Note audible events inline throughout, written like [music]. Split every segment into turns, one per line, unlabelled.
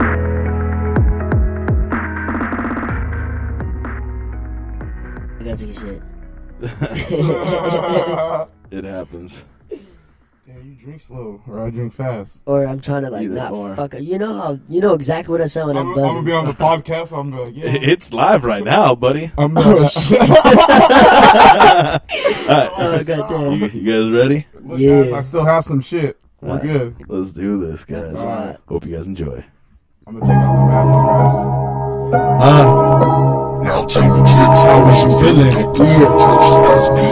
[laughs]
gutsy shit.
it happens.
Yeah, you drink slow or I drink fast.
[laughs] Or I'm trying to like
Either
not
or.
fuck. You know how you know exactly what I sound when
I'm,
I'm,
I'm gonna
buzzing.
be on the podcast. I'm gonna yeah. [laughs]
It's live right now, buddy.
I'm gonna,
All
oh
right.
goddamn!
You, you guys ready?
Look,
Yeah.
guys, I still have some shit. We're
Alright.
good.
Let's do this, guys.
That's hot.
Hope you guys enjoy.
I'm gonna take out my mask and
Uh,
Now tell the kids how is you feeling? Yeah. Just ask me.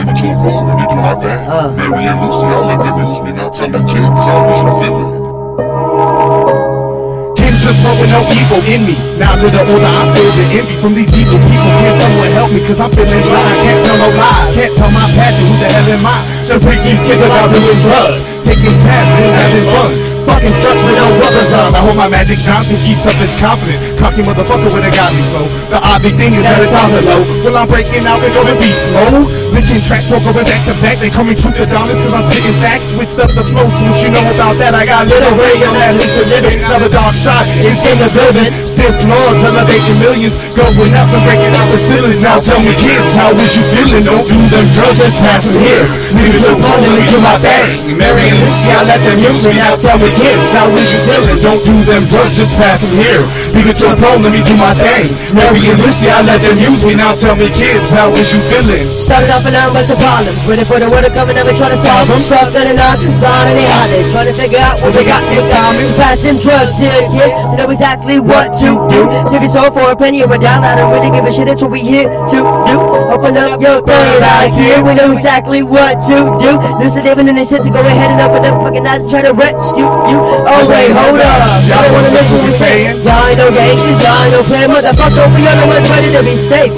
Give it to a roll, let me do my thing.
Uh.
Mary and Lucy, I'll let them use me. Now tell the kids how is you feeling?
Came just throwing out evil in me. Now I'm in the order, I feel the envy from these evil people. Can someone help me? Cause I'm feeling blind. I can't tell no lies. Can't tell my passion. Who the hell am I? To preach these kids about doing drugs. Taking tabs and having fun. Fucking sucks with no brothers up. I hope my Magic Johnson keeps up his confidence. Cocky motherfucker with a godly flow. The oddly thing is that it's all hello. Well, I'm breaking out and going beast mode. Bitchin' tracks, all going back to back. They call me Truth Adonis cause I'm spitting facts. Switched up the flow, so what you know about that? I got little ray on that Lisa Living. Another dark side is in the building. Stiff floors, elevating millions. Going up and breaking out the ceilings. Now tell me, kids, how is you feeling? Don't do them drugs, just pass them here. Leave it alone, let me do my thing. Mary and Lucy, I let them use me. Now tell me, kids, how is you feeling? Don't do them drugs, just pass them here. Leave it alone, let me do my thing. Mary and Lucy, I let them use me. Now tell me, kids, how is you feeling?
Started off and now with some problems. Waiting for the winter coming up and trying to solve them. Struggling nonsense, blind and the eyelids. Trying to figure out what we got in common. So passing drugs here, kids. To know exactly what to do. Save your soul for a penny or a dollar. I don't really give a shit. It's what we here to do. Open up your third eye here. We know exactly what to do. This is living in the shit to go ahead and open up fucking eyes and try to rescue you. Oh, wait, hold up. Y'all don't wanna listen to me saying. Y'all ain't no gangsters. Y'all ain't no player. Motherfucker, we are the ones ready to be safe.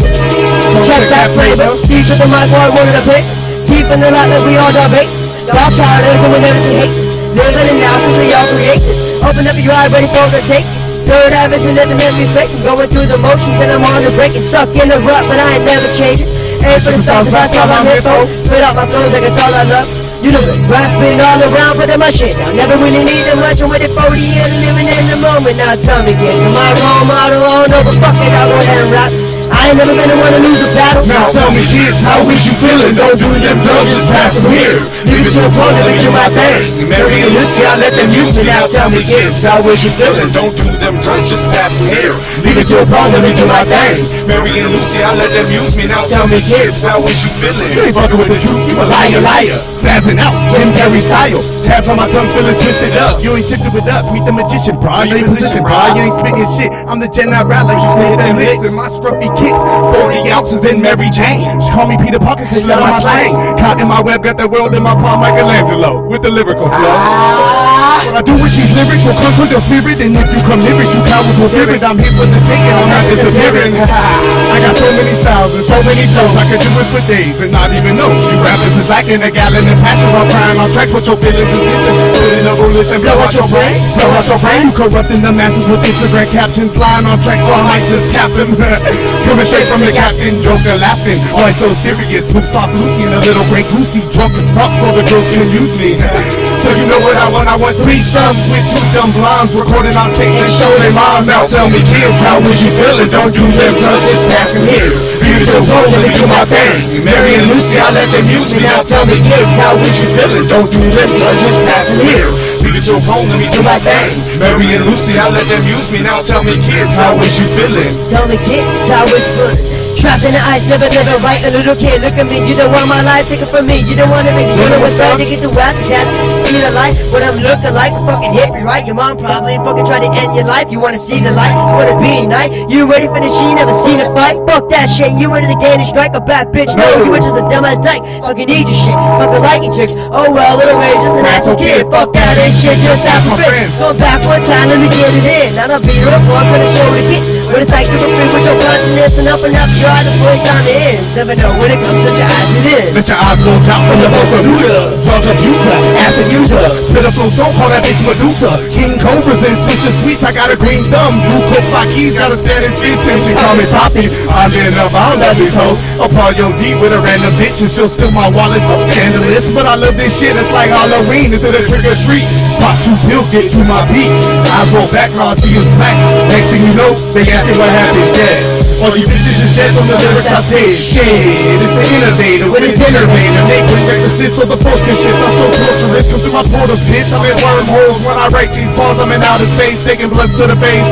Check that flavor. Steve took the mic while one of the picks. Keeping the light like we all debate. The rock is and we never see hate. Living in now cause we all create. Open up your eye, ready for the take. Third eye vision, living every fake. Going through the motions and I'm on the break. And stuck in the rut, but I ain't never changing. Aim for the stars, that's all I'm here for. Spit out my flows like it's all I love. Universe, grasping all around, putting my shit down. Never really needed much, I'm with it for the years, living in the moment. Now tell me again, am I wrong, am I alone? Oh, No, but fuck it, I'll go ahead and rap. I ain't never been the one to lose a battle.
Now tell me kids, how is you feeling? Don't do them drugs, just pass them here. Leave it to a point, let me do my thing. Mary and Lucy, I let them use me. Now tell me kids, how is you feeling? Don't do them drugs, just pass them here. Leave it to a point, let me do my thing. Mary and Lucy, I let them use me. Now tell me kids, how is you feeling? You ain't fucking with the truth, you a liar, liar. Spazzing out, Jim Carrey style. Tabs on my tongue, feeling twisted up. You ain't shifted with us, meet the magician, bro. You ain't position, bro. You ain't spitting shit. I'm the general, you said them licks. And my scruffy kicks, 40 ounces in Mary Jane. She call me Peter Parker, cause she love my slang. Caught in my web, got the world in my palm, Michelangelo. With the lyrical flow. What I do with these lyrics will come through the spirit And if you come near it, you cowards will fear it I'm here for the taking, I'm not disappearing [laughs] I got so many styles and so many flows I could do it for days and not even know You rappers is lacking a gallon of passion I'm trying on tracks what your feelings is missing Put in the bullets and blow out your brain Blow out your brain You corrupting the masses with Instagram captions Lying on tracks so I might just cap him [laughs] Coming straight from the captain Joker laughing, always so serious Who's soft Lucy and a little great Lucy Drunk as fuck so the girls can use me [laughs] So you know what I want, I want three sons with two dumb blondes recording on tape and show they mom. Now tell me, kids, how was you feeling? Don't do them drugs, just pass them here. Beautiful roll, let me do my thing. Mary and Lucy, I let them use me. Now tell me, kids, how was you feeling? Don't do them drugs, just pass them here. Leave it to a phone, let me do my thing. Mary and Lucy, I let them use me. Now tell me, kids, how was you feeling?
Tell me kids how it's good. Trapped in the ice, never, never right. A little kid, look at me. You don't want my life, take it from me. You don't want to be the you know what's right. They get to ask cat. See the light, what I'm looking like. Fucking hit me right. Your mom probably fucking tried to end your life. You want to see the light, you want to be night. You ready for the she never seen a fight? Fuck that shit. You went in the game to strike a bad bitch. No, you were just a dumbass dyke. Fucking eat your shit. Fucking like your tricks. Oh well, little way, just an asshole kid. Fuck that ain't shit. You're a
My
bitch.
friends.
Come back one time, let me get it in. I don't beat her up, boy, for the show to get. But it's like to a free with your consciousness and up and up, you're out of point time it is. Never know when it comes to your eyes, it is.
Mr. Osborne top from the Bermuda. Drugs abuser, acid user. Spit a flow so hard that bitch Medusa. King Cobras and switching sweets. I got a green thumb. Blue coat my keys. Got a standing bitch and she call me Poppy. I'm in love. I love these hoes. Upon your deep with a random bitch and she'll steal my wallet. So scandalous, but I love this shit. It's like Halloween. It's a trick or treat. Pop two pills, get to my beat. Eyes roll back, all I see is black. Next thing you know, they asking what happened. Yeah. All you bitches and gentlemen, lyrics I spit Shit, it's an innovator, when it's innovator Make with references for the poster shit I'm so torturous, come through my portal, bitch I'm in wormholes when I write these bars I'm in outer space, taking blunts to the base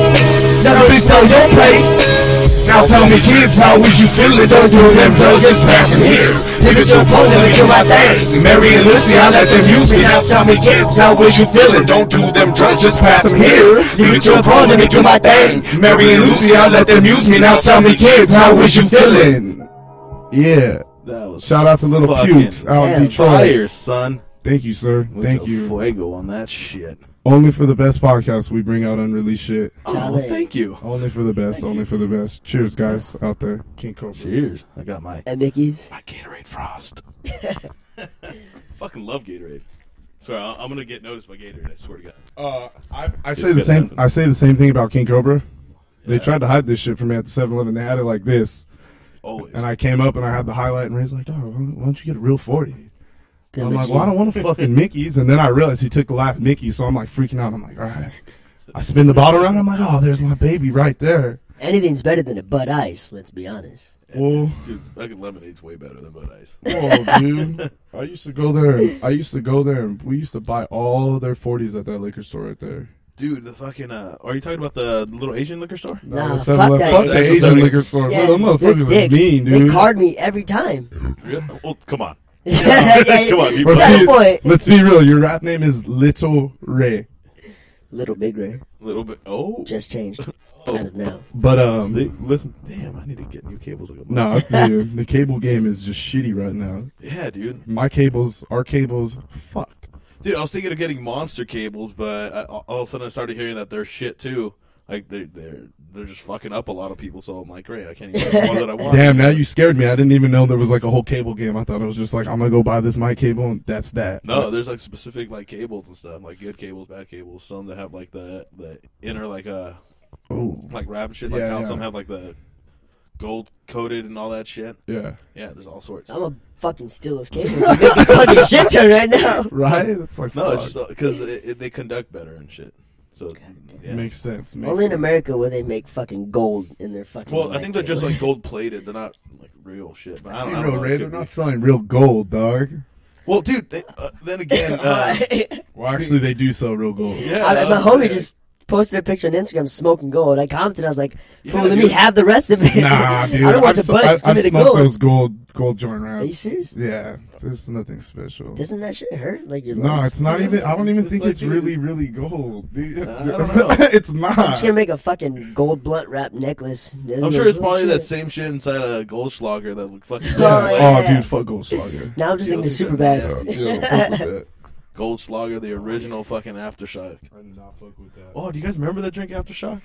Now bitch, know your place now tell me kids, how is you feeling? Don't do them drugs, just passing here. Leave it your phone, let me get my bag. Mary and Lucy, I let them use me. Now tell me kids, how is you feeling? Don't do them drugs, just pass 'em here. Leave it your phone, let me do my thing. Mary and Lucy, I let them use me. Now tell me kids, how is you feeling?
Yeah.
That was
Shout out to Little
fucking
Pukes out in
and
Detroit.
Fire, son.
Thank you, sir.
Mucho
Thank you.
Fuego on that shit.
Only for the best podcast, we bring out unreleased shit.
Oh, well, thank you.
Only for the best. Only for the best. Cheers, guys out there. King Cobra.
Cheers. I got my
At Mickey's.
my Gatorade
[laughs]
Frost. Fucking love Gatorade. Sorry, I- I'm gonna get noticed by Gatorade. I swear to God.
Uh, I, I say
It's
the
good
same.
enough.
I say the same thing about King Cobra. They
Yeah.
tried to hide this shit from me at the 7-Eleven. They had it like this,
Always.
and I came up and I had the highlight, and Ray's like, "Dog, why don't- why don't you get a real 40? And I'm like, "Well, I don't want a fucking Mickey's." And then I realized he took the last Mickey, so I'm like freaking out. I'm like, "All right." I spin the bottle around. I'm like, "Oh, there's my baby right there."
Anything's better than a Bud Ice, let's be honest.
Well,
Dude, fucking lemonade's way better than Bud Ice.
Oh, dude. I used to go there. And, I used to go there, and we used to buy all their forties at that liquor store right there.
Dude, the fucking. Uh, are you talking about the little Asian liquor store?
Uh,
Nah, fuck
7-Eleven.
that.
Fuck
shit.
the
That's
Asian
something-
liquor store.
Yeah,
Those
they're
motherfuckers are
dicks.
mean,
They
dude.
card me every
[laughs]
time. [laughs]
Yeah. Oh, come on.
yeah, yeah,
Come on, you
But
you got a
see,
point.
Let's be real. Your rap name is Little Ray,
Little Big Ray
little bit. Oh.
just changed
Oh.
as of now.
but um,
They- listen, damn, I need to get new cables. Like a
no, dude, the cable game is just shitty right now.
Yeah, dude.
My cables, our cables, fucked.
Dude, I was thinking of getting monster cables, but I, all all of a sudden I started hearing that they're shit too. Like they're they're they're just fucking up a lot of people. So I'm like, great, I can't even get the one
[laughs]
that I want.
Damn, now you scared me. I didn't even know there was like a whole cable game. I thought it was just like I'm gonna go buy this my cable and that's that.
No, there's like specific like cables and stuff, like good cables, bad cables. Some that have like the the inner like uh
Oh,
like rabbit shit, like
Yeah,
how
yeah.
some have like the gold coated and all that shit.
yeah.
Yeah, there's all sorts.
I'm
Oh,
gonna fucking steal those cables and make a fucking shit ton right now.
Right? That's like
No,
fuck.
it's just because it, it, they conduct better and shit. So yeah.
Makes sense. Makes
Only in
sense.
America will they make fucking gold in their fucking.
Well, I think they're
[laughs]
just
cables.
like gold plated. They're not like real shit. But I don't,
Be
I don't
real,
know.
Ray.
It
They're
could be.
not selling real gold, dog.
Well, dude. They, uh,
[laughs]
then again, uh,
Well, actually, they do sell real gold.
yeah.
I, my
uh,
homie just posted a picture on Instagram smoking gold. I commented, I was like, "Fool,
Yeah,
let me
dude.
have the rest of it.
Nah, dude.
[laughs] I don't want
I've
the
sm-
buds.
I,
Give
I've
me the
smoked
gold."
those gold gold joint rounds.
Are you serious?
Yeah, there's nothing special.
Doesn't that shit hurt? Like your
no,
lungs?
it's not even. I don't even
It's
think
like
it's
you-
really, really gold, dude.
I don't know.
[laughs] it's
I'm
not.
just gonna make a fucking gold blunt wrap necklace.
I'm sure it's probably that same shit inside a Goldschlager that look fucking
Oh,
like,
yeah.
Oh, dude, fuck
[laughs]
gold slugger.
Now I'm just thinking the
Yeah, those are
super
good.
bag.
Yeah.
Yo, fuck with that.
Goldschlager, the original fucking aftershock.
I did not fuck with that.
Oh, do you guys remember that drink aftershock?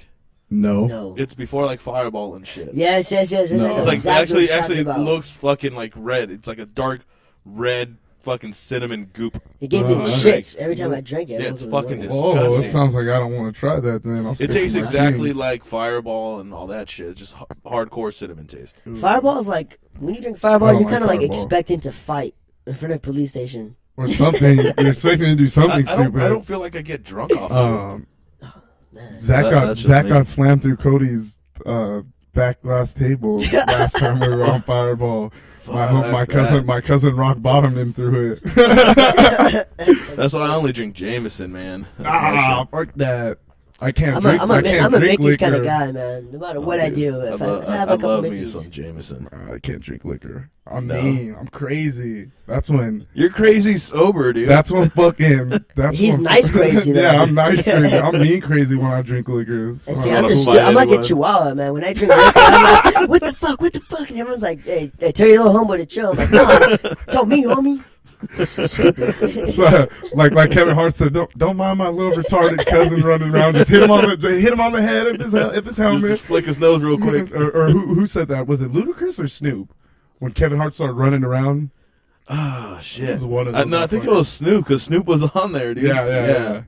[laughs]
No.
No.
It's before like Fireball and shit.
Yes, yes, yes. yes
No.
I know
It's like
exactly what
actually,
you're
actually, it
talking about.
looks fucking like red. It's like a dark red fucking cinnamon goop.
It gave me the
Oh, okay.
shits every time I drank it. I
Yeah,
woke
it's
up in the
fucking
morning.
dis-
Oh,
Disgusting.
it sounds like I don't want to try that. Then I'll.
It
stick with
tastes
my
exactly
teams.
like Fireball and all that shit. It's just h- hardcore cinnamon taste.
Fireball is like when you drink
I
Fireball,
don't
you're kind of
like
like,
Fireball.
expecting to fight in front of a police station.
or
[laughs]
something. You're expecting to do
I, I
something
don't.
stupid.
I don't feel like I get drunk off. of it. Oh,
Um, Zach
That-
got
that's just
Zach
me.
got slammed through Cody's uh, back
[laughs]
glass table last time we were on Fireball. My
Fuck
my, my cousin
that.
my cousin rock bottomed him through
[laughs]
it.
That's why I only drink Jameson, man.
ah, fuck that! I can't
I'm a,
drink.
I'm
I
a, Mi-
can't
I'm a
drink
Mickey's kind of
liquor.
guy, man. No matter what I
Dude,
do, if I,
lo-
if I have a couple
love me
Mickey's,
some Jameson.
I can't drink liquor. I'm
No.
mean. I'm crazy. That's when.
You're crazy sober, dude.
That's when fucking. That's
He's
when-
nice
[laughs]
crazy, though.
yeah, I'm
[laughs]
nice crazy. I'm mean crazy when I drink liquor. So
And see,
I
I'm
don't
just,
know
stu-
why
I'm like a
anyone-
chihuahua, man. When I drink liquor, I'm like, what the fuck, what the fuck? And everyone's like, hey, hey tell your little homeboy to chill. I'm like, nah, tell me, homie.
[laughs]
Stupid.
So, like like Kevin Hart said, don't don't mind my little retarded cousin running around. Just hit him on the just hit him on the head if his hel- if his
Just-
helmet.
just flick his nose real
[laughs]
quick.
or, or who who said that? Was it Ludacris or Snoop? When Kevin Hart started running around.
Oh shit!
was one of
I,
those
no, I think it
motherfuckers.
was Snoop because Snoop was on there, dude.
Yeah, yeah, yeah.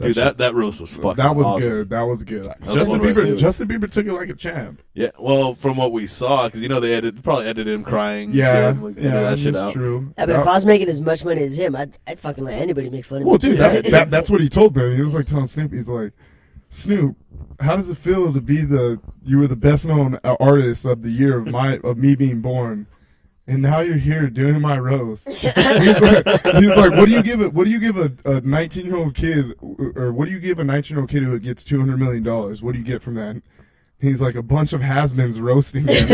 Dude, that, that roast was fucking.
That was
awesome.
good. That was good.
was
Justin
one of my
Bieber.
favorites.
Justin Bieber took it like a champ.
Yeah, well, from what we saw, because you know they edited, probably edited him crying. and
Yeah,
shit, like,
yeah,
edited that shit
that's
out.
true.
Yeah, but if I was making as much money as him, I'd, I'd fucking let anybody make fun of
Well,
me.
dude, that, that, that's what he told them. He was like telling Snoop, he's like, Snoop, how does it feel to be the you were the best known uh, artist of the year of my of me being born, and now you're here doing my roast? he's, like, he's like, what do you give it? What do you give a a 19 year old kid, or what do you give a 19 year old kid who gets 200 million dollars? What do you get from that? He's like a bunch of has-beens roasting him.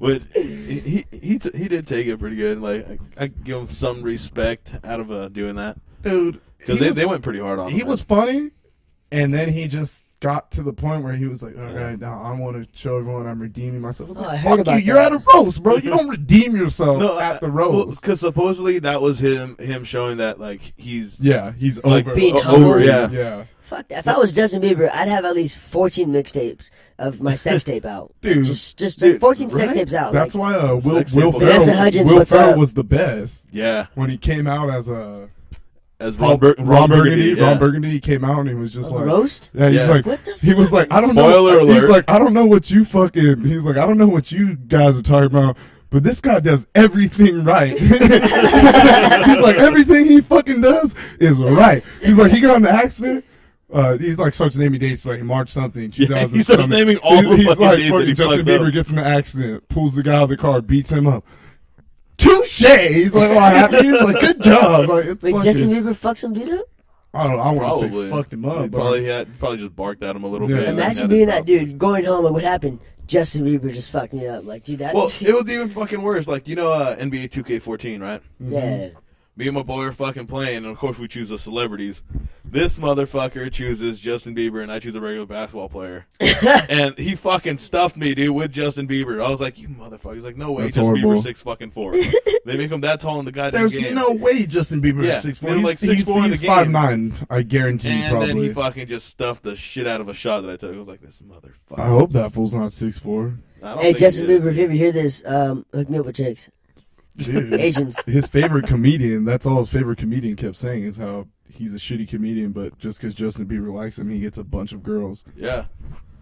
But he he he, t- he did take it pretty good. Like I, I give him some respect out of uh, doing that
Dude,
because they, they went pretty hard on.
he
him.
was funny, and then he just got to the point where he was like, "All right, now I want to show everyone I'm redeeming myself." I was
Oh,
like,
I heard
"Fuck you!
about
You're
that.
at a roast, bro. You don't redeem yourself [laughs] at the roast."
because supposedly that was him him showing that like he's
yeah, he's
Like
over.
being
o-
humble.
over, yeah.
yeah,
Fuck that. If I was Justin Bieber, I'd have at least 14 mixtapes of my sex tape out.
Dude.
Just, just like, 14 sex
Right?
tapes out.
That's
like,
why uh, Will
Sex
Will
symbol.
Vanessa
Ferrell,
Hudgens,
Will
what's
Ferrell
up?
was the best
yeah
when he came out as a
as Ron, Bur- Ron, Burgundy, yeah.
Ron Burgundy came out and he was just
On the
like
roast?
Yeah, he's
Yeah.
like
What the
he was like I don't
Spoiler
know. He's
alert.
like I don't know what you fucking. He's like I don't know what you guys are talking about. But this guy does everything right. [laughs] he's like everything he fucking does is right. He's like he got in an accident. Uh, he's like starts naming dates like March something, two thousand.
he starts naming all the
he's
fucking
like
dates that
fucking
he
Justin
fucked
Bieber
up.
gets in an accident, pulls the guy out of the car, beats him up. Touche. He's like, oh, I happy. He's like, good job. Like, it's
Wait,
fucking-
Justin Bieber fuck some dude up?
I don't. know, I want to
Probably
say fucked him
He
up. But
probably had probably just barked at him a little
Yeah.
bit. and then
Imagine
had
being
his
that
mouth-
dude going home. Like, what happened? Justin Bieber just fucked me up. Like, dude, that. [laughs]
Well, it was even fucking worse. Like you know uh, NBA 2K14, right?
Mm-hmm.
yeah.
Me and my boy are fucking playing, and of course we choose the celebrities. This motherfucker chooses Justin Bieber, and I choose a regular
[laughs]
basketball player. and he fucking stuffed me, dude, with Justin Bieber. I was like, "You motherfucker!" He's like, "No way,
That's
Justin
horrible.
Bieber's six fucking four. they make him that tall in the goddamn
there's
game.
no way Justin Bieber
Yeah,
is six four.
they're
He's,
like
he's,
6'4" in
he's
the
five
game.
nine. I guarantee you,
and
probably.
then he fucking just stuffed the shit out of a shot that I took. I was like, "This motherfucker."
I hope that fool's not six four.
I don't
Hey,
think
Justin
he is.
Bieber, if you ever hear this, um, hook me up with chicks.
Dude,
Asians.
[laughs] his favorite comedian. That's all his favorite comedian kept saying is how he's a shitty comedian, but just because Justin Bieber likes him, he gets a bunch of girls.
Yeah,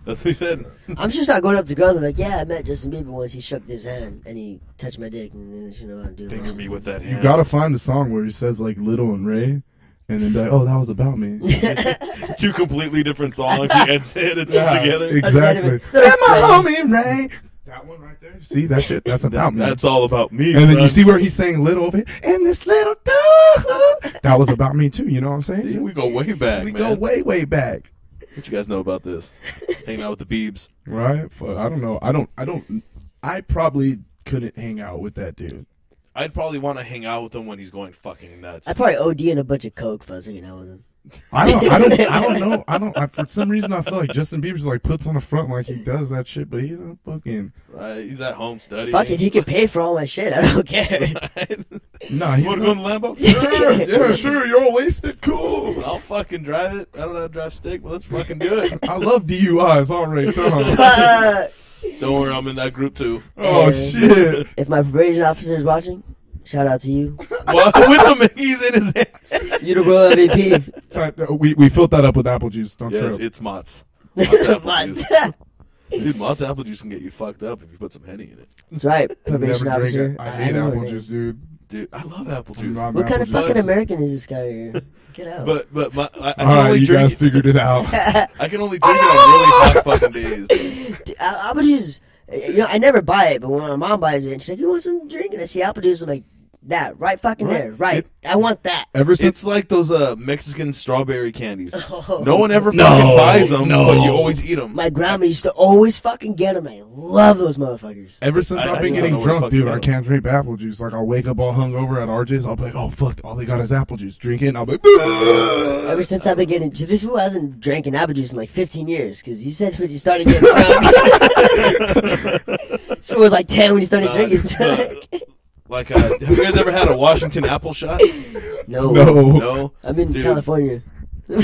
that's what he said.
I'm just not going up to girls. I'm like, yeah, I met Justin Bieber once. He shook his hand and he touched my dick, and then you know I'm doing.
Finger
wrong.
me with that hand.
You gotta find the song where he says like Little and Ray, and then be like, oh, that was
[laughs]
about me.
two completely different songs. You edited them together.
exactly.
Little
And my homie Ray. That one right there. See that shit? That's about me.
That's all about me.
And then
son.
you see where he's saying little over here, and this little dude. That was about me too. You know what I'm saying?
See, we go way back,
We
man.
go way, way back.
What you guys know about this? Hanging out with the Beebs.
Right? But I don't know. I don't. I don't. I probably couldn't hang out with that dude.
I'd probably want to hang out with him when he's going fucking nuts.
I probably OD and a bunch of coke if I was hanging out with him.
I don't. I don't. I don't know. I don't. I, for some reason, I feel like Justin Bieber's like puts on a front like he does that shit, but he don't fucking.
Right? He's at home studying.
Fuck it, he could pay for all my shit. I don't [laughs] care.
Nah, he's
Want to go in
not,
the
[laughs]
Lambo? Sure.
yeah, sure. You're all wasted. Cool.
I'll fucking drive it. I don't know how to drive stick, but let's fucking do it.
I love DUIs already. [laughs] So.
Fuck.
don't worry, I'm in that group too.
Oh shit.
if my probation officer is watching, shout out to you.
Well, [laughs] with him, he's in his hand.
You the world MVP.
[laughs] So, uh, We we filled that up with apple juice. Don't
Yes,
trip.
it's Mott's. Mott's apple
Lots.
juice. Dude, Mott's apple juice can get you fucked up if you put some Henny in it.
That's right,
Never
probation
drink
officer.
it. I hate
know
apple
it.
juice, dude.
Dude, I love apple
I'm
juice.
not
What
mad
kind of
with you.
fucking
juice.
American is this guy here? Get out.
But but my, I, I can
All right,
only
you
drink
guys
it-
figured
[laughs]
it out.
I can only drink it on really hot fucking days. dude.
Dude, I, apple juice. You know, I never buy it, but when my mom buys it, she's like, "You want some drink?" And I see apple juice, I'm like, "That right fucking
Right.
there, right?
It-
I want that."
Ever since
It's like those uh, Mexican strawberry candies.
Oh.
No one ever
No,
fucking buys them,
no.
but you always eat them.
My grandma used to always fucking get them. I love those motherfuckers.
ever since I,
I-
have
I
been
just don't know where
getting
the
drunk,
fuck
dude,
you
I
go.
can't drink apple juice. Like I'll wake up all hungover at RJ's. I'll be like, oh fuck, all they got is apple juice. Drink it. And I'll be like, [laughs] "Ugh."
Ever since I've been getting, this fool hasn't drinking apple juice in like 15 years because he said when he started getting drunk. [laughs] so it was like 10 when he started
Nah,
drinking. [laughs] So
nah.
like,
Like, uh, have you guys ever had a Washington apple shot?
no,
no.
No.
I'm in
Dude. [laughs]
California.
no,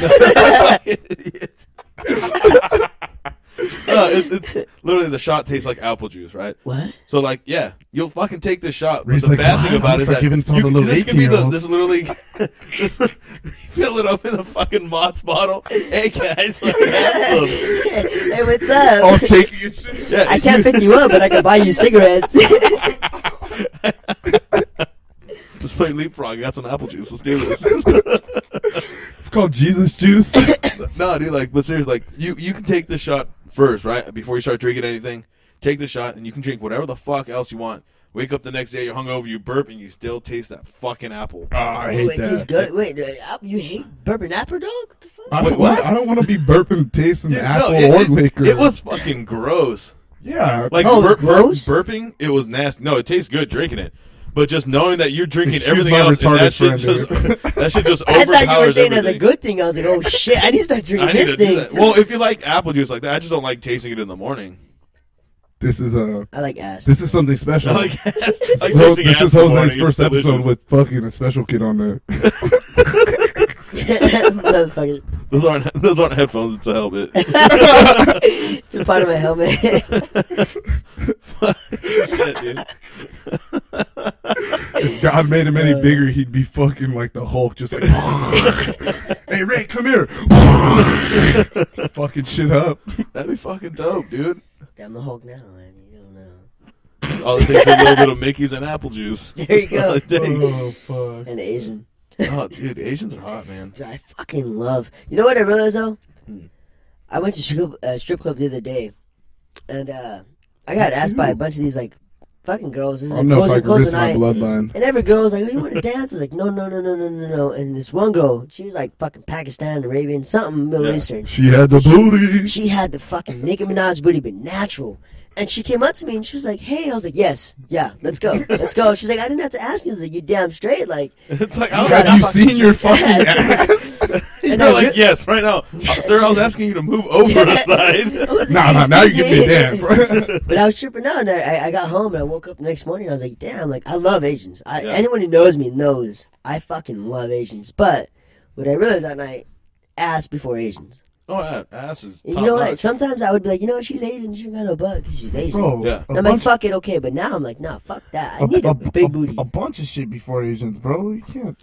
[laughs] it's, it's literally the shot tastes like apple juice, right?
[laughs] What?
So like, yeah, you'll fucking take this shot. But
Reed's
the
like,
bad
"Why?"
thing
I'm
about it
just
is
like
that
giving some
you,
to little
this could be the
18-year-olds.
this literally [laughs] fill it up in a fucking Mott's bottle. Hey guys, like, have some.
hey, what's up?
All shaking and shit.
Yeah,
I
if
can't
you- [laughs]
pick you up, but I can buy you
[laughs]
cigarettes.
Let's
[laughs]
play leapfrog. I got some apple juice. Let's do this. [laughs]
It's called Jesus juice.
No, dude, like, but seriously, like, you you can take this shot first, right? Before you start drinking anything, take the shot, and you can drink whatever the fuck else you want. Wake up the next day, you're hungover, you burp, and you still taste that fucking apple.
Oh, I hate
Ooh, it
that.
tastes good. [laughs] Wait, uh, you hate bourbon apple dog? What the fuck?
I
Wait,
don't, want-
what?
I don't want to be burping, tasting
Dude, no,
apple
it-
or
it-
liquor.
It was fucking gross.
yeah,
Like
Oh, it was
burp, burp,
gross?
burping, it was nasty. No, it tastes good drinking it, but just knowing that you're drinking
Excuse
everything
my
else, and
retarded
that shit
friend,
just
dude.
[laughs] that shit just
[laughs] I thought you were
overpowers
saying that's a
everything.
good thing. I was like, oh shit, I need to start drinking
[laughs] I need
this
to do
thing.
that. Well, if you like apple juice like that, I just don't like tasting it in the morning.
this is a
I like ass.
this is something special.
I [laughs] like, I like
So
tasting ass
this is
in the
Jose's
morning. It's
first episode
delicious.
with fucking a special kid on there.
[laughs] Motherfucker.
Those aren't [laughs] those aren't headphones. It's a
[laughs]
helmet.
[laughs]
It's a part of my helmet. [laughs]
Shit, dude.
if God made him any bigger, he'd be fucking like the Hulk, just [laughs] like, hey Ray, come here, fucking shit up.
That'd be fucking dope, dude.
I'm the Hulk now, man. You don't know.
All it takes is a little bit of Mickey's and
[laughs]
apple juice. [laughs]
There you
All
go.
it takes.
Oh fuck!
And Asian.
Oh, dude, Asians are hot, man. [laughs]
Dude, I fucking love. You know what I realized though?
Hmm.
I went to strip, uh, strip club the other day, and uh, I got asked by a bunch of these like fucking girls. This is
I
like
don't know if
close
I
and close
can risk
and
my
I.
bloodline.
And every girl was like, "Oh, you want to dance?" I was like, "No, no, no, no, no, no, no." And this one girl, she was like fucking Pakistan, Arabian, something Middle
Yeah.
Eastern.
She had the booty.
She had the fucking Nicki Minaj booty, but natural. And she came up to me and she was like, "Hey," I was like, "Yes, yeah, let's go, let's go." She's like, "I didn't have to ask you." I was like, "You damn straight." Like,
It's like I was
got
like,
Have you
fuck-
seen your fucking
Yeah.
ass? [laughs]
and I
You're
re-
like, yes, right now. Uh, Sir, I was asking you to move over a
[laughs] I
side.
was like,
Nah, nah, now you
"Excuse
give me a
me."
dance.
[laughs] But I was tripping out, and I, I got home, and I woke up the next morning, and I was like, damn, like, I love Asians. I,
Yeah.
Anyone who knows me knows I fucking love Asians. But what I realized that night, ass before Asians.
[laughs] Oh, yeah, ass is
And
top
you know what?
notch.
Sometimes I would be like, you know what, she's Asian, she ain't got no butt, 'cause she's Asian.
Bro,
Yeah.
a
And I'm like,
bunch-
fuck it, okay. But now I'm like, nah, fuck that. I need a, big booty.
A bunch of shit before Asians, bro. You can't.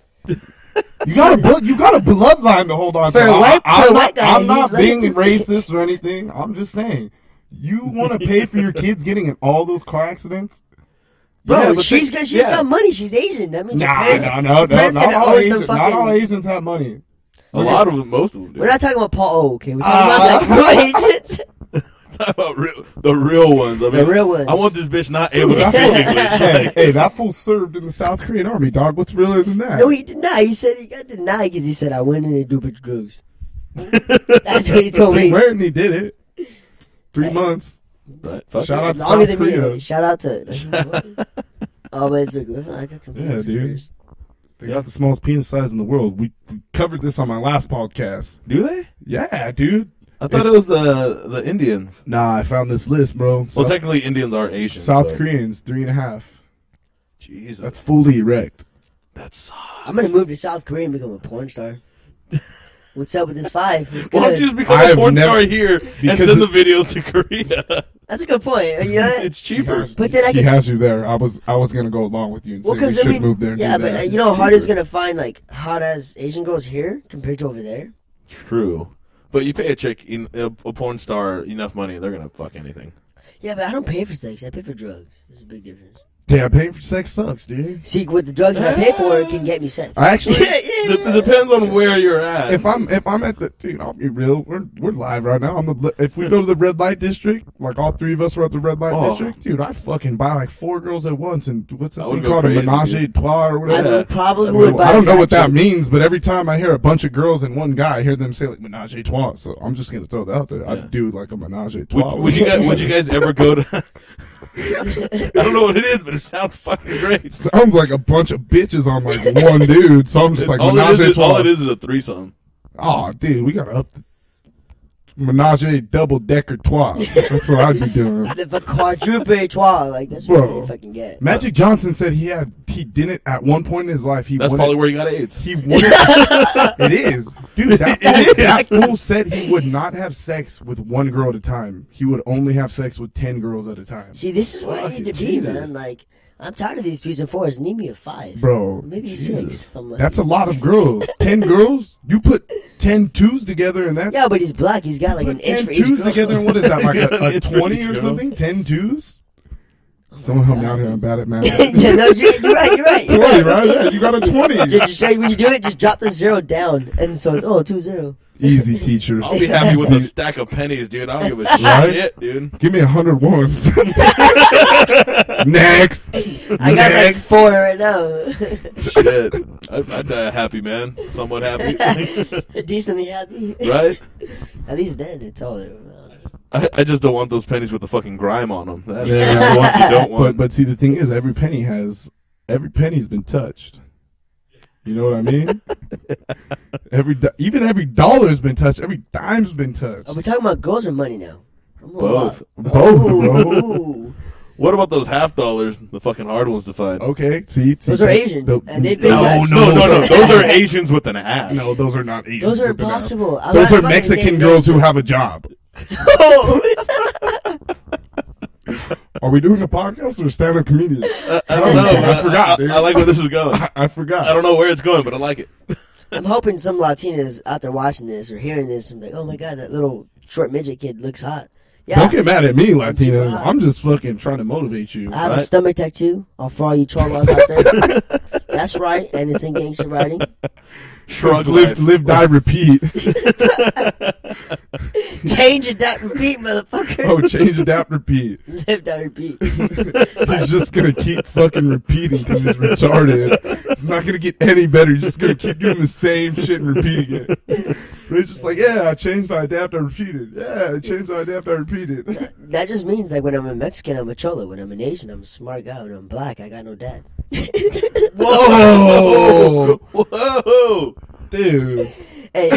You got a blood, you got a bloodline to hold on
For
to.
a white-
I,
for a
am
white
not,
guy,
I'm not
he's like
being
this.
racist or anything. I'm just saying, you want to pay for your kids getting in all those car accidents?
Bro,
Yeah, but
she's
they-
got, she's
yeah.
got money. She's Asian. That means her
Nah,
parents,
no,
her
no, no.
parents
Not
gotta
all,
own
Asians,
some
not all
fucking.
Asians have money.
A lot of them, most of them do.
We're not talking about Paul O. Okay, we're
Uh,
talking about like real
[laughs]
Asians.
[laughs] Talk about real, the real ones. I mean,
real ones.
I want this bitch not
[laughs]
able to speak English.
hey,
Like,
hey, that fool served in the South Korean army, dog. What's realer than that?
No, he denied. He said he got denied because he said I went in and do a bunch of
[laughs]
drugs. That's what he told me.
where and he did it. Three months.
right, fuck
Shout
it.
out to
Longer
South
than
Korea.
me. Shout out
[laughs]
to. oh, but it's a good. I got confused.
Yeah, dude. They got the smallest penis size in the world. We, we covered this on my last podcast.
Do they?
Yeah, dude.
I thought it was the the Indians.
Nah, I found this list, bro.
Well,
South,
technically, Indians are Asian.
South
but-
Koreans, three and a half.
Jesus,
That's
that's
fully erect.
that's.
I'm gonna move to South Korea and become a porn
[laughs]
star. What's up with this five? What's
Why don't
good?
you just become
I
a
have
porn
never-
star here and
because
send the
it-
videos to Korea? [laughs]
That's a good point.
[laughs]
You know, what?
it's cheaper.
but then I
He
can
has you there. I was I was gonna go along with you and
Well,
say we
because I
should
mean,
move there. and
yeah,
do
but
that.
uh, you
It's
know, how hard is
cheaper.
gonna find like hot as Asian girls here compared to over there.
True. But you pay a chick, in, a, a porn star, enough money, they're gonna fuck anything.
Yeah, but I don't pay for sex. I pay for drugs. There's a big difference.
Yeah, paying for sex sucks, dude.
See, with the drugs that I pay for, it can get me sex.
I actually,
Dep- depends on where you're at.
if I'm if I'm at the dude, I'll be real. We're we're live right now. I'm the if we go to the red light district, like all three of us were at the red light
Oh.
district, dude. I fucking buy like four girls at once, and what's that
would
thing
go
called a
crazy,
menage a
dude.
trois or
I
whatever.
would probably
Well,
would.
I don't know what that
means.
means, but every time I hear a bunch of girls and one guy, I hear them say like menage a trois. So I'm just gonna throw that out there.
Yeah.
I'd do like a menage a trois.
Would, would you guys? Would
[laughs]
you guys ever go to? [laughs] I don't know what it is, but it sounds fucking great.
Sounds like a bunch of bitches on like one dude. So I'm just like
all, it
menage
is
a
is, all
trois.
it is is a threesome.
Oh, dude, we gotta up the menage a double decker trois. That's what I'd be
[laughs]
doing.
the, the quadruple trois, like that's what
Bro.
you fucking get.
Magic Johnson said he had he didn't at one point in his life he
That's
wanted,
probably where you got AIDS.
[laughs]
he wanted it is dude that fool,
It is.
that fool said he would not have sex with one girl at a time he would only have sex with ten girls at a time
See, this is where I need to
Fucking
be,
Jesus.
man. Like, I'm tired of these threes and fours. Need me a five,
bro
Maybe a
Jesus.
six. If I'm lucky.
that's a lot of girls ten girls you put ten twos together and that's
Yeah, but he's black. He's got like
put
an inch
ten
for each
twos
girl.
together and what is that like
You got an
a, a
inch for
twenty
each
or
girl.
Oh
something ten twos Someone help me out here. I'm bad at math.
[laughs] [laughs] yeah, no, you're, you're right. You're right. You're
[laughs] 20,
right.
right? Yeah, you got
[laughs]
a 20.
Just, just try- when you do it, just drop the zero down, and so it's oh two zero.
Easy, teacher.
I'll
[laughs]
be happy with a stack of pennies, dude. I don't give a
Right?
shit, dude.
Give me a
[laughs]
hundred ones. Next.
I got like
Next.
four right now. [laughs]
Shit. I'd, I'd die a happy man. Somewhat happy.
Decently happy.
right?
At least then it's all there. uh,
I, I just don't want those pennies with the fucking grime on them. That's,
Yeah.
that's what you don't
[laughs] But
want.
but see, the thing is, every penny has every penny's been touched. You know what
[laughs]
I mean? every do- even every dollar's been touched. Every dime's been touched.
Are we talking about girls or money now? I'm a
Both.
lot.
Both, bro. [laughs]
Ooh.
What about those half dollars? The fucking hard ones to find.
Okay. See, see
oh. Those are
that-
Asians,
the-
and they've been
No,
touched.
no, [laughs] no, no. Those are Asians with an ass.
No, those are not Asians.
Those are
Look it up.
impossible. I'm
Those
not
are
fucking
Mexican
naming
girls who have a job. Are we doing a podcast or stand up comedian? I,
I don't know.
[laughs] I forgot,
I,
dude.
I like where this is
[laughs]
going. Uh, I
I forgot.
don't know where it's going, but I like it.
I'm hoping some Latinas out there watching this or hearing this and be like, oh my god, that little short midget kid looks hot. Yeah.
Don't get mad at me, Latinos.
Right.
I'm just fucking trying to motivate you.
I have a
Right.
stomach tattoo on for all you traumas out
[laughs]
there. That's right, and it's in gangster writing.
Shrug
live,
life.
live, die, repeat.
Change it, that repeat, motherfucker.
oh, change, adapt, repeat.
[laughs] Live, that repeat.
[laughs]
He's just gonna keep fucking repeating because he's retarded. It's not gonna get any better. He's just gonna keep doing the same shit and repeating it. But it's just like, yeah, I changed, I adapt, I repeated. Yeah, I changed, I adapt, I repeated.
That just means like when I'm a Mexican, I'm a cholo. When I'm an Asian, I'm a smart guy. When I'm black, I got no dad. [laughs]
Whoa,
Whoa!
dude.
Hey,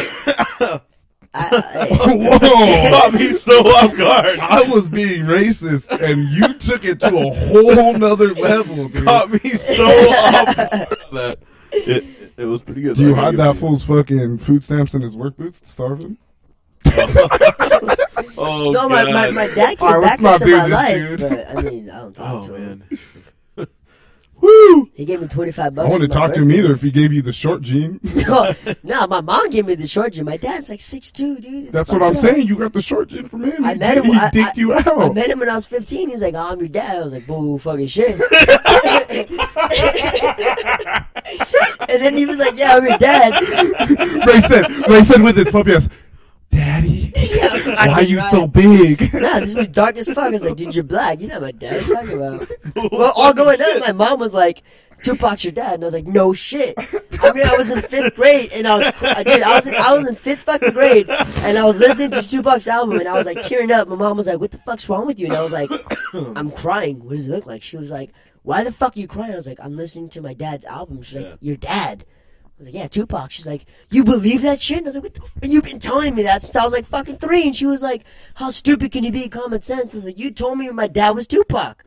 Oh.
I, I,
Whoa.
Caught me so off guard.
I was being racist, and you took it to a whole nother level, dude.
Caught me
[laughs]
so off guard. That it, it was pretty good.
Do you
I
hide
give
that
you-
fool's fucking food stamps in his work boots to starve him?
Oh
no, my, my,
god.
my dad came
Alright,
back
let's not
into
do
my
this,
life,
dude.
but I mean, I don't talk
oh
to him.
man.
Woo!
He gave me twenty five
I
bucks.
wouldn't
for my
talk to him
birthday.
either if he gave you the short gene.
[laughs] no, no, my mom gave me the short gym. My dad's like six two, dude. It's
That's what
fucked
I'm
up.
saying. You got the short gin from him.
I
He-
met him.
He
I,
dicked
I-
you out.
I met him when I was 15. He's like, "Oh, I'm your dad." I was like, "Boo, fucking
[laughs]
shit." [laughs] and then he was like, "Yeah, I'm your dad."
Ray said. Ray said with his puppy ass,
[laughs]
"Daddy, why are you so big?" [laughs]
Nah, this was dark as fuck. I was like, "Dude, you're black. You're not my dad." What are you talking about? well, all going up, my mom was like. Tupac's your dad, and I was like, no shit. I mean, I was in fifth grade, and I was, I did, I was, in, I was in fifth fucking grade, and I was listening to Tupac's album, and I was like tearing up. My mom was like, what the fuck's wrong with you? And I was like, I'm crying. What does it look like? She was like, why the fuck are you crying? I was like, I'm listening to my dad's album. She's like, your dad. I was like, yeah, Tupac. She's like, you believe that shit? And I was like, what the f- and you've been telling me that since I was like fucking three. And she was like, how stupid can you be? Common sense. I was like, you told me my dad was Tupac.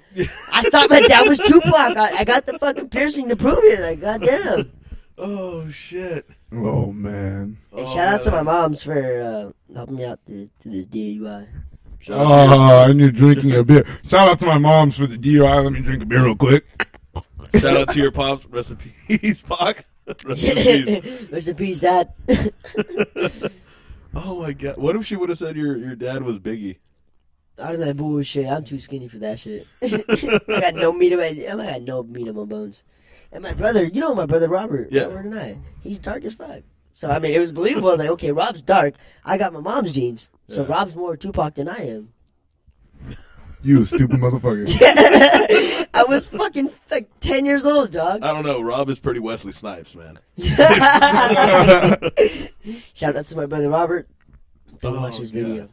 I thought my dad was Tupac. I, I got the fucking piercing to prove it. Like, goddamn.
Oh shit.
Oh man.
Hey,
Oh,
shout out to my
man.
moms for uh, helping me out through to this DUI.
Shout out to
Oh, and you're drinking a beer. Shout out to my mom's for the DUI. Let me drink a beer real quick.
your- Shout out to your pops. Rest in peace, [laughs] Pac. Rest in
[laughs]
peace.
Rest in peace, Dad. [laughs]
Oh my god! What if she would have said your your dad was Biggie?
out of my bullshit. I'm too skinny for that
[laughs]
shit. I got no meat in my. I got no meat in my bones. And my brother, you know my brother Robert.
Yeah.
Robert and I. He's dark as fuck. So I mean, it was believable. I was like, okay, Rob's dark. I got my mom's jeans. So
Yeah.
Rob's more Tupac than I
[laughs]
am.
You a
[laughs]
stupid motherfucker.
I was fucking like ten years old,
Uh. [laughs]
dog.
I don't know. Rob is pretty Wesley Snipes, man.
[laughs] Shout out to my brother Robert. Don't
Oh,
watch this
God.
video.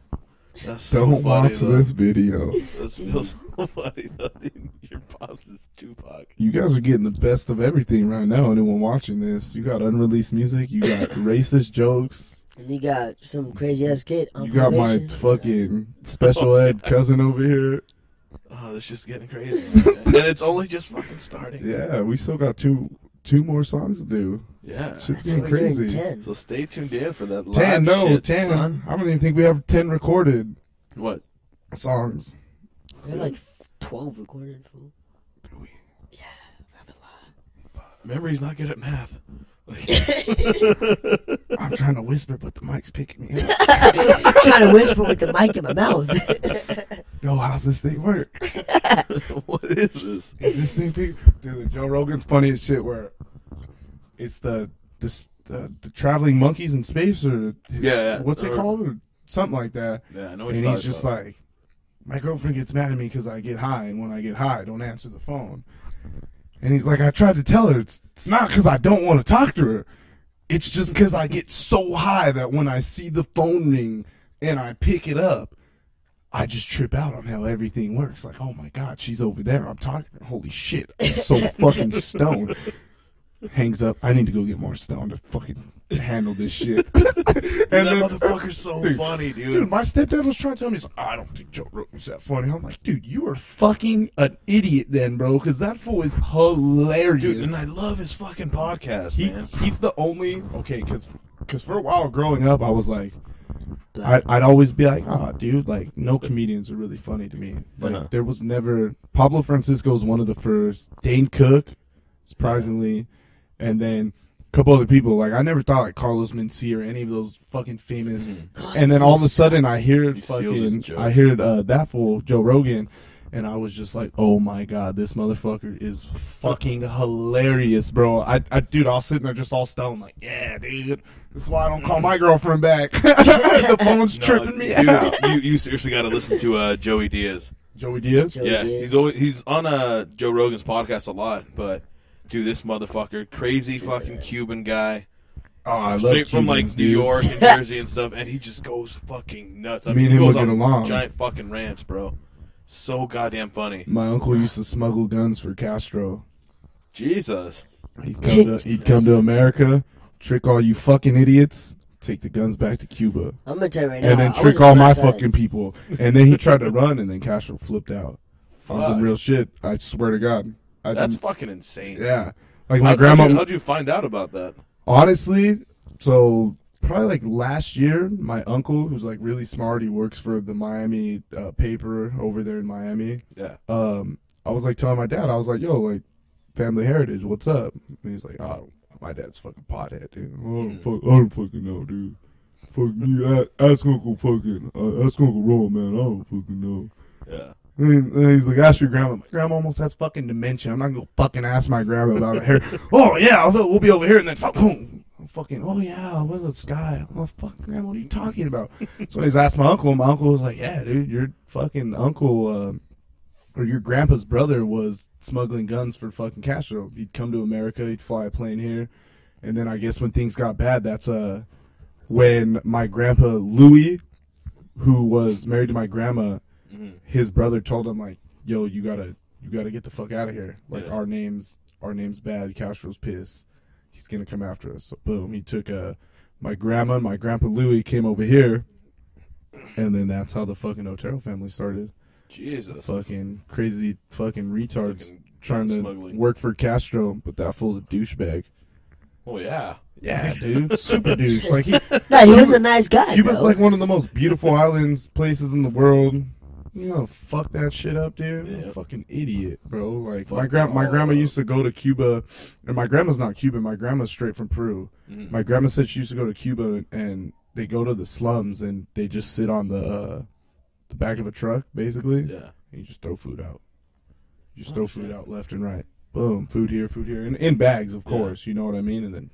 That's so
Don't
funny,
watch
though.
this video.
That's still so [laughs] funny. Though. dude. Your pops is Tupac.
You guys are getting the best of everything right now. Anyone watching this, you got unreleased music. You got [laughs] racist jokes.
And you got some crazy ass kid. On
You got my
probation.
fucking special ed cousin over here.
Oh, this shit's getting crazy,
[laughs]
man. and it's only just fucking starting.
Yeah, we still got two two more songs to do.
Yeah.
Shit's
We're
getting
doing
crazy.
Ten.
So stay tuned in for that live
Ten, no,
shit,
ten.
son.
I don't even think we have ten recorded
What?
songs.
We're like twelve recorded. Fool.
Memory's not good at math. Like,
[laughs]
[laughs]
I'm trying to whisper, but the mic's picking me up.
trying to whisper with the mic in my mouth. [laughs]
Yo, how's this thing work?
what is this?
Is this thing big? Dude, Joe Rogan's funny as shit. Where it's the this the, the traveling monkeys in space or his,
Yeah, yeah.
what's it
Or-
called or something like that.
Yeah, I know what
and
you're
he's
talking
just
about.
like, my girlfriend gets mad at me because I get high, and when I get high, I don't answer the phone. And he's like, I tried to tell her it's it's not because I don't want to talk to her. It's just because I get so high that when I see the phone ring and I pick it up, I just trip out on how everything works. Like, oh my God, she's over there. I'm talking. Holy shit. I'm so fucking stoned. Hangs up. I need to go get more stoned to fucking handle this shit. and
Dude,
then-
that motherfucker's so
[laughs] dude,
funny, dude.
Dude, my stepdad was trying to tell me, he's like, I don't think Joe Rogan's that funny. I'm like, dude, you are fucking an idiot then, bro, because that fool is hilarious. [laughs]
Dude, and I love his fucking podcast,
He,
man.
he's the only okay because for a while growing up I was like I, I'd always be like ah dude like no comedians are really funny to me like
Uh-huh.
there was never Pablo Francisco was one of the first Dane Cook surprisingly and then a couple other people like I never thought like Carlos Mencia or any of those fucking famous and then all of a sudden I hear
Mm-hmm. He steals his
fucking I
jokes.
hear uh, that fool Joe Rogan and I was just like, "Oh my god, this motherfucker is fucking hilarious, bro." I, I dude, I was sitting there just all stoned, like, "Yeah, dude, this is why I don't call my girlfriend back. [laughs] the phone's
[laughs] No,
tripping me
dude,
out."
You, you seriously got to listen to uh, Joey Diaz.
Joey Diaz,
Joey-
Yeah,
Diaz.
he's always he's on uh, Joe Rogan's podcast a lot, but dude, this motherfucker, crazy fucking Cuban guy,
oh, I love
straight from like
Cubans,
New
dude.
York
[laughs]
and Jersey and stuff, and he just goes fucking nuts. I
Me
mean,
and
he
him
goes
will
on
get along.
giant fucking rants, bro. So goddamn funny.
My uncle used to smuggle guns for Castro.
Jesus.
He'd come to, he'd come to America, trick all you fucking idiots, take the guns back to Cuba,
I'm gonna tell you right now.
and then
I was
trick all my
outside.
fucking people. And then he tried to run, and then Castro flipped out. On some
Fuck.
real shit, I swear to God. I
That's
didn't-
fucking insane.
Yeah. Like my
How'd-
grandma
How'd you, how'd you find out about that?
honestly, so probably like last year, my uncle who's like really smart, he works for the Miami uh, paper over there in Miami.
Yeah.
Um I was like telling my dad, I was like, "Yo, like family heritage, what's up?" And he's like, "Oh, my dad's fucking pothead, dude. I don't, fuck, I don't fucking know, dude. Fuck you, a- ask Uncle fucking, uh, ask Uncle Roll, man. I don't fucking know."
Yeah.
And and he's like, ask your grandma. My grandma almost has fucking dementia. I'm not gonna fucking ask my grandma about it here. oh yeah, I'll, we'll be over here and then fuck boom. I'm fucking. Oh yeah, where's the sky? Oh fuck, grandma, what are you talking about? so he's asked my uncle. and My uncle was like, yeah, dude, your fucking uncle um or your grandpa's brother was smuggling guns for fucking Castro. He'd come to America, he'd fly a plane here, and then I guess when things got bad, that's uh when my grandpa Louis, who was married to my grandma his brother told him like, "Yo, you gotta, you gotta get the fuck out of here. Like
Yeah.
our names, our names bad. Castro's pissed. He's gonna come after us." So boom, he took uh, my grandma and my grandpa Louie came over here, and then that's how the fucking Otero family started.
Jesus.
Fucking crazy, fucking retards
Fucking
trying to
smuggling.
work for Castro, but that fool's a douchebag.
Oh yeah.
[laughs] Yeah, dude, super douche. Like [laughs] he,
No, he was a nice guy.
Cuba's
though.
like one of the most beautiful islands, places in the world. You know, fuck that shit up, dude. I'm a
Yeah.
Fucking idiot, bro. Like my
Fuck
grand, my
all
grandma
up.
used to go to Cuba, and my grandma's not Cuban. My grandma's straight from Peru.
Mm.
My grandma said she used to go to Cuba, and they go to the slums, and they just sit on the uh, the back of a truck, basically.
Yeah. [laughs]
And you just throw food out. You
Oh,
just throw food out left and right. Boom, food here, food here, and in bags, of course. You know what I mean? And then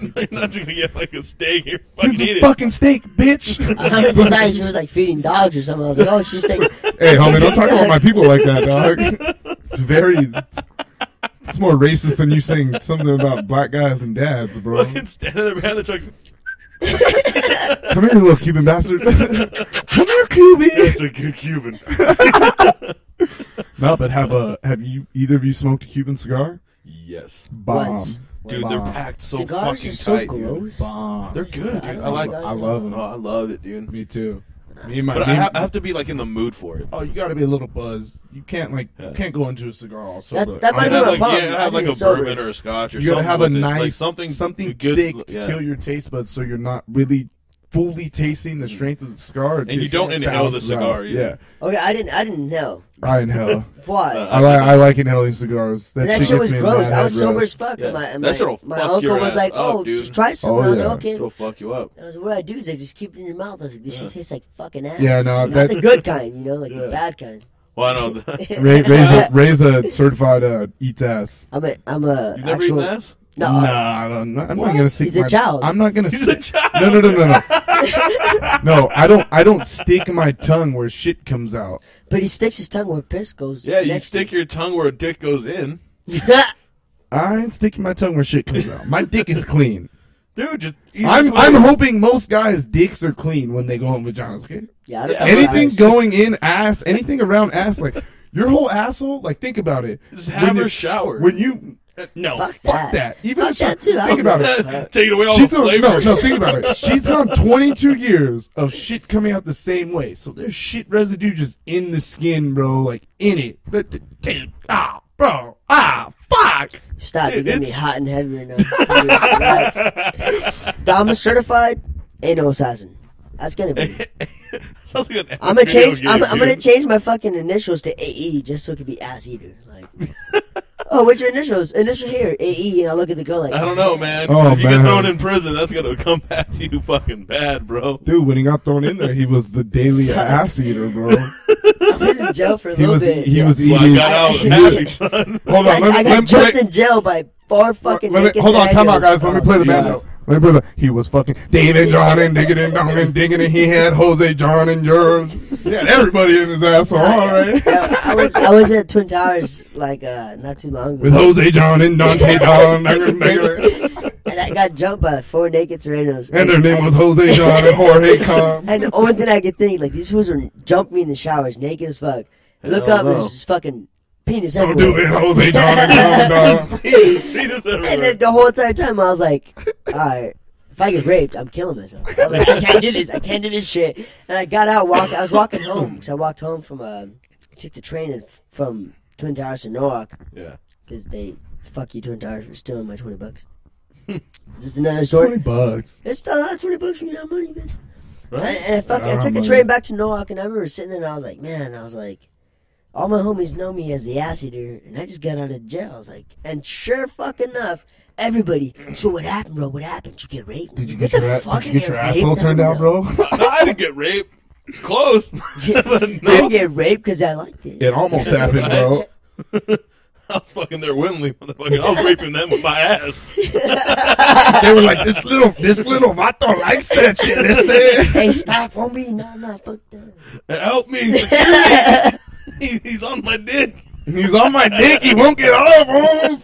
You're not just gonna get like a steak here.
here's
Fucking eat
a
it. [laughs]
fucking steak, bitch.
[laughs] I honestly thought she was like feeding dogs or something. I was like, oh, she's
[laughs]
like,
Hey, homie, don't talk about my people like that,
[laughs]
dog. It's very. It's, it's more racist than you saying something about black guys and dads, bro.
Fucking standing around the truck.
Come here, you little
[laughs]
Cuban bastard. Come here, Cuban.
It's a good Cuban. [laughs]
No, but have a have you either of you smoked a Cuban cigar?
yes.
Bomb,
Once.
Dude, they're packed so
cigars are
fucking
so
tight, dude.
gross.
bomb.
They're good, dude. I
don't
like.
know.
I love
Oh,
them.
I love it, dude.
Me too. Me and my.
But I
me-
have, I have to be like in the mood for it.
oh, you got to be a little buzzed. You can't like you
Yeah.
can't go into a cigar all
That-
sober.
that
I
might
have like,
Bourbon,
yeah, I
I
have like
need
a
sober.
bourbon or a scotch or
you gotta
something.
have a
with it.
nice
like something,
something
good,
thick
yeah.
to kill your taste buds, so you're not really fully tasting the strength of the cigar,
And you don't inhale the cigar either.
Yeah,
okay, I didn't, I didn't know.
[laughs]
I inhale.
Why?
Uh,
I like I like inhaling cigars. That,
And that shit
shit gets
was
me in
gross.
bad
I was
head,
sober
bro.
as fuck.
Yeah.
And my, and
That shit'll
my, my
fuck
uncle
your
was
ass
like,
up,
"Oh,
dude.
just try some."
Oh,
I was
yeah.
like, "Okay."
It'll fuck you up.
I was like, what I do is I just keep it in your mouth. I was like, "This shit tastes like fucking ass."
Yeah, no,
not
that-
the good kind, you know, like
Yeah.
the bad kind. [laughs]
Well, [laughs] I know that.
Ra- raise, a, raise a certified uh, eats ass.
I'm a, I'm a
You never
actual.
eaten ass?
No,
Nah, I don't, I'm not gonna stick.
He's a
my-
child.
I'm not gonna.
He's a
stick-
child.
No, no, no, no,
[laughs]
no. no, I don't. I don't stick my tongue where shit comes out.
but he sticks his tongue where piss goes.
Yeah, you
next
stick your tongue where a dick goes in.
[laughs] to-
I ain't sticking my tongue where shit comes
[laughs]
out. My dick is clean.
Dude, just. eat
I'm
this
I'm
way.
hoping most guys' dicks are clean when they go in vaginas. Okay.
yeah, I don't
Yeah.
know
Anything
why.
going in ass, anything around ass, like your whole asshole. Like think about it.
Just have
When
her
you-
shower.
When you no,
Fuck
[laughs]
fuck,
that.
that. Even
Fuck
if she-
that too. I
Think
don't
about it.
Take it away all
She's
the
on,
Oh, flavor.
no,
[laughs]
no, think about it. She's on 22 years of shit coming out the same way. So there's shit residue just in the skin, bro. Like, in it. But, dude, ah, bro, ah, fuck.
Stop, you're
Dude,
getting me
it's-
hot and heavy right now. Relax.
[laughs]
Dom is certified anal assassin. That's gonna
[laughs]
be.
Sounds like an
I'm gonna
video
change. I'm,
game,
I'm gonna
dude.
change my fucking initials to AE just so it could be ass eater. Like,
[laughs]
oh, what's your initials? Initial here, AE. And I look at the girl like,
I don't know, man.
Oh,
if you get
man.
thrown in prison, that's gonna come [laughs] back to you fucking bad, bro.
Dude, when he got thrown in there, he was the
[laughs]
daily ass eater, bro.
I was in jail for a
[laughs] He
little
was, e-
bit.
he
yeah.
was
Well, I
eating.
got out
I-
happy, son.
[laughs] Hold
I,
on, let
I got
me, let me,
jumped
let-
in jail by far fucking.
let me,
naked
hold on, time out,
Samuels.
guys. Let me
Oh,
play the
Jesus.
band out. Let me play the. He was fucking digging, John, and digging and Don and digging, and he had Jose, John, and Germs. He had everybody in his asshole. All right.
[laughs] Yeah, I was I was at Twin Towers like uh, not too long ago,
with Jose John and Dante Don, and
and I got jumped by four naked Serenos,
their name was Jose John and [laughs] Jorge Con.
And the only thing I could think, like, these fools were jumping me in the showers, naked as fuck. I look
Hell
up,
no.
and there's just fucking penis
Don't do it,
everywhere.
Jose John and Don.
[laughs] He just everywhere.
And then the whole entire time, I was like, alright, if I get raped, I'm killing myself. I was like, I can't do this, I can't do this shit. And I got out, walked, I was walking home, because I walked home from, uh, took the train in, from Twin Towers to Norwalk,
yeah.
because they, fuck you, Twin Towers, for stealing my 20 bucks. Is this another story?
bucks.
It's still not 20 bucks when you got money, bitch.
Right?
And, and I, fuck, I
Yeah,
took the
I'm
train
like-
back to Norwalk, and I remember sitting there, and I was like, man, I was like, all my homies know me as the ass eater, and I just got out of jail. I was like, and sure fucking enough, everybody, so what happened, bro? What happened? Did you get raped?
Did you
What
get your,
the
a-
fuck?
did
I
you get your
raped?
asshole
I
turned
don't
out,
know.
bro? [laughs]
I didn't get raped. It's close. [laughs] but
I didn't
no,
get raped because I liked it.
It almost happened, bro.
I was fucking there willingly, motherfucker. I was raping them with my ass.
They were like, this little, this little vato likes that shit. That's it.
Hey, stop, homie. No, no, fuck that.
Help
[laughs]
me. security. [laughs] He- He's on my dick.
He's on my dick. He won't get off, Holmes.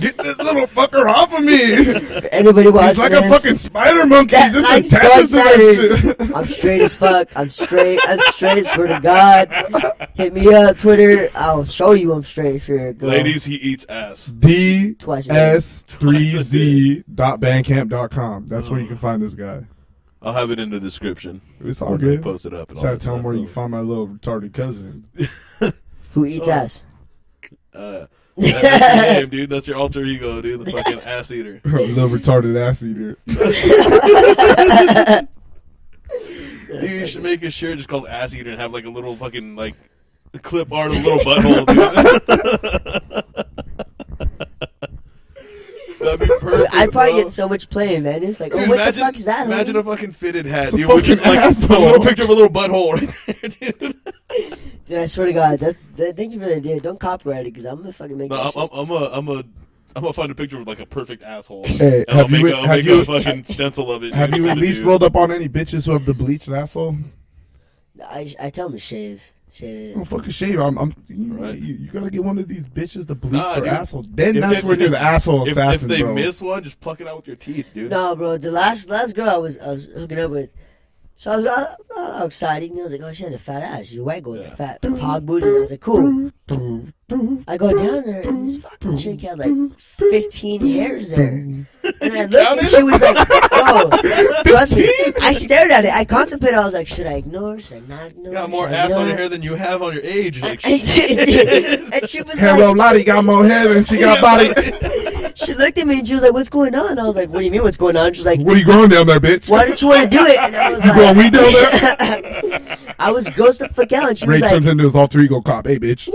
Get this little fucker off of me.
For anybody watching
He's like a
this,
fucking spider monkey.
that
Just
likes
attaches to
dark
that shit.
I'm straight as fuck. I'm straight. I'm straight. Swear to God. Hit me up, Twitter. I'll show you I'm straight if you're a girl.
Ladies, he eats ass.
D
Twice a day.
S three Z dot bandcamp.com. That's where you can find this guy.
I'll have it in the description.
It's
When
all
I
good.
Post it up. and all
Shout out
that
to tell him
stuff.
where you can find my little retarded cousin.
who eats ass.
Uh, that's your
[laughs]
name, dude. That's your alter ego, dude. The fucking ass eater.
little retarded ass eater.
Dude, you should make a shirt just called Ass Eater and have like a little fucking like clip art of a little butthole, dude. [laughs] That'd be perfect.
I'd probably
bro.
get so much play, man. It's like, oh,
Oh. Dude,
what
imagine,
the fuck is that?
Imagine
homie?
a fucking fitted hat,
a
dude. With just,
fucking
like a
asshole.
little picture of a little butthole right
[laughs]
there, dude.
Dude, I swear to God, that's, that, thank you for the idea. Don't copyright it because I'm gonna fucking make
No, oh,
that
I'm,
shit.
I'm, I'm a, I'm a, I'm gonna find a picture of like a perfect asshole,
Hey,
and I'll
have you
make,
at-
a, I'll
have
make
you-
a fucking stencil of it.
Have
dude,
you
and
at
send it to
least
you.
rolled up on any bitches who have the bleached asshole?
oh.
I, I tell him to shave, shave
Don't
it.
fucking shave. I'm, I'm you,
Right.
you, you gotta get one of these bitches to bleach
Nah,
her
dude.
asshole. Then
If
that's
they-
when you're the asshole
if,
assassin,
If they
bro.
miss one, just pluck it out with your teeth, dude.
No, bro, the last last girl I was I was hooking up with, so I was all, all excited. And I was like, oh, she had a fat ass. She's a white girl with a fat hog booty. And I was like, cool. I go down there and this fucking chick had like 15 hairs there. And I looked and she was like, oh, trust me. I stared at it. I contemplated. I was like, should I ignore? Should I not ignore?
You got more
Should I
ass on
ignore?
your hair than you have on your age. Like,
and,
shit.
she- and she was
Hello,
like,
Lottie got more hair than she got body.
[laughs]
she looked at me and she was like, what's going on? I was like, what do you mean what's going on? She was like,
what are you growing down there, bitch?
why didn't you want to do it? And I was
You growing
like,
weed down
[laughs]
there?
I was ghost of fuck out. And she was
Ray
like,
turns into his alter ego cop.
[laughs]
Hey, bitch.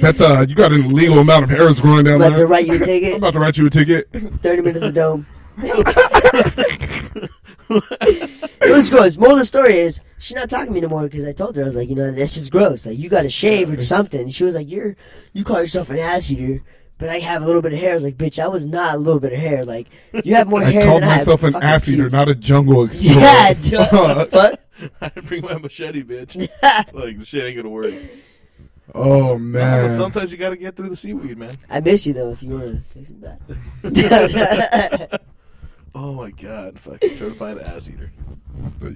That's uh, you got an illegal amount of hairs growing down
about to
there. [laughs]
write you a
I'm
ticket,
[laughs] about to write you a ticket.
30 minutes of dome. It was gross. Moral of the story is she's not talking to me no more because I told her I was like, you know, that's just gross. Like you got to shave or something. She was like, you're you call yourself an ass eater, but I have a little bit of hair. I was like, bitch, I was not a little bit of hair. Like you have more
[laughs] I
hair
called
than I have.
myself an
fucking
ass eater,
teeth." [laughs]
not a jungle explorer.
Yeah, dude. what
[laughs]
the fuck?
[laughs] I didn't bring my machete, bitch. like the shit ain't gonna work.
oh
Nah, but
man.
sometimes you gotta get through the seaweed, man.
I miss you though. If you want to take some
[laughs]
back. [laughs]
Oh my god, fucking certified ass eater.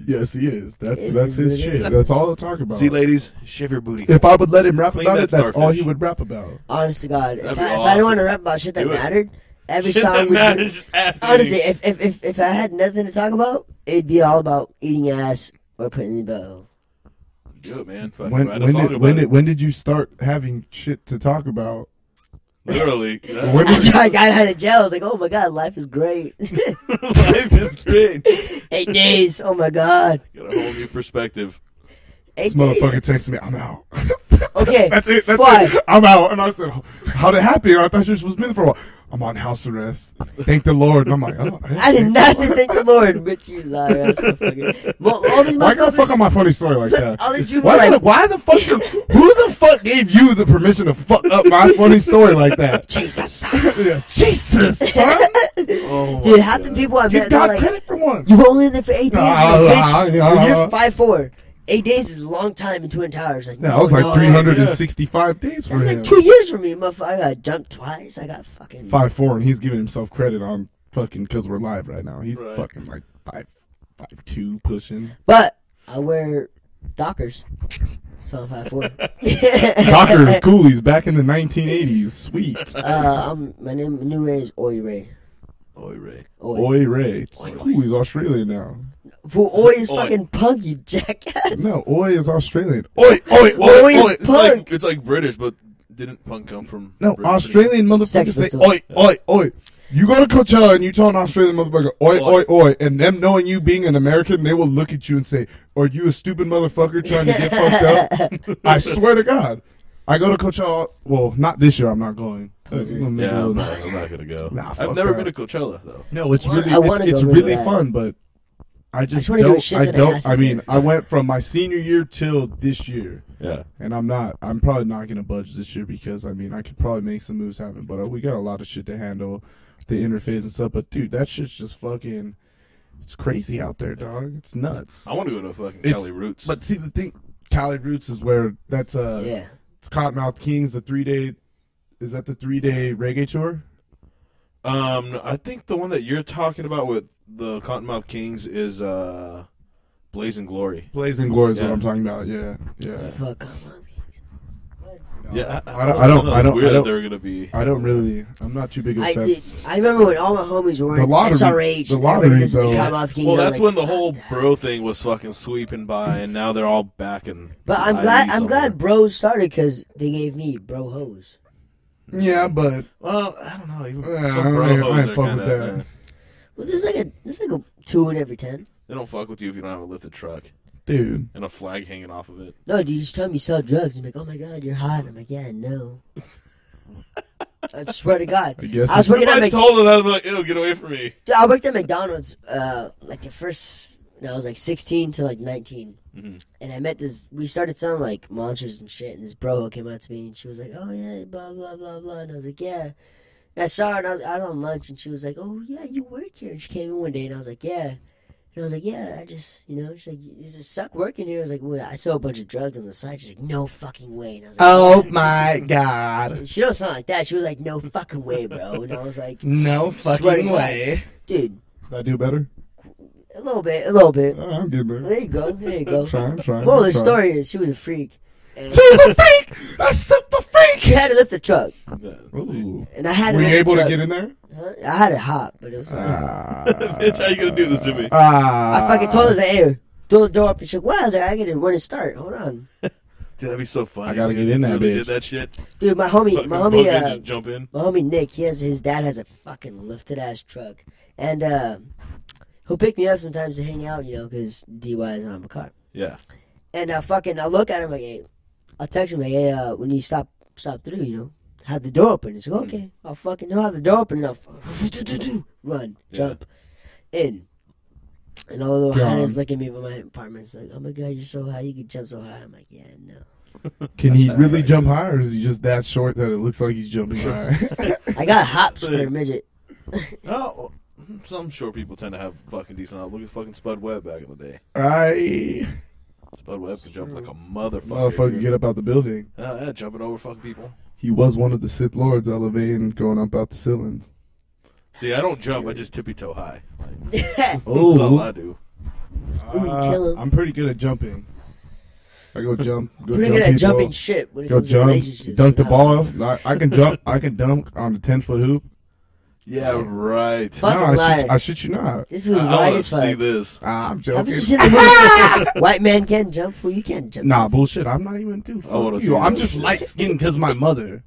yes, he is. That's
It
that's
is
his
what it
shit.
is.
That's all I talk about.
See, ladies, shave your booty. [laughs]
if I would let him rap
Clean
about
that
it, that's all
starfish.
he would rap about.
Honest to God, if I, if
That'd be
I didn't
awesome.
want to rap about shit that
Do it.
mattered, every
Shit
song
that
would be-
matters is ass
Honestly,
eating.
if, if if if I had nothing to talk about, it'd be all about eating ass or putting in the bow. [laughs]
do it, man. Fucking
When
write a
when
song
did,
about
when
it.
did when did you start having shit to talk about?
[laughs] Literally,
[laughs] When did
I got out of jail. I was like, oh my god, life is great. [laughs]
[laughs] life is great.
Eight days. Oh my god.
Got a whole new perspective.
Eight
this
[laughs]
motherfucker texted me? I'm out. [laughs]
Okay.
That's it. That's
fine.
it. I'm out. And I said, "How would it happen?" I thought this was meant for a while. I'm on house arrest. Thank the Lord. And I'm like, oh,
I did not say thank the Lord, but you liar ass motherfucker. Mo- all these
Why gotta fuck
motherfuckers. [laughs]
on my funny story like that?
all these people
Why,
like,
the- why the fuck? you- who the fuck gave you the permission to fuck up my funny story like
[laughs]
that?
Jesus.
[laughs] Yeah,
[laughs]
Jesus, son.
Oh,
Dude, half the people I
Give
met, they're
God
like,
credit for one.
You were only in there for eight days,
Nah,
like,
nah,
bitch.
nah,
when
nah.
you're five four, eight days is a long time in Twin Towers. Like,
Yeah,
no,
I was like
no,
365 days for
That's
him.
like two years for me. Motherfucker, I got jumped twice. I got fucking.
five four, and he's giving himself credit on fucking because we're live right now. He's
Right.
fucking like five five two pushing.
But I wear Dockers, so I'm five
[laughs]
four. [laughs]
Docker is cool. He's back in the 1980s. Sweet.
Uh, I'm, my name, my new Ray is Oi Ray.
Oy, Ray.
Oi.
Oi Ray. It's cool. He's Australian now.
Fool, Oi is
Oi.
fucking punk, you jackass.
No, Oi is Australian.
Oi, oi,
Oi is
It's
punk.
like, it's like British, but didn't punk come from
No,
Britain?
Australian motherfuckers
Sex
say
Pistols.
oi, oi, oi. You go to Coachella and you tell an Australian motherfucker oi, oi,
Oi.
oi, and them knowing you being an American, they will look at you and say, "Are you a stupid motherfucker trying to get fucked
[laughs]
up?" I swear to God, I go to Coachella. Well, not this year. I'm not going.
Yeah, I'm
No,
not, I'm not gonna go.
Nah, fuck
I've never
that.
been to Coachella though.
it's really
I wanna
it's, it's
go really
really
bad.
fun, but I just,
just wanna do
don't.
shit
I
that I
don't.
asked
I
you to
mean,
do.
I went from my senior year till this year.
Yeah,
And I'm not. I'm probably not going to budge this year because I mean I could probably make some moves happen, but uh, we got a lot of shit to handle, the interface and stuff. But dude, that shit's just fucking. It's crazy out there, dog. It's nuts.
I want to go to fucking
It's-
Cali Roots.
But see the thing, Cali Roots is where that's uh
Yeah.
it's Cottonmouth Kings, the three day. Is that the three day reggae tour?
um, I think the one that you're talking about with the Cottonmouth Kings is uh, Blazing Glory.
Blazing Glory is
Yeah.
what I'm talking about. Yeah, yeah.
Fuck. I'm-
Yeah, I,
I don't- I don't-
know,
I
it's
don't-
Weird
I
that
don't-
they're gonna be.
I don't really. I'm not too big a
I
fan.
did. I remember when all my homies were
The
in
lottery-
SRH.
the
and they were
lottery,
listening to
though.
Commonwealth Kings,
Well,
I was
that's
like,
when the
"Fuck
whole
that."
bro thing was fucking sweeping by, and now they're all back in.
But I'm
IE
glad. I'm
somewhere.
glad bros started because they gave me bro hose.
Yeah, but
Well, I don't know. Even
Yeah, I
some
don't
bro
know, I
hoes
ain't
are
fuck
kinda,
with that.
uh,
Well, there's like a there's like a two in every ten.
They don't fuck with you if you don't have a lifted truck
dude,
and a flag hanging off of it.
No, dude, you just tell me you sell drugs. And I'm like, oh my god, you're hot. I'm like, yeah, no. [laughs] I swear to God.
I guess
I was
it's-
working
If
at
I
Mc-
told them, I'd be like, "Ew, get away from
[laughs]
me."
dude, I worked at McDonald's uh, like the first. when I was like 16 to like 19, and I met this. We started selling like monsters and shit. And this bro came up to me and she was like, "Oh yeah, blah blah blah blah," and I was like, "Yeah." And I saw her and I was out on lunch and she was like, "Oh yeah, you work here." And she came in one day and I was like, "Yeah." And I was like, yeah, I just, you know, she's like, does it suck working here? I was like, well, I sell a bunch of drugs on the side. She's like, no fucking way. And I was like,
Oh my God.
she don't sound like that. She was like, no fucking way, bro. And I was like,
No
Swear to God. dude,
Did I do better?
a little bit, a little bit.
Oh, I'm getting there.
There you go, there you
[laughs]
go.
Trying, trying.
Moral of the
trying.
story is she was a freak. And
[laughs] She's a freak. That's a
she
freak.
had to lift the truck,
Ooh.
and I had to.
Were you
lift the
able to
truck.
get in Ah. there?
Huh? I had it hot, but it was. fine.
[laughs] Bitch, how you gonna do this to me?
Ah.
I fucking told her, I was like, hey, throw the door up, and she's like, wow, I was like, I gotta run and start. Hold on,
Dude, that'd be so funny.
I gotta
if
get
you
in that
Really
bitch.
did that shit.
dude. My homie,
Fucking
my
book
homie,
it,
uh,
just jump in.
my homie Nick, he has his dad has a fucking lifted ass truck, and uh, he'll pick me up sometimes to hang out, you know, because DY is on my car.
Yeah.
And I fucking I look at him like, hey, I text him like, hey, uh, when you stop stop through, you know, have the door open. It's like,
Hmm.
okay, I'll [laughs] fucking know how the door open and I'll run,
Yeah.
jump in. And all the
God.
hyenas look at me from my apartment's like, oh my god, you're so high, you can jump so high. I'm like, yeah, no.
Can he
not
really
right.
jump higher, or is he just that short that it looks like he's jumping higher?
I got hops for a
Dude.
midget.
Oh, well, some short people tend to have fucking decent. Look at fucking Spud Webb back in the day.
[laughs] I
Spud Webb could jump like a motherfucker.
motherfucker get up out the building.
Oh, yeah, jumping over fucking people.
He was one of the Sith Lords elevating, going up out the ceilings.
See, I don't jump. I just tippy toe high. Like, that's all I
Oh,
do.
kill him.
I'm pretty good at jumping. I go jump. Go
Pretty
jump
good at
people.
jumping shit when it
Go
comes to
jump,
relationships.
dunk the
Uh,
ball. I, I can jump. I can dunk on the ten foot hoop.
Yeah, right.
Fucking
no, I
liar.
should, I should you not.
This
[laughs] I,
was
I
wide
want to
as
see
fuck.
this.
Ah, I'm
Haven't
joking.
you seen the
[laughs]
movie? White man can jump. Well, you can't jump.
Nah, bullshit. I'm not even too.
I wanna
Fuck
see
you. I'm
that
just
shit.
light skinned because my mother.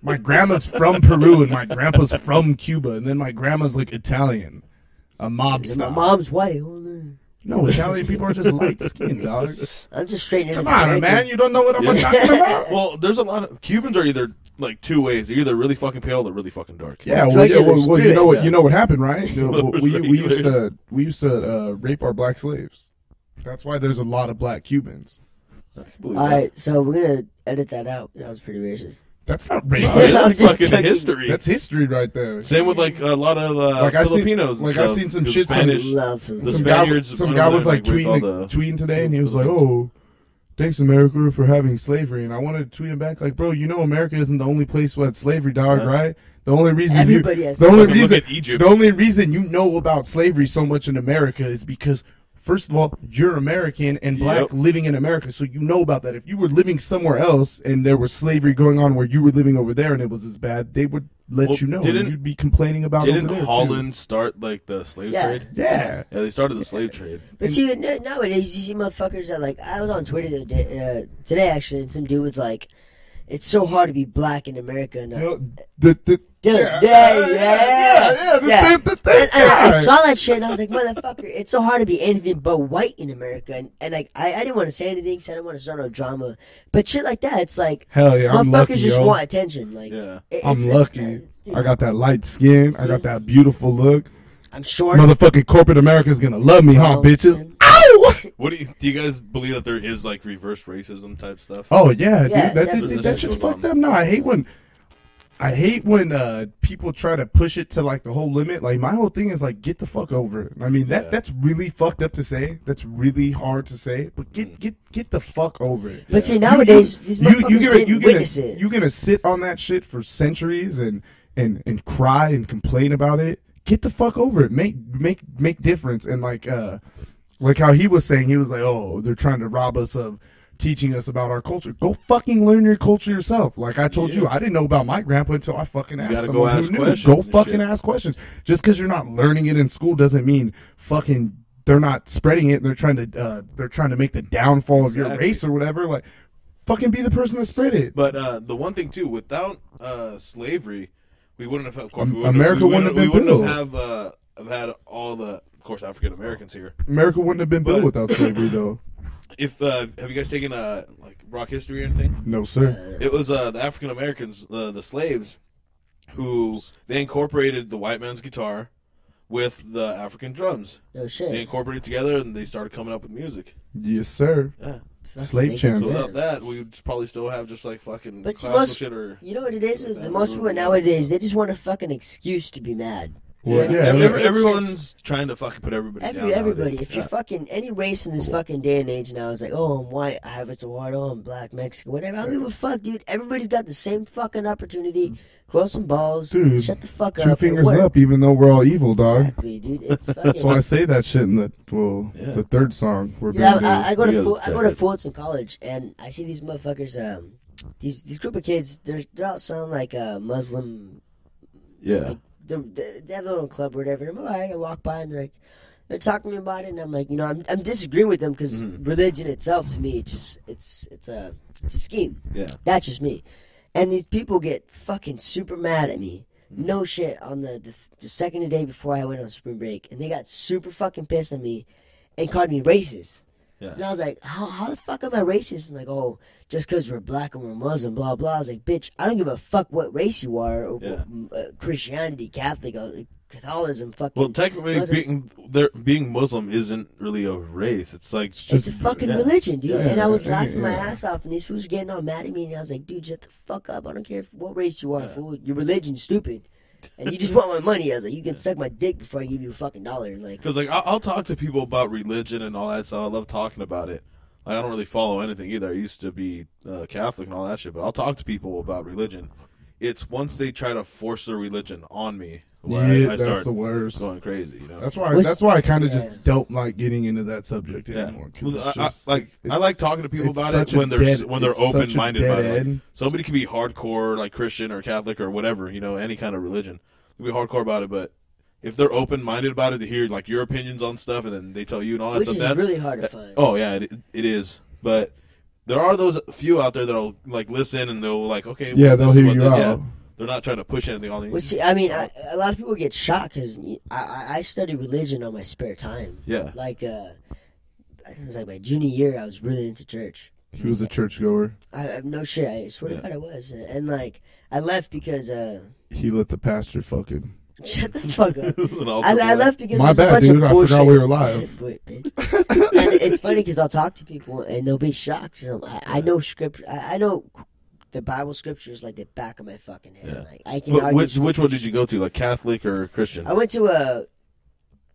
My grandma's from Peru and my grandpa's from Cuba, and then my grandma's like Italian, a mob
And my
style.
mom's white. Hold on.
No, Italian people are just light
[laughs]
skinned, dog.
I'm just straightening.
Come
the
on,
record.
man. You don't know what I'm
Yeah.
talking
[laughs]
about.
Well, there's a lot of Cubans are either like two ways. They're either really fucking pale or really fucking dark.
Yeah, well,
Drug
yeah, well,
dealers
well,
do
you
it,
know what
yeah.
you know what happened, right? You know,
Well,
we, we
regulars.
used to we used to uh, rape our black slaves. That's why there's a lot of black Cubans.
Believe
All
that.
right, so we're gonna edit that out. That was pretty racist.
That's not
Oh, yeah, [laughs]
[laughs] racist.
I'm
that's
just
fucking
joking.
history.
That's history right there.
Same with like a lot of uh,
Like, I seen-
Filipinos. and
like, I
stuff.
seen some
The
shit, some
I
Spanish.
love Philippines.
The
some guy,
Spaniards
some
went
guy
over
was
there
like
and, like,
tweeting,
raped all the-
tweeting today, and he was like, "Oh, thanks America for having slavery." And I wanted to tweet him back, like, "Bro, you know America isn't the only place who had slavery, dog,
Yeah.
right? The only reason
Everybody
you,
has
the only
Fucking look
reason,
at Egypt.
the only reason you know about slavery so much in America is because." First of all, you're American and black
Yep.
living in America, so you know about that. If you were living somewhere else and there was slavery going on where you were living over there and it was as bad, they would let
Well,
you know.
didn't-
and you'd be complaining about
Didn't
over there, too.
Holland start like the slave
Yeah.
trade?
Yeah.
Yeah, they started the slave trade.
But see, n- nowadays you see motherfuckers that like I was on Twitter the other day, uh, today actually, and some dude was like, "It's so hard to be black in America now."
Yo, the- the-
Dude,
yeah,
yeah, yeah,
yeah, yeah, the
yeah.
thing- the thing-
And- and I
yeah.
saw that shit and I was like, motherfucker, it's so hard to be anything but white in America. And, and like, I, I didn't want to say anything, so I didn't want to start no drama. But shit like that, it's like,
Hell yeah, I'm
motherfuckers
lucky,
just
yo.
want attention. Like,
Yeah.
it- it's-
I'm
it's-
lucky.
dude,
I got that light skin. I got that beautiful look.
I'm short.
Motherfucking corporate America's gonna love me, huh,
Oh,
bitches?
man.
Ow!
What do you do? You guys believe that there is like reverse racism type stuff?
Oh yeah,
Yeah,
dude, that,
definitely.
dude, that,
That's
shit's
going
fucked
on.
up. No, I hate when, I hate when uh, people try to push it to like the whole limit. Like my whole thing is like, get the fuck over it. I mean that
Yeah.
that's really fucked up to say. That's really hard to say. But
Mm.
get get get the fuck over it.
But see, nowadays, these motherfuckers didn't
you
witness
gonna,
it.
You gonna sit on that shit for centuries and and and cry and complain about it. Get the fuck over it. Make make make difference. And like uh, like how he was saying, he was like, oh, they're trying to rob us of teaching us about our culture. Go fucking learn your culture yourself. Like I told you, I didn't know about my grandpa until I fucking asked
gotta go
someone
ask
who knew.
questions
Go
and
fucking
shit.
ask questions. Just because you're not learning it in school doesn't mean fucking they're not spreading it. They're trying to uh, they're trying to make the downfall of your
Exactly.
race or whatever. Like fucking be the person that spread it.
But uh, the one thing too, without uh, slavery, we wouldn't have. Of course, we wouldn't
America
have, we
wouldn't have been
We wouldn't
built.
have, have, uh, have had all the, of course, African Americans here.
America wouldn't have been built
But-
without slavery, though.
If uh, have you guys taken uh, like rock history or anything?
No, sir.
It was uh, the African Americans, uh, the slaves, who they incorporated the white man's guitar with the African drums.
No
They
shit.
incorporated it together and they started coming up with music.
Yes, sir.
Yeah.
Slave
Fucking
chance.
make it
Without
good.
that, we would probably still have just like fucking
But see,
classical
most-
shit or
You know what it is? Is that most people nowadays they just want a fucking excuse to be mad.
Well,
Yeah,
yeah,
every-
yeah.
It's
everyone's
just-
trying to fucking put everybody down.
Every
nowadays.
everybody, if you're
Yeah.
fucking any race in this fucking day and age now, it's like, oh, I'm white, I have it so hard, oh, I'm black, Mexican, whatever. I don't give a fuck, dude. Everybody's got the same fucking opportunity. Grow some balls,
Dude,
shut the fuck up.
Two
and
fingers
work.
up, even though we're all evil, dog.
Exactly, dude. It's
That's why I
fucking.
say that shit in the well, the third song. We're
Dude, I,
being
I, I go to
Yeah,
Ful- I go to
exactly.
Fulton College and I see these motherfuckers. Um, these these group of kids, they're they're all sound like uh, Muslim
Yeah.
the, the, they have their own club or whatever. And I'm all right. I walk by and they're like, they're talking to me about it, and I'm like, you know, I'm, I'm disagreeing with them because
Mm-hmm.
religion itself to me, it's just it's it's a it's a scheme.
Yeah.
That's just me. And these people get fucking super mad at me.
Mm-hmm.
No shit. On the, the the second day before I went on spring break, and they got super fucking pissed at me, and called me racist.
Yeah.
And I was like, how, how the fuck am I racist? And like, oh, just because we're black and we're Muslim, blah, blah. I was like, bitch, I don't give a fuck what race you are, or,
Yeah.
uh, Christianity, Catholic, uh, Catholicism fucking.
Well, technically,
wasn't-
being there, being Muslim isn't really a race. It's like it's
It's
just
a fucking
yeah.
religion, dude.
Yeah,
and I was
yeah,
laughing my
yeah.
ass off, and these fools getting all mad at me, and I was like, dude, shut the fuck up. I don't care what race you are, fool. Your religion's stupid. And you just want my money. I was like, you can suck my dick before I give you a fucking dollar. Like,
Because like I'll, I'll talk to people about religion and all that stuff. I love talking about it. Like I don't really follow anything either. I used to be uh, Catholic and all that shit, but I'll talk to people about religion. It's once they try to force their religion on me where I-
Yeah,
I,
that's
start
the worst.
going crazy. You know.
That's why.
Was-
that's why I kind of
Yeah.
just don't like getting into that subject
yeah.
anymore. 'cause
Well, I,
it's
I-
just-
like I
it's-
like talking to people
it's
about it
such a
when they're
dead-
when they're
it's such a
open minded
dead
about it. Like,
end.
somebody can be hardcore like Christian or Catholic or whatever, you know, any kind of religion. They can be hardcore about it, but if they're open minded about it to hear like your opinions on stuff and then they tell you and all that
which
stuff,
is
that's
really hard to find.
Oh yeah, it, it is. But there are those few out there that'll like listen and they'll like okay.
Yeah, they'll
this is
hear
what
you
they-
out.
they're not trying to push anything on you.
Well, see, I mean, I, a
Oh.
lot of people get shocked because I, I, I study religion on my spare time.
Yeah. [laughs]
Like, uh, I think it was like my junior year, I was really into church.
He was a churchgoer.
I, I no shit. I swear
Yeah.
to God, I was. And, and, like, I left because, uh, [laughs]
He let the pastor fucking.
shut the fuck up.
[laughs] This is an altar
I, I
boy.
left because
My
it was a
bad,
bunch
dude.
Of
I
bullshit.
forgot we
[laughs]
were live.
Wait, bitch. and it's funny because I'll talk to people and they'll be shocked. You know, I, I know scripture. I, I know the Bible scriptures like the back of my fucking head.
Yeah.
Like I can.
But
argue
which which one
scriptures.
did you go to? Like Catholic or Christian?
I went to a.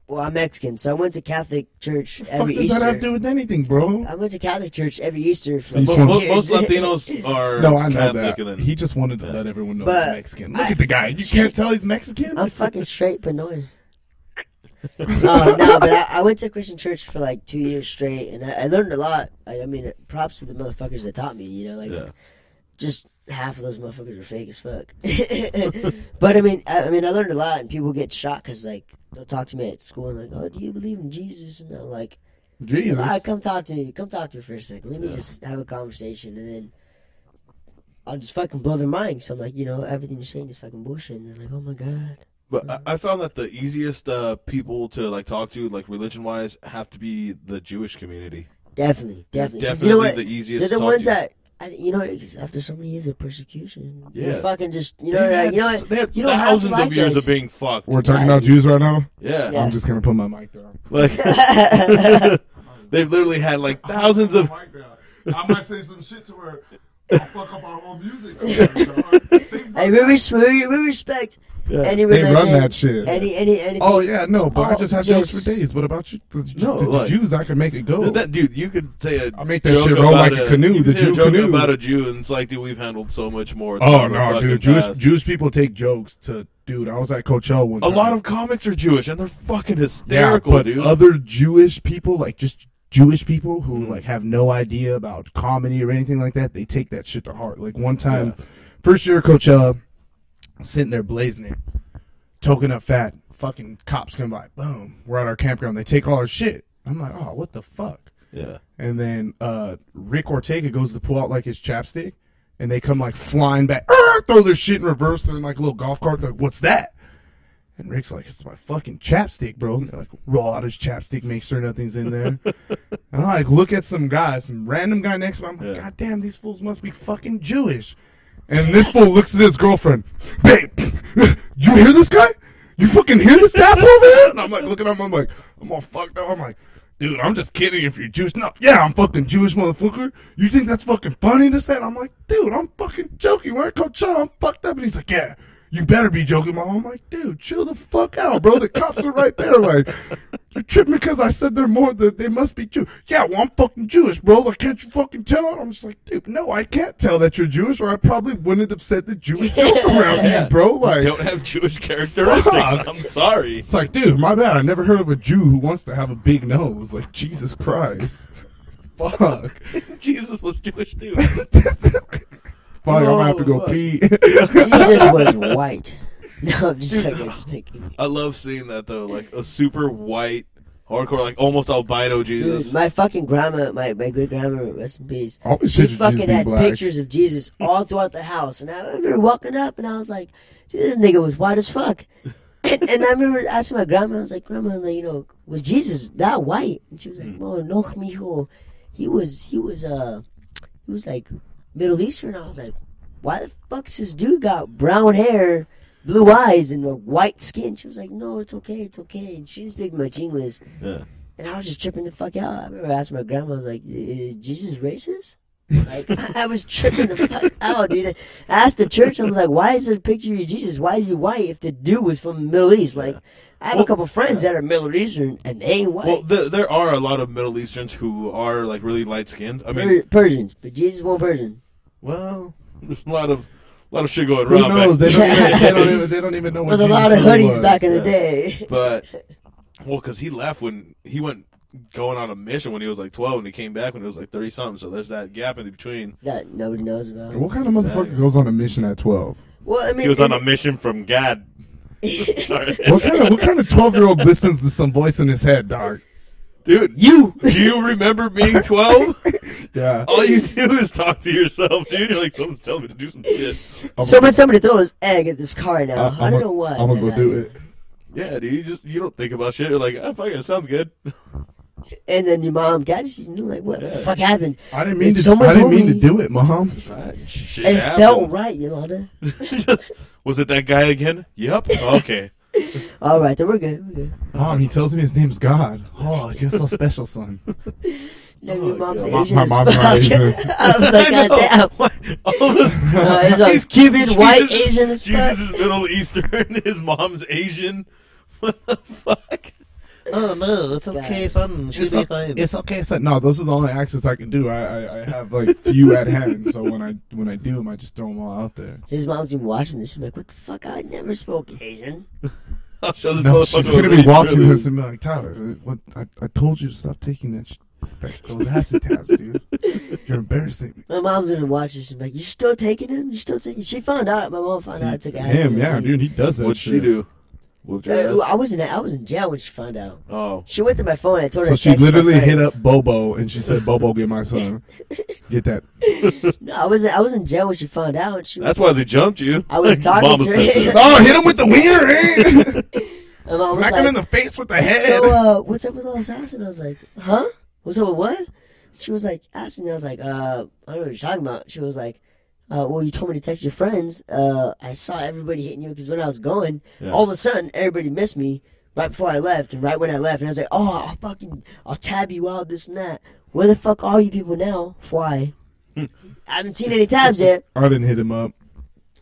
Well, I'm Mexican, so I went to Catholic church
Fuck
every
does that have to
Easter.
do with anything, bro?
I went to Catholic church every Easter for
You
like
Mo-
Which one?
mo-
years.
most
[laughs]
[laughs] Latinos are
No, I know
Catholic
that.
and then
He just wanted to let everyone know
But
he's Mexican. Look
I-
at the guy. You can't tell he's Mexican.
I'm fucking straight, but no. uh, [laughs] no, but I, I went to a Christian church for like two years straight, and I, I learned a lot. I, I mean, props to the motherfuckers that taught me. You know, like
Yeah.
just half of those motherfuckers are fake as fuck. [laughs] but I mean, I, I mean, I learned a lot, and people get shocked because like they'll talk to me at school and like, "Oh, do you believe in Jesus?" And I'm like,
Jesus.
"All right, come talk to me. Come talk to me for a second. Let me just have a conversation, and then." I'll just fucking blow their mind. So I'm like, you know, everything you're saying is fucking bullshit. And they're like, oh my god.
But I, I found that the easiest uh, people to like talk to, like religion wise, have to be the Jewish community.
Definitely,
They're
definitely. 'Cause you know what?
the easiest.
They're
to
the
talk
ones
to.
that, I, you know, it's after so many years of persecution,
Yeah.
you're fucking just, you
They
know,
had
like, you know,
s-
what?
they had
you don't have to
thousands
like
of years
us.
of being fucked.
We're talking about Jews right now.
yeah.
Yeah.
I'm just gonna put my mic down.
[laughs]
[laughs]
like they've literally had like thousands of.
I might say some shit to her. Fuck up our
[laughs]
own music.
Hey, we, res- we, we respect any
They
religion.
run that shit.
Any, any, anything.
Oh yeah, no, but I
Oh,
just had
just-
jokes for days. What about you? The,
No,
the
like-
Jews, I could make it go.
Dude, that dude, you could say a
I'll make that
joke
shit roll
about
like a canoe,
you could
the
say a
Jew
joke
canoe.
about a Jew, and it's like, dude, we've handled so much more. It's
oh
on our
no,
fucking
dude, Jewish
past.
Jewish people take jokes to. Dude, I was at Coachella one.
A
time.
lot of comics are Jewish, and they're fucking
yeah,
hysterical,
but
dude.
other Jewish people, like just Jewish people who like have no idea about comedy or anything like that, they take that shit to heart. Like one time, first year at Coachella, sitting there blazing it, token up fat. Fucking cops come by, boom. We're at our campground. They take all our shit. I'm like, oh, what the fuck?
yeah,
and then uh, Rick Ortega goes to pull out like his chapstick, and they come like flying back, "Arr!" throw their shit in reverse, and then like a little golf cart. They're like, "What's that?" And Rick's like, "It's my fucking chapstick, bro." And they like roll out his chapstick, make sure nothing's in there. and I like look at some guy, some random guy next to me. I'm like,
Yeah.
"God damn, these fools must be fucking Jewish." And this fool looks at his girlfriend, babe. [laughs] You hear this guy? You fucking hear this asshole over here? And I'm like looking at him. I'm like, I'm all fucked up. I'm like, dude, I'm just kidding. If you're Jewish, no, yeah, I'm fucking Jewish, motherfucker. You think that's fucking funny? This that? And I'm like, dude, I'm fucking joking. Where Coachella, I'm fucked up. And he's like, yeah. You better be joking, mom. I'm like, dude, chill the fuck out, bro. The cops are right there. Like, you're tripping because I said they're more. That they must be Jew. Yeah, well, I'm fucking Jewish, bro. Like, can't you fucking tell? And I'm just like, dude, no, I can't tell that you're Jewish, or I probably wouldn't have said the
[laughs]
Jewish joke around you, bro. Like,
don't have Jewish characteristics.
Fuck.
I'm sorry. [laughs]
it's like, dude, my bad. I never heard of a Jew who wants to have a big nose. Like, Jesus Christ, [laughs] fuck. [laughs]
Jesus was Jewish too.
Probably I'm gonna have to go
Oh, fuck.
pee. [laughs]
Jesus was white. [laughs] No, I'm just joking. I'm just joking.
I love seeing that though, like a super white, hardcore, like almost albino Jesus.
Dude, my fucking grandma, my, my good grandma, rest in peace.
I always
She
pictured Jesus
fucking
being
had
black.
pictures of Jesus all throughout the house, and I remember walking up, and I was like, "Dude, "This nigga was white as
[laughs]
fuck." And, and I remember asking my grandma, I was like, "Grandma, like, you know, was Jesus that white?" And she was
Mm.
like, "No, no, mijo, he was, he was, uh, he was like Middle Eastern." I was like, "Why the fuck's this dude got brown hair?" blue eyes and a white skin. She was like, no, it's okay, it's okay. And she didn't speak much English.
Yeah.
And I was just tripping the fuck out. I remember asking my grandma, I was like, is Jesus racist? Like, [laughs] I was tripping the fuck out, dude. I asked the church, I was like, why is there a picture of Jesus? Why is he white if the dude was from the Middle East? Like, I have
Well,
a couple friends that are Middle Eastern and they ain't white.
Well, th- there are a lot of Middle Easterns who are like really light skinned. I mean,
Per- Persians, but Jesus won't Persian.
well, there's a lot of a lot of shit going
Who
around. back
knows? They don't,
Yeah.
even, they, don't even, they don't even know what
There was a lot of
Jesus really
hoodies
was.
back in the
yeah.
day. [laughs]
But well, because he left when he went going on a mission when he was like twelve, and he came back when he was like thirty something. So there's that gap in between.
that nobody knows about.
What kind of motherfucker goes on a mission at twelve?
Well, I mean,
He was on a
and-
mission from
[laughs]
God. Sorry.
What kind of what kind of twelve year old listens to some voice in his head, dog?
Dude, you do you remember being twelve?
[laughs] Yeah.
All you do is talk to yourself, dude. You're like someone's telling me to do some shit.
[laughs] somebody, somebody throw this egg at this car now.
I-
I,
I'm
don't
a-
know why.
I'm gonna go
man.
do it.
Yeah, dude. You just you don't think about shit. You're like, oh, fuck it, sounds good. [laughs]
And then your mom got you. You know, like, what the fuck happened?
I didn't mean
And
to.
someone
I didn't
told
mean to
me-
do it, mom.
Shit
It
happened. [laughs]
felt right, Yolanda.
was it that guy again? Yep.
[laughs]
Okay.
All right, then we're good. We're good.
Mom, he tells me his name's God. Oh, you're so special, son.
Then your mom's
Oh, My-
Asian
my
as
mom's
fuck. [laughs]
not Asian.
I was
[laughs]
like,
I know. [laughs]
God damn. [laughs]
All this,
Uh, it's like
He's-
Cuban, white,
Jesus-
Asian as fuck.
Jesus is Middle Eastern. [laughs] His mom's Asian. [laughs] What the fuck?
Oh no, it's
okay,
okay, son. She'll
It's,
be
o-
fine.
it's okay, son. No, those are the only accents I can do. I, I, I have like few at hand, so when I when I do them, I just throw them all out there.
His mom's been watching this. She's like, what the fuck? I never spoke Asian.
I'll show this
No,
motherfucker
she's
what
gonna be
really
watching
is.
this and be like, Tyler, what? I, I told you to stop taking that, sh- that those acid tabs, dude. You're embarrassing me.
My mom's gonna watch this. She's like, you still taking him? You still taking? She found out. My mom found out I took acid.
Him, yeah, dude. He does that.
What'd she
shit.
do? Whooped
Uh,
your ass?
I was in I was in jail when she found out.
Oh.
She went to my phone. I told her.
So
I
she
texted my
literally hit
friends.
up Bobo and she said, "Bobo, get my son.
[laughs]
Get that."
No, I was I was in jail when she found out. She was,
That's why they jumped you.
I
[laughs]
[laughs]
was talking
Mama
to
said
her. [laughs]
this.
Oh, hit him with the wiener! Eh?
my mom was
Smack
like,
him in the face with the head.
[laughs]
So uh, what's up with all this acid? I was like, huh? What's up with what? She was like acid. And I was like, uh, I don't know what you're talking about. She was like. Uh, well, you told me to text your friends. Uh, I saw everybody hitting you because when I was going, all of a sudden everybody missed me right before I left and right when I left. And I was like, "Oh, I'll fucking, I'll tab you out this and that." Where the fuck are you people now?
[laughs]
Why? I haven't seen any tabs yet.
I didn't hit him up.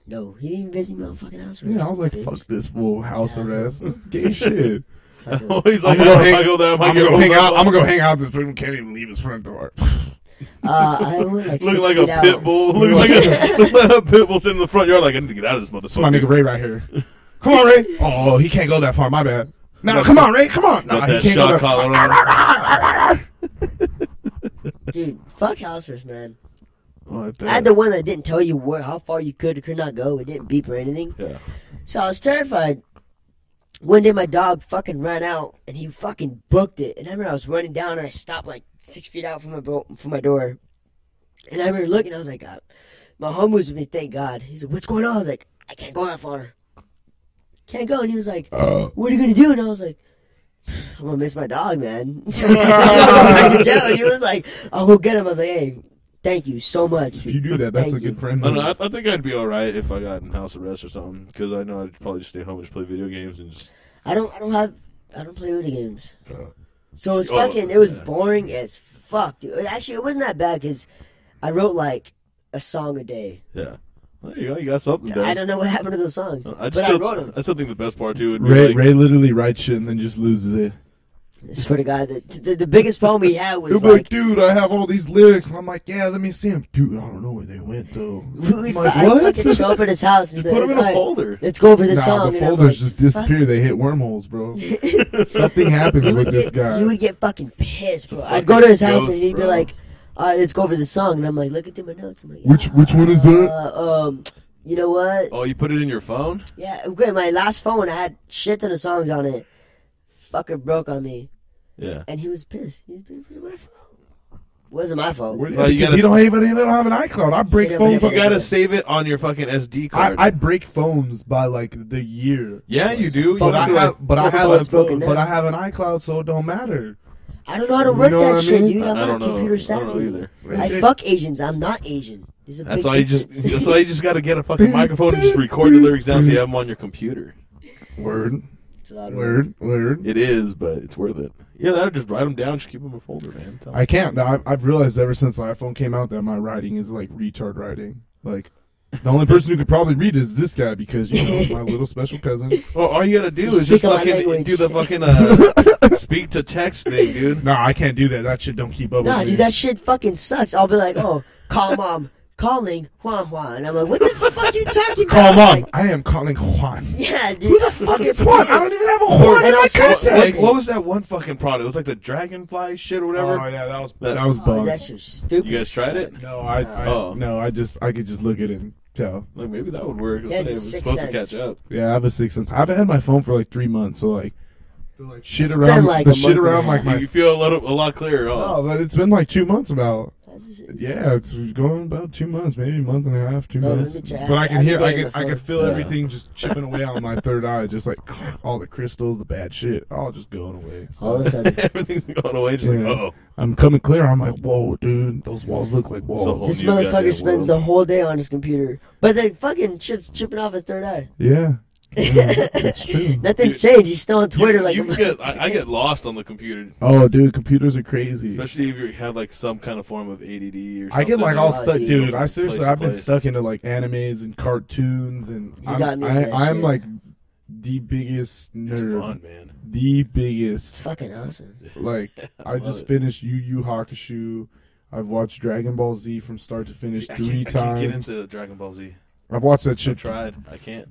No, he didn't even visit my fucking house.
Yeah, I was like,
bitch.
"Fuck this fool, house arrest.
[laughs]
That's gay shit."
Oh, [laughs] he's like,
I'm gonna go
"Yeah, if
hang,
I go there, I might
I'm
get
gonna go hang
rolled
out.
up
I'm gonna go hang out. This room can't even leave his front door. [laughs]
Uh, I went like
[laughs] Look
six
like
feet
a
out.
pit bull. Look like a, [laughs] look like a pit bull sitting in the front yard. Like I need to get out of this motherfucker.
My nigga Ray right here. Come on, Ray. Oh, he can't go that far. My bad. No, come on, Ray. Come on. No,
Got
he
that
can't go
shot
that far.
collar
[laughs]
on.
Dude, fuck housers, man.
Oh, I
I had
bet.
the one that didn't tell you where, how far you could or could not go. It didn't beep or anything.
Yeah.
So I was terrified. One day my dog fucking ran out and he fucking booked it. And I remember I was running down and I stopped like six feet out from my bo- from my door. And I remember looking, I was like, uh, my home was with me, thank God. He's like, what's going on? I was like, I can't go that far. Can't go. And he was like,
Uh.
what are you going to do? And I was like, I'm going to miss my dog, man. [laughs] so I'm going back to jail. And he was like, I'll go get him. I was like, hey, thank you so much.
If you do that, that's a
Thank you.
good friend.
I, don't know, I, I think I'd be all right if I got in house arrest or something, because I know I'd probably just stay home and just play video games and just.
I don't. I don't have. I don't play video games. So it's
Uh-huh. Oh,
fucking. It was
yeah.
boring as fuck, dude. Actually, it wasn't that bad because I wrote like a song a day.
Yeah. There you go. You got something. Done.
I don't know what happened to those songs,
I
but
still,
I wrote them.
I still think the best part too would be
Ray,
like,
Ray literally writes shit and then just loses it.
I swear to God, the, the, the biggest problem we had was
He's
like.
like, dude, I have all these lyrics. And I'm like, yeah, let me see them. Dude, I don't know where they
[laughs]
went, though.
We'd
I'm like,
fi- I'd fucking
what?
show up at his house and
Just put 'em in a
"Alright,
folder."
Let's go over this
Nah,
song.
the
and I'm
folders
like,
just disappear. They hit wormholes,
[laughs]
bro. Something happens with this guy.
He would get fucking pissed, bro. I'd go to his house
ghost,
and he'd be
bro.
like, "All right, let's go over the song." And I'm like, "Look at my notes." I'm like,
Which which one is that?
uh, um, you know what?
"Oh, you put it in your phone?
Yeah, okay, my last phone I had shit ton of songs on it. Fucker broke on me.
Yeah.
And he was pissed. He was pissed. It wasn't my fault. wasn't my fault.
Where-
So you
because
gotta-
you don't even you don't have an iCloud. I break
Yeah, but
phones.
You
you
up-
gotta
Yeah.
save it on your fucking SD
I,
card.
I break phones by like the year.
yeah, you do. You
But I
do it.
have, but I
Well,
have,
it's broken
but
now.
I have an iCloud, so it don't matter.
I don't know how to
You
work
know
that
what I
shit,
mean?
dude. I'm
I
not
don't know.
computer
I don't know
savvy.
either.
I fuck Asians. I'm not Asian. He's a
That's
big
why you just.
difference. [laughs]
That's why you just got to get a fucking microphone and just record the lyrics down so you have them on your computer.
Word,
It's loud.
word, word.
It is, but it's worth it. Yeah, that or just write them down. Just keep them in a folder, man. Tell 'em.
I can't. no, I've, I've realized ever since the iPhone came out that my writing is like retard writing. Like, the only person who could probably read is this guy because you know my little special [laughs] cousin.
Well, all you gotta do is
Speak
just
my
fucking
language.
do the fucking uh,
[laughs]
speak to text thing, dude.
No, I can't do that. That shit don't keep up.
Nah,
with
dude,
me.
that shit fucking sucks. I'll be like, oh, call mom, calling Juan Juan, and I'm like, what
[laughs]
the fuck you talking about?
Call mom.
Like,
I am calling Juan.
yeah, dude. Who the fuck is
Juan? I don't even have a Juan in
And
my
also-
What,
contacts.
what was that one fucking product? It was like the dragonfly shit or whatever.
Oh, yeah, that was
That-
that was
Oh,
bug.
that shit was stupid.
You guys tried it?
No, I, I
Oh.
no, I just I could just look at it and tell.
Like maybe that would work.
Yeah, it's
It
a
was
sixth
supposed
sense.
to catch up.
Yeah, I have a six sense. I haven't had my phone for like three months, so like, the, like shit
been
around
like
the
a
shit
month and a
around like
half.
my.
You feel a little a lot clearer. Huh?
Oh, but it's been like two months about.
That's just-
Yeah, it's going about two months, maybe a month and a half, two
No,
months.
Oh, let me check.
But I
I
can hear,
can
I
get
can,
my
I can
phone.
feel
Yeah.
everything just chipping away on my third eye, just like [gasps] all the crystals, the bad shit, all just going away.
All of a sudden,
[laughs] Everything's going away. Just
Yeah.
like oh,
I'm coming clear. I'm like, whoa, dude, those walls look like walls.
whole
this
new goddamn
motherfucker spends
world.
the whole day on his computer, but the fucking shit's chipping off his third eye.
Yeah, yeah that's
[laughs]
true.
Nothing's changed. He's still on Twitter
you,
like
you
a [laughs]
can get. I, I get lost on the computer,
Oh, dude, computers are crazy.
especially if you have like some kind of form of ADD or. Something.
I get like all
Oh,
stuck,
dude.
dude. I
Place
seriously,
to
I've been
place.
stuck into like animes and cartoons, and
got
I'm,
me
I,
with that
I'm
shit.
like the biggest nerd,
It's fun, man.
the
It's
biggest.
fucking awesome.
[laughs]
Like, I
Love
just
it.
finished Yu Yu Hakusho. I've watched Dragon Ball Z from start to finish
See, I
three
can't, I can't
times.
get into Dragon Ball Z.
I've watched that
I
shit.
tried. I can't.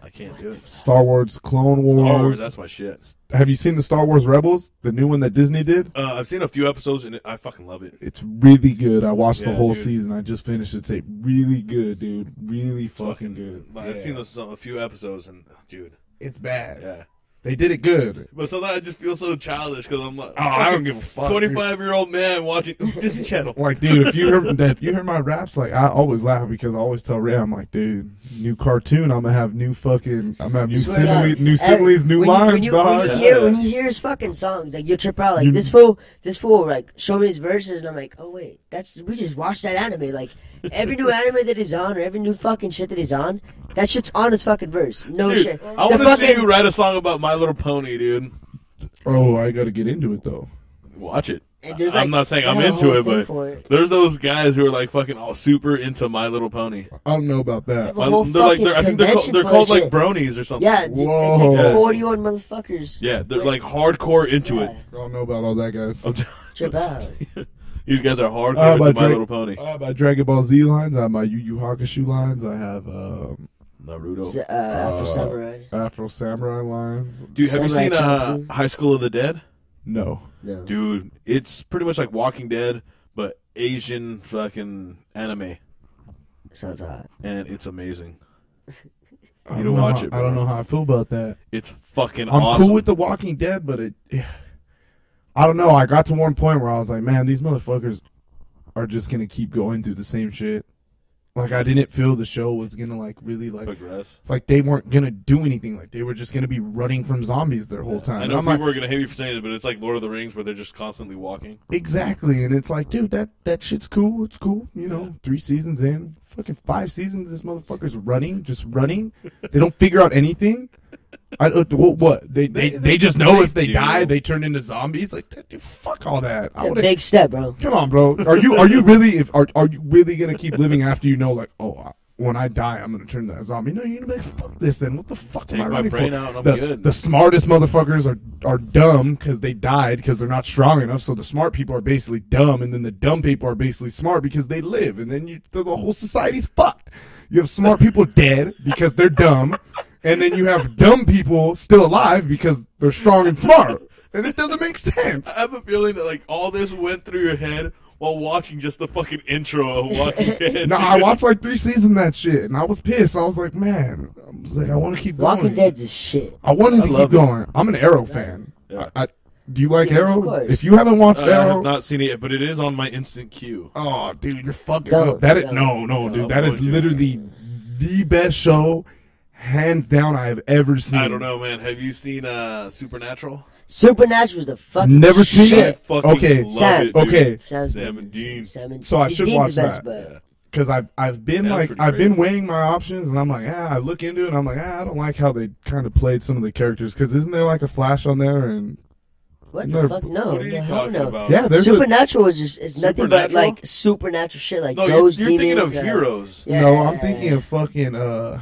I can't do it.
Star Wars, Clone Wars.
Star Wars. That's my shit.
Have you seen the Star Wars Rebels, the new one that Disney did?
Uh, I've seen a few episodes and I fucking love it.
It's really good. I watched the
Yeah,
whole
dude.
season. I just finished the tape. Really good, dude. Really fucking good.
Like, I've
Yeah.
seen those, some, a few episodes and uh, dude,
It's bad.
yeah.
They did it good.
But sometimes I just feel so childish because I'm like,
Oh, I don't give a fuck.
Twenty-five year old man watching [laughs] ooh, Disney Channel.
Like, dude, if you hear [laughs] if you hear my raps, like I always laugh because I always tell Ray, I'm like, dude, new cartoon, I'm gonna have new fucking, I'm gonna have new
Swear to
similes,
God.
new
Every-
similes, new
when
lines,
You, when, you,
dog.
when, you
Yeah.
hear, when you hear his fucking songs, like you trip out. Like
You-
this fool, this fool, like show me his verses, and I'm like, oh wait, that's we just watched that anime. Like every
[laughs]
new anime that he's on, or every new fucking shit that he's on, that shit's on his fucking verse. No
Dude,
shit.
I want to see you write a song about My Little Pony, dude.
Oh, I gotta get into it though.
Watch it.
And there's,
I'm
like,
not saying
they
I'm
had a
into
whole
it,
thing
but
for it.
there's those guys who are like fucking all super into My Little Pony.
I don't know about that.
Well, A whole
they're like
fucking
they're, I think they're, called,
convention
they're
for
called
that
like
shit.
bronies or something.
Yeah, dude, it's
Whoa.
like 41 motherfuckers.
yeah, they're like hardcore into it.
I don't know about all that, guys.
I'm t-
Trip
[laughs]
out.
These guys are
I
hardcore into
have Ah,
My
my, Dra-
Little Pony.
I have my Dragon Ball Z lines. I have my Yu Yu Hakusho lines. I have um,
Naruto.
Uh, Afro Samurai.
Afro Samurai lines.
Dude, have you
Samurai
seen uh,
Champloo.
High School of the Dead?
No.
No.
Dude, it's pretty much like Walking Dead, but Asian fucking anime,
Sounds hot.
and it's amazing.
I
You
don't
don't
know
watch
how-
it,
I don't
bro.
know how I feel about that.
It's fucking
I'm
awesome.
cool with The Walking Dead, but it. I don't know. I got to one point where I was like, man, these motherfuckers are just gonna keep going through the same shit. Like I didn't feel the show was gonna like really like
progress.
like they weren't gonna do anything. Like they were just gonna be running from zombies their whole time.
I
And
know
I'm
people
like,
are gonna hate me for saying it, but it's like Lord of the Rings where they're just constantly walking.
exactly. And it's like, dude, that that shit's cool. It's cool. You know, three seasons in, fucking five seasons. This motherfucker's running, just running. they don't figure out anything. I don't- what, what they, they
They-
they just know
they
if they
do.
die they turn into zombies like that- dude, fuck all that
That's
I
a
would've-
big step, bro.
Come on, bro. Are you are you really if are are you really gonna keep living after you know like oh I, when I die I'm gonna turn to a zombie? No, you're gonna be like fuck this. Then what the fuck
Take
am I
my
running
brain
for?
out and I'm
the,
good.
the smartest motherfuckers are are dumb because they died because they're not strong enough. So the smart people are basically dumb, and then the dumb people are basically smart because they live, and then you the, the whole society's fucked. You have smart people [laughs] dead because they're dumb, and then you have dumb people still alive because they're strong and smart, and it doesn't make sense.
I have a feeling that like all this went through your head while watching just the fucking intro of
[laughs]
Walking [laughs] Dead.
No, I watched like three seasons of that shit, and I was pissed. I was like, man, I was like, I want to keep going.
Walking Dead's is shit.
I wanted to
love
keep
it.
going. I'm an Arrow fan.
Yeah.
I, I, do you like
Yeah, of
Arrow?
course.
If you haven't watched
I
Arrow,
have not seen it, yet, but it is on my instant queue.
oh, dude, you're fucking
Don't,
up. That is
don't.
no, no, dude.
I'm
that is
going to.
literally the best show, hands down, I have ever seen.
I don't know, man. Have you seen uh, Supernatural?
Supernatural was the fucking
Never seen
shit.
it.
I fucking
Okay.
love
Sam.
it, dude.
Okay.
Sounds
Sam
good.
and Dean.
Sam and
So I
Dean-
should
Dean's
watch
the best,
that.
but
Yeah.
because I've I've been
Sounds
like
pretty
I've
great.
been weighing my options, and I'm like, ah, I look into it, and I'm like, ah, I don't like how they kind of played some of the characters, because isn't there like a Flash on there, and
What
No,
the fuck? No,
What are you
no, hell
talking
no.
about?
yeah, there's a,
Supernatural is just it's nothing but
Supernatural?
like supernatural shit, like
No, you're,
those
you're thinking
demons.
of
uh,
heroes
yeah,
no,
yeah,
I'm
yeah,
thinking
yeah.
of fucking uh,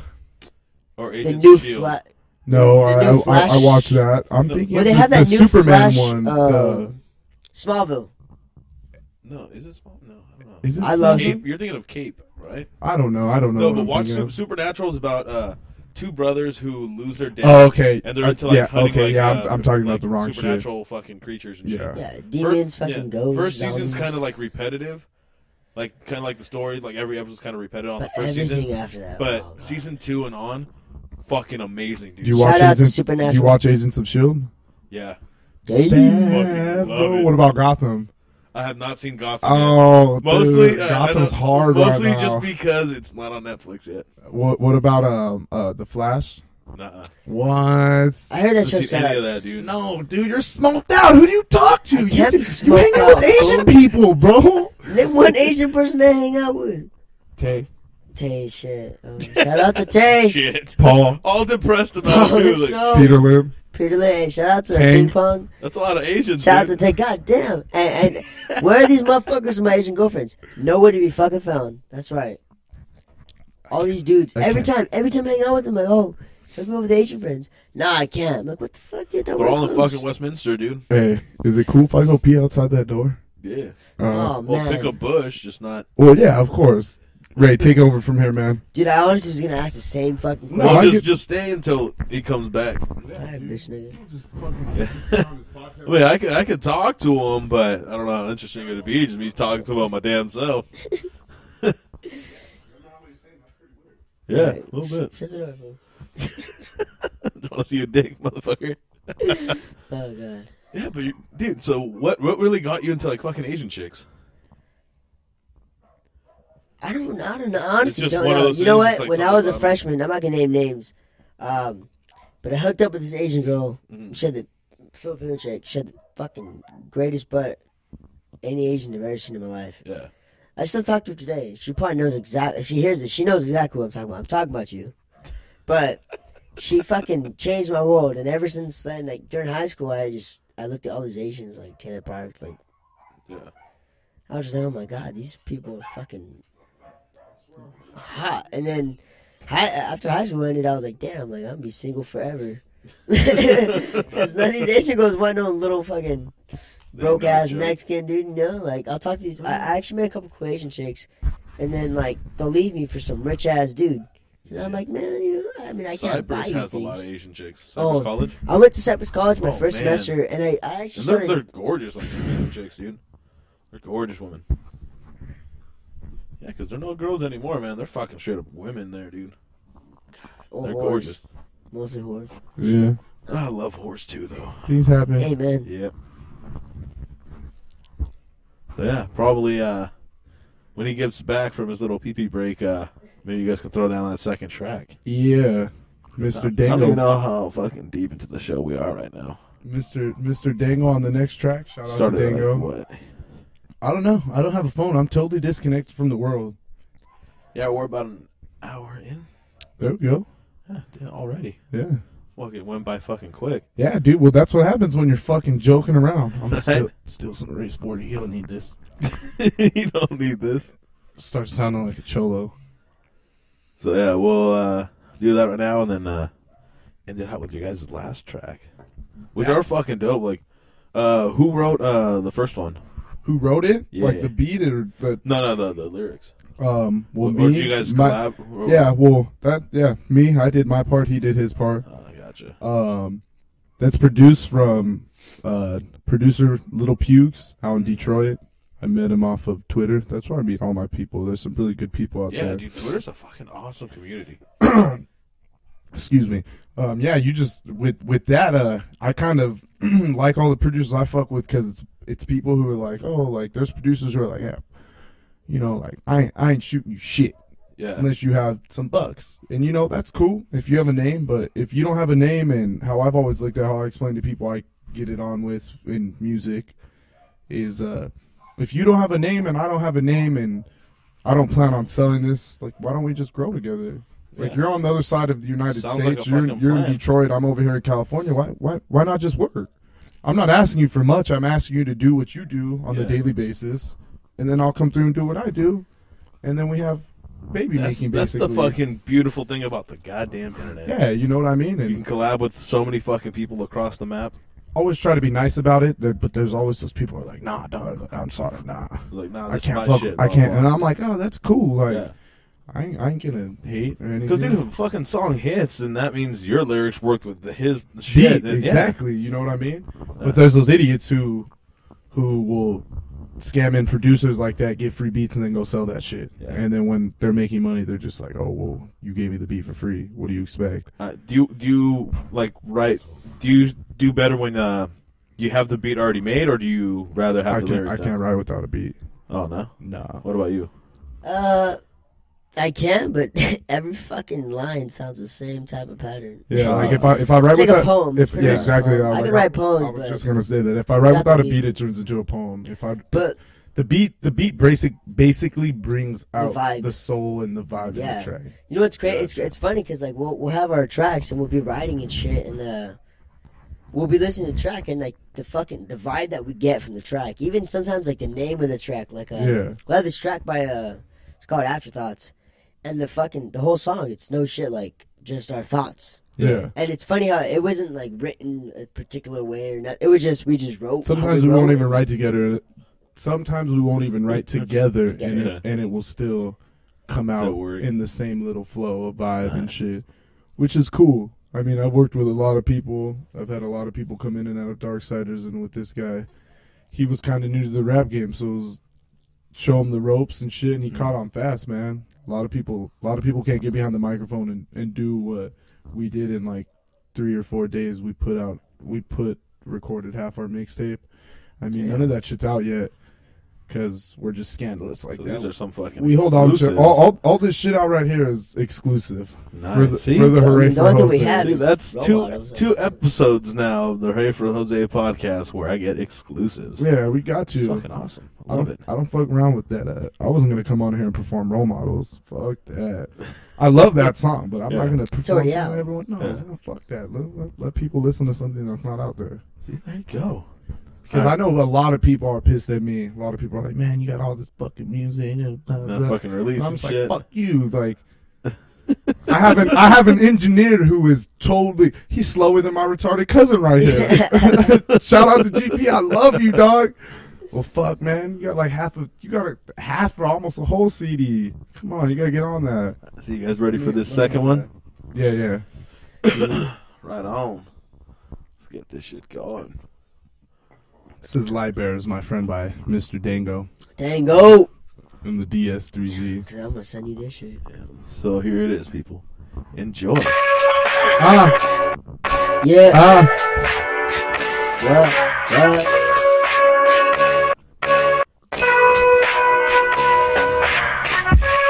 or
the
Agents
new
of Shield.
flat.
no,
The
I,
new
I, I, I
Flash-
watched that. I'm
The-
thinking
Well,
of
they
the,
have
the
that new
Superman
Flash,
one.
uh,
the,
Smallville.
No, is it small? No, I don't know.
is it
I love-
Superman?
Cape? You're thinking of Cape, right?
I don't know. I don't know.
No,
what
but
I'm
watch
thinking
Sup
of.
Supernatural is about uh, two brothers who lose their dad.
Oh, okay.
And they're
Uh,
into like
yeah,
hunting
okay,
like,
yeah,
uh,
I'm, I'm talking
like
about the wrong shit.
supernatural fucking creatures and
Yeah.
shit.
Yeah, demons,
Fir-
fucking
yeah,
ghosts.
First season's kind
zombies.
of like repetitive, like kind of like the story. Like every episode's kind of repetitive on
But
the first
everything
season.
after that.
But
oh, God.
season two and on, fucking amazing, dude.
Do you
Shout
watch
out to
Agents? Do you
Supernatural.
watch Agents of Shield?
yeah,
Hey.
Bad,
love
E bro.
it.
What about Gotham?
I have not seen Gotham. yet.
Oh,
mostly
dude,
uh, I
Gotham's
don't-
hard.
Mostly
right
just
now.
because it's not on Netflix yet.
What, what about um uh the Flash?
Nuh-uh.
What?
I heard that
I've
show
seen any
sucked.
of that, dude. [laughs]
No, dude, you're smoked out. Who do you talk to?
I
You,
can't be
you,
smoked
hang out with
out,
Asian
bro.
people, bro.
Name one Asian person to hang out with.
Tay,
Tay shit. Um, shout out
[laughs]
to Tay.
Shit.
Paul,
All depressed about
Oh,
it.
let's
Like,
go.
Peter Lim.
Peter Lay. Shout out to
Tay.
Ping Pong.
That's a lot of Asians.
Shout out to
dude.
Tay. God damn. And, and
[laughs]
where are these motherfuckers and my Asian girlfriends? Nowhere to be fucking found. That's right. All these dudes.
I
Every
can't.
time, every time I hang out with them, like, oh, hook me up with Asian friends. Nah, I can't. I'm like, what the fuck, dude? That
We're all in
works.
fucking Westminster, dude.
Hey, is it cool if I go pee outside that door?
Yeah.
Uh,
Oh
Well,
man,
pick up Bush, just not.
Well, yeah, of course. Ray, take over from here, man.
dude! I honestly was gonna ask the same fucking question.
No,
well,
I
just,
get-
just stay until he comes back.
All right, bitch, nigga.
I mean, I could, I could talk to him, but I don't know how interesting it would be just me talking to him about my damn self. [laughs] yeah,
Alright,
a little bit. [laughs]
Shut the door, fool.
don't want to see your dick, motherfucker.
Oh god.
Yeah, but you, dude, so what? What really got you into like fucking Asian chicks?
I don't. I don't know. I Honestly,
just
don't
one of
know.
those
You know
things,
what?
it's like
when I
something
was a
about 'em.
freshman, I'm not gonna name names, um, but I hooked up with this Asian girl.
Mm-hmm.
She had the Filipino chick. She had the fucking greatest butt any Asian I've ever seen in my life.
Yeah,
I still talk to her today. She probably knows exactly. If she hears this, she knows exactly what I'm talking about. I'm talking about you. But
[laughs]
she fucking changed my world. And ever since then, like during high school, I just I looked at all these Asians, like Taylor Park. Like
yeah.
I was just like, oh my god, these people are fucking hot. And then hi, after high school ended, I was like, damn, like I'm gonna be single forever. [laughs] Because none of these Asian girls want no little fucking broke
no
ass
joke.
Mexican dude. No, like I'll talk to these. I,
Mm-hmm.
I actually met a couple Croatian chicks, and then like they'll leave me for some rich ass dude. And I'm like, man, you know, I mean, I can't buy
Cypress
you
has a lot of
things.
Asian chicks. Cypress
Oh,
College.
I went to Cypress College my
Oh,
first
man.
semester, and I, I actually
And they're,
started.
they're gorgeous, like Asian chicks, dude. They're gorgeous women. Yeah, because they're no girls anymore, man. They're fucking straight up women there, dude.
oh,
They're
whores.
gorgeous. Ah,
mostly whores.
Yeah,
I love horse too, though.
things happen.
Hey man,
Yeah. Yeah, probably uh, when he gets back from his little pee pee break, uh, maybe you guys can throw down that second track.
Yeah, Mr.
I don't
Dangle,
even
uh,
know how fucking deep into the show we are right now.
Mr. Mr. Dangle on the next track. Shout out to
Started
Dango.
like what?
I don't know. I don't have a phone. I'm totally disconnected from the world.
Yeah, we're about an hour in.
There we go.
Yeah, yeah, already.
Yeah.
Well, it went by fucking quick.
Yeah, dude. Well, that's what happens when you're fucking joking around. I'm
[laughs]
gonna steal,
Right?
steal some Ray Sporty. He'll need this.
[laughs] you don't need this.
Start sounding like a cholo.
So yeah, we'll uh, do that right now, and then uh, end it out with your guys' last track, which are fucking dope. Like, uh, who wrote uh the first one?
Who wrote it?
Yeah.
Like the beat or the
No, no, the the lyrics.
um? Well,
Or
me,
did you guys
my-
collab? Or-
Yeah. Well, that yeah. Me, I did my part. He did his part.
Oh, gotcha.
Um, that's produced from uh producer Little Pukes out in Detroit. I met him off of Twitter. That's where I meet all my people. There's some really good people out
Yeah,
there.
dude, Twitter's a fucking awesome community.
excuse me um yeah you just with with that uh i kind of [clears throat] like all the producers i fuck with because it's it's people who are like oh like there's producers who are like yeah you know like i ain't, I ain't shooting you shit
Yeah,
unless you have some bucks and you know that's cool if you have a name but if you don't have a name and how i've always looked at how i explain to people i get it on with in music is uh if you don't have a name and i don't have a name and I don't plan on selling this. Like, why don't we just grow together? Like,
Yeah.
you're on the other side of the United
Sounds like
States.
a
you're
fucking
you're in
plan.
Detroit. I'm over here in California. Why why why not just work? I'm not asking you for much. I'm asking you to do what you do on the
Yeah.
daily basis, and then I'll come through and do what I do, and then we have baby
That's,
making.
that's
Basically,
the fucking beautiful thing about the goddamn internet.
yeah. You know what I mean?
You can
And
collab with so many fucking people across the map.
always try to be nice about it, there- but there's always those people who are like, Nah, dog. I'm sorry, nah.
Like, nah,
I
this
can't
is my
fuck.
shit.
I can't. And I'm like, oh, that's cool. Like,
Yeah.
I, ain't, I ain't gonna hate or anything.
Because dude, if a fucking song hits, then that means your lyrics worked with the, his shit.
beat,
then yeah.
exactly. You know what I mean? But there's those idiots who, who will scam in producers like that, get free beats, and then go sell that shit.
Yeah.
And then when they're making money, they're just like, oh, well, you gave me the beat for free. What do you expect?
Uh, do you do you like write? Do you do better when uh you have the beat already made, or do you rather have
I
the
can't.
lyrics?
I
done?
can't ride without a beat.
Oh no.
Nah.
What about you?
Uh, I can, but [laughs] every fucking line sounds the same type of pattern.
Yeah,
Uh,
like if I if I write
like a
without
poem. It's
if,
pretty
yeah,
much a
exactly.
poem.
was
I
like,
can write poems,
I was
but-
just gonna say that if I write
Without the
without a
beat.
beat, it turns into a poem. If I
But
the beat the beat basic basically brings out the,
vibe.
soul and the vibe
Yeah.
of the track.
you know what's great? It's it's funny because like we'll we'll have our tracks and we'll be writing and shit and uh. We'll be listening to track and like the fucking the vibe that we get from the track, even sometimes like the name of the track, like uh,
Yeah.
we'll have this track by uh, it's called Afterthoughts, and the fucking the whole song, it's no shit like just our thoughts,
Yeah.
and it's funny how it wasn't like written a particular way or not. It was just we just wrote. how
Sometimes we
wrote
won't
it.
even write together. Sometimes we won't even write together, and
Yeah.
it, and it will still come out
Still work.
in the same little flow of vibe and shit, which is cool. I mean, I've worked with a lot of people. I've had a lot of people come in and out of Darksiders, and with this guy, he was kind of new to the rap game, so it was show him the ropes and shit, and
Mm-hmm.
he caught on fast, man. A lot of people, a lot of people can't get behind the microphone and, and do what we did in like three or four days. We put out, we put recorded half our mixtape. I mean, none of that shit's out yet because we're just scandalous like
So
that.
these are some fucking.
we hold on to
exclusives.
all, all, all this shit out right here is exclusive for
Nice.
the,
See?
for the
I
hooray
mean, the
for
only thing we
Jose.
have-
Dude, that's
Roll out
two
of-
two episodes now of the Ray for Jose podcast where I get exclusives.
Yeah, we got
It's
you.
fucking awesome. I
I
love
don't,
it.
I don't fuck around with that. Uh, I wasn't gonna come on here and perform role models. Fuck that. I love that song, but I'm not
Yeah.
gonna perform
already
something
out.
everyone knows.
Yeah.
No, fuck that. Let, let, let people listen to something that's not out there.
See, there you go.
Because
All
I know a lot of people are pissed at me. A lot of people are like, "Man, you got all this fucking music." And blah,
Not
blah."
fucking release
I'm
and
just like,
shit.
"Fuck you!" Like, I have an I have an engineer who is totally he's slower than my retarded cousin right here. Shout out to GP, I love you, dog. Well, fuck, man, you got like half of you got a half or almost a whole CD. Come on, you gotta get on that.
So you guys ready for this second one?
Yeah, yeah.
[coughs] Right on. Let's get this shit going.
This is Light Bearers, my friend, by Mr. Dango
Dango.
in the DS3Z.
Dude, I'm gonna send you this shit.
So here it is, people. Enjoy.
Ah,
Yeah.
ah.
What? What?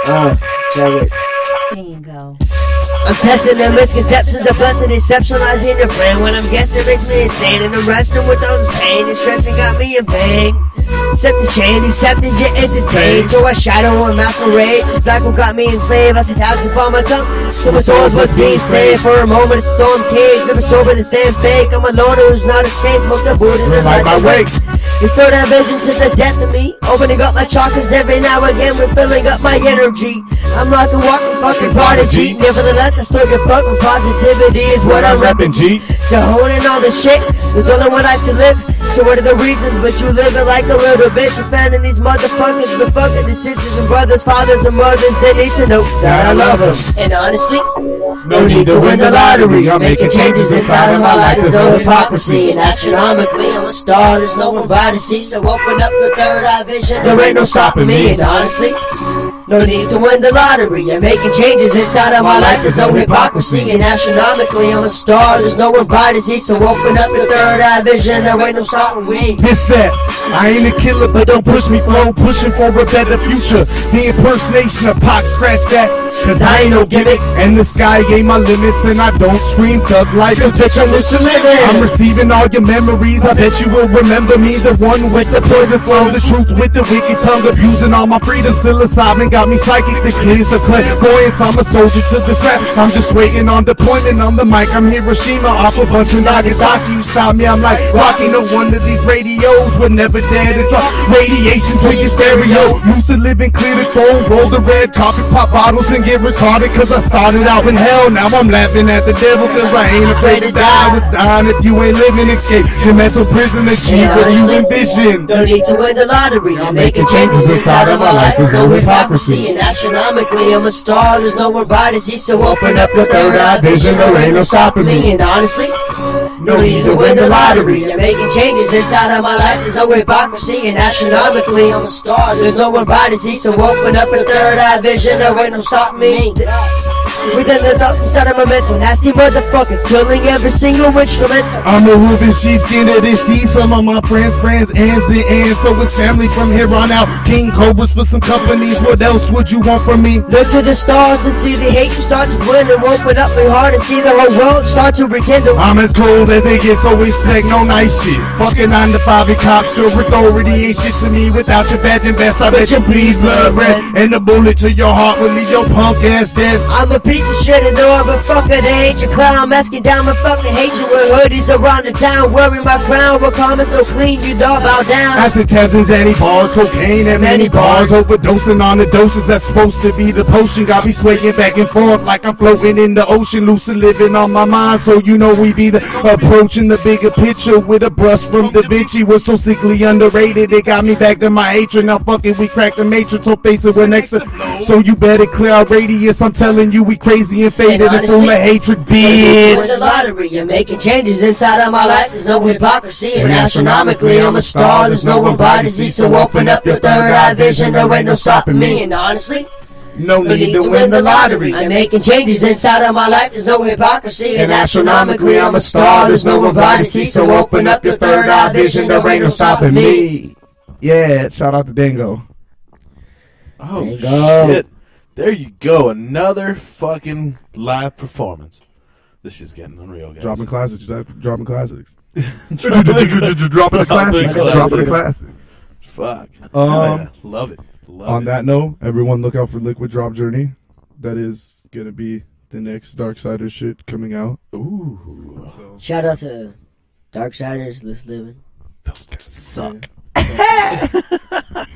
Uh, check it.
Bingo.
I'm testing the misconceptions, the flux and exceptionalizing the brain. When I'm guessing makes me insane. In the restroom with all this pain, this stretching got me in vain. Set the chain, accepting, get entertained. So I shadow and masquerade. Black one got me enslaved. I see tabs upon my tongue. So my soul's what's being saved. For a moment, it's storm cage. Never sober, the same fake. I'm a lord who's not ashamed. Smoke the Buddha. and light
Relight my
the
wake.
You stir that vision to the death of me. Opening up my chakras every now and again. We're filling up my energy. I'm like a walking fucking prodigy. Nevertheless, I still get fucked with positivity is what I'm repping.
G.
So holding all the shit, there's only one life to live. So what are the reasons? But you living like a little bitch. You're fanning these motherfuckers, but fucking the sisters and brothers, fathers and mothers. They need to know that I love them. And honestly,
No need to win the lottery. I'm making changes inside of my life. There's no hypocrisy.
and astronomically, I'm a star. There's no one by to see, so open up the third eye vision. There ain't no stopping me, and honestly, no need to win the lottery. I'm making changes inside of my life. There's no hypocrisy, and astronomically, I'm a star. There's no one by to see, so open up the third eye vision. There ain't no stopping me.
This that. I ain't a killer, but don't push me flow. Pushing for a better future. The impersonation of Pac, scratch that. Cause I ain't no gimmick. And the sky ain't my limits, and I don't scream thug life. Cause bitch, I'm loose to living. I'm receiving all your memories. I bet you will remember me. The one with the poison flow. The truth with the wicked tongue. Abusing all my freedom. Psilocybin got me psychic, the kids, the clairvoyance. I'm a soldier to the strap. I'm just waiting on deployment on the mic. I'm Hiroshima off a bunch of Nagasaki. You stop me, I'm like rocking. No wonder these radios would never dare to drop radiation to your stereo. Used to live in clear the phone, roll the red carpet, pop bottles, and get retarded. Cause I started out in hell. Now I'm laughing at the devil, cause I ain't afraid to die. What's dying if you ain't living? Escape your mental prison, achieve what you envision.
No need to win the lottery. I'm making
changes inside of my life. There's no hypocrisy.
And astronomically, I'm a star. There's no one bright as he. So open up your third eye vision. There ain't no stopping me. And honestly, no need to win the lottery. I'm making changes inside of my life. There's no hypocrisy. And astronomically, I'm a star. There's no one bright as he. So open up your third eye vision. There ain't no stopping me. Within the thought inside of my mental nasty motherfucker, killing every single instrumental.
I'm a roving sheepskin that they see some of my friends, friends, ends and ends. So it's family from here on out. King Cobras for some companies. What else would you want from me?
Look to the stars and see the hatred start to dwindle. Open up my heart and see the whole world start to rekindle.
I'm as cold as it gets, so respect no nice shit. Fucking nine to five and cops, your authority ain't shit to me without your badge and vest. I bet you bleed blood red, and the bullet to your heart will leave your punk ass dead.
I'm a piece of shit and know I'm a fucker. They ain't your clown. I'm asking down my fucking hatred with hoodies around the town. Wearing my crown, we're calm and so clean. You dog bow down.
Acid tabs and Zanny bars, cocaine and many bars. Overdosing on the doses that's supposed to be the potion. Got me swaying back and forth like I'm floating in the ocean. Lucid living on my mind, so you know we be the approaching the bigger picture with a brush from Da Vinci. Was so sickly underrated, it got me back to my hatred. Now fuck it, we cracked the matrix, so face it, we're next. to- So you better clear our radius. I'm telling you, we crazy and faded and full
honestly,
of hatred,
It's with
bitch.
the lottery, you're making changes inside of my life. There's no hypocrisy, and astronomically, I'm a star. There's no one by disease, so open up your third eye vision. There ain't no stopping me, and honestly,
No
no
need to win the lottery.
I'm making changes inside of my life. There's no hypocrisy, and astronomically, I'm a star. There's no one by disease, so open up your third eye vision. There ain't no stopping me.
Yeah, shout out to Dango.
Oh
you go.
shit! There you go. Another fucking live performance. This shit's getting unreal, guys.
Dropping classics, dropping classics. [laughs] dropping the classics, dropping the classics.
Fuck. Oh,
Um,
yeah. love it. Love
On
it.
that note, everyone look out for Liquid Drop Journey. That is gonna be the next Dark Darksiders shit coming out.
Ooh.
So
Shout out to Darksiders, Let's Living.
Those guys suck. [laughs]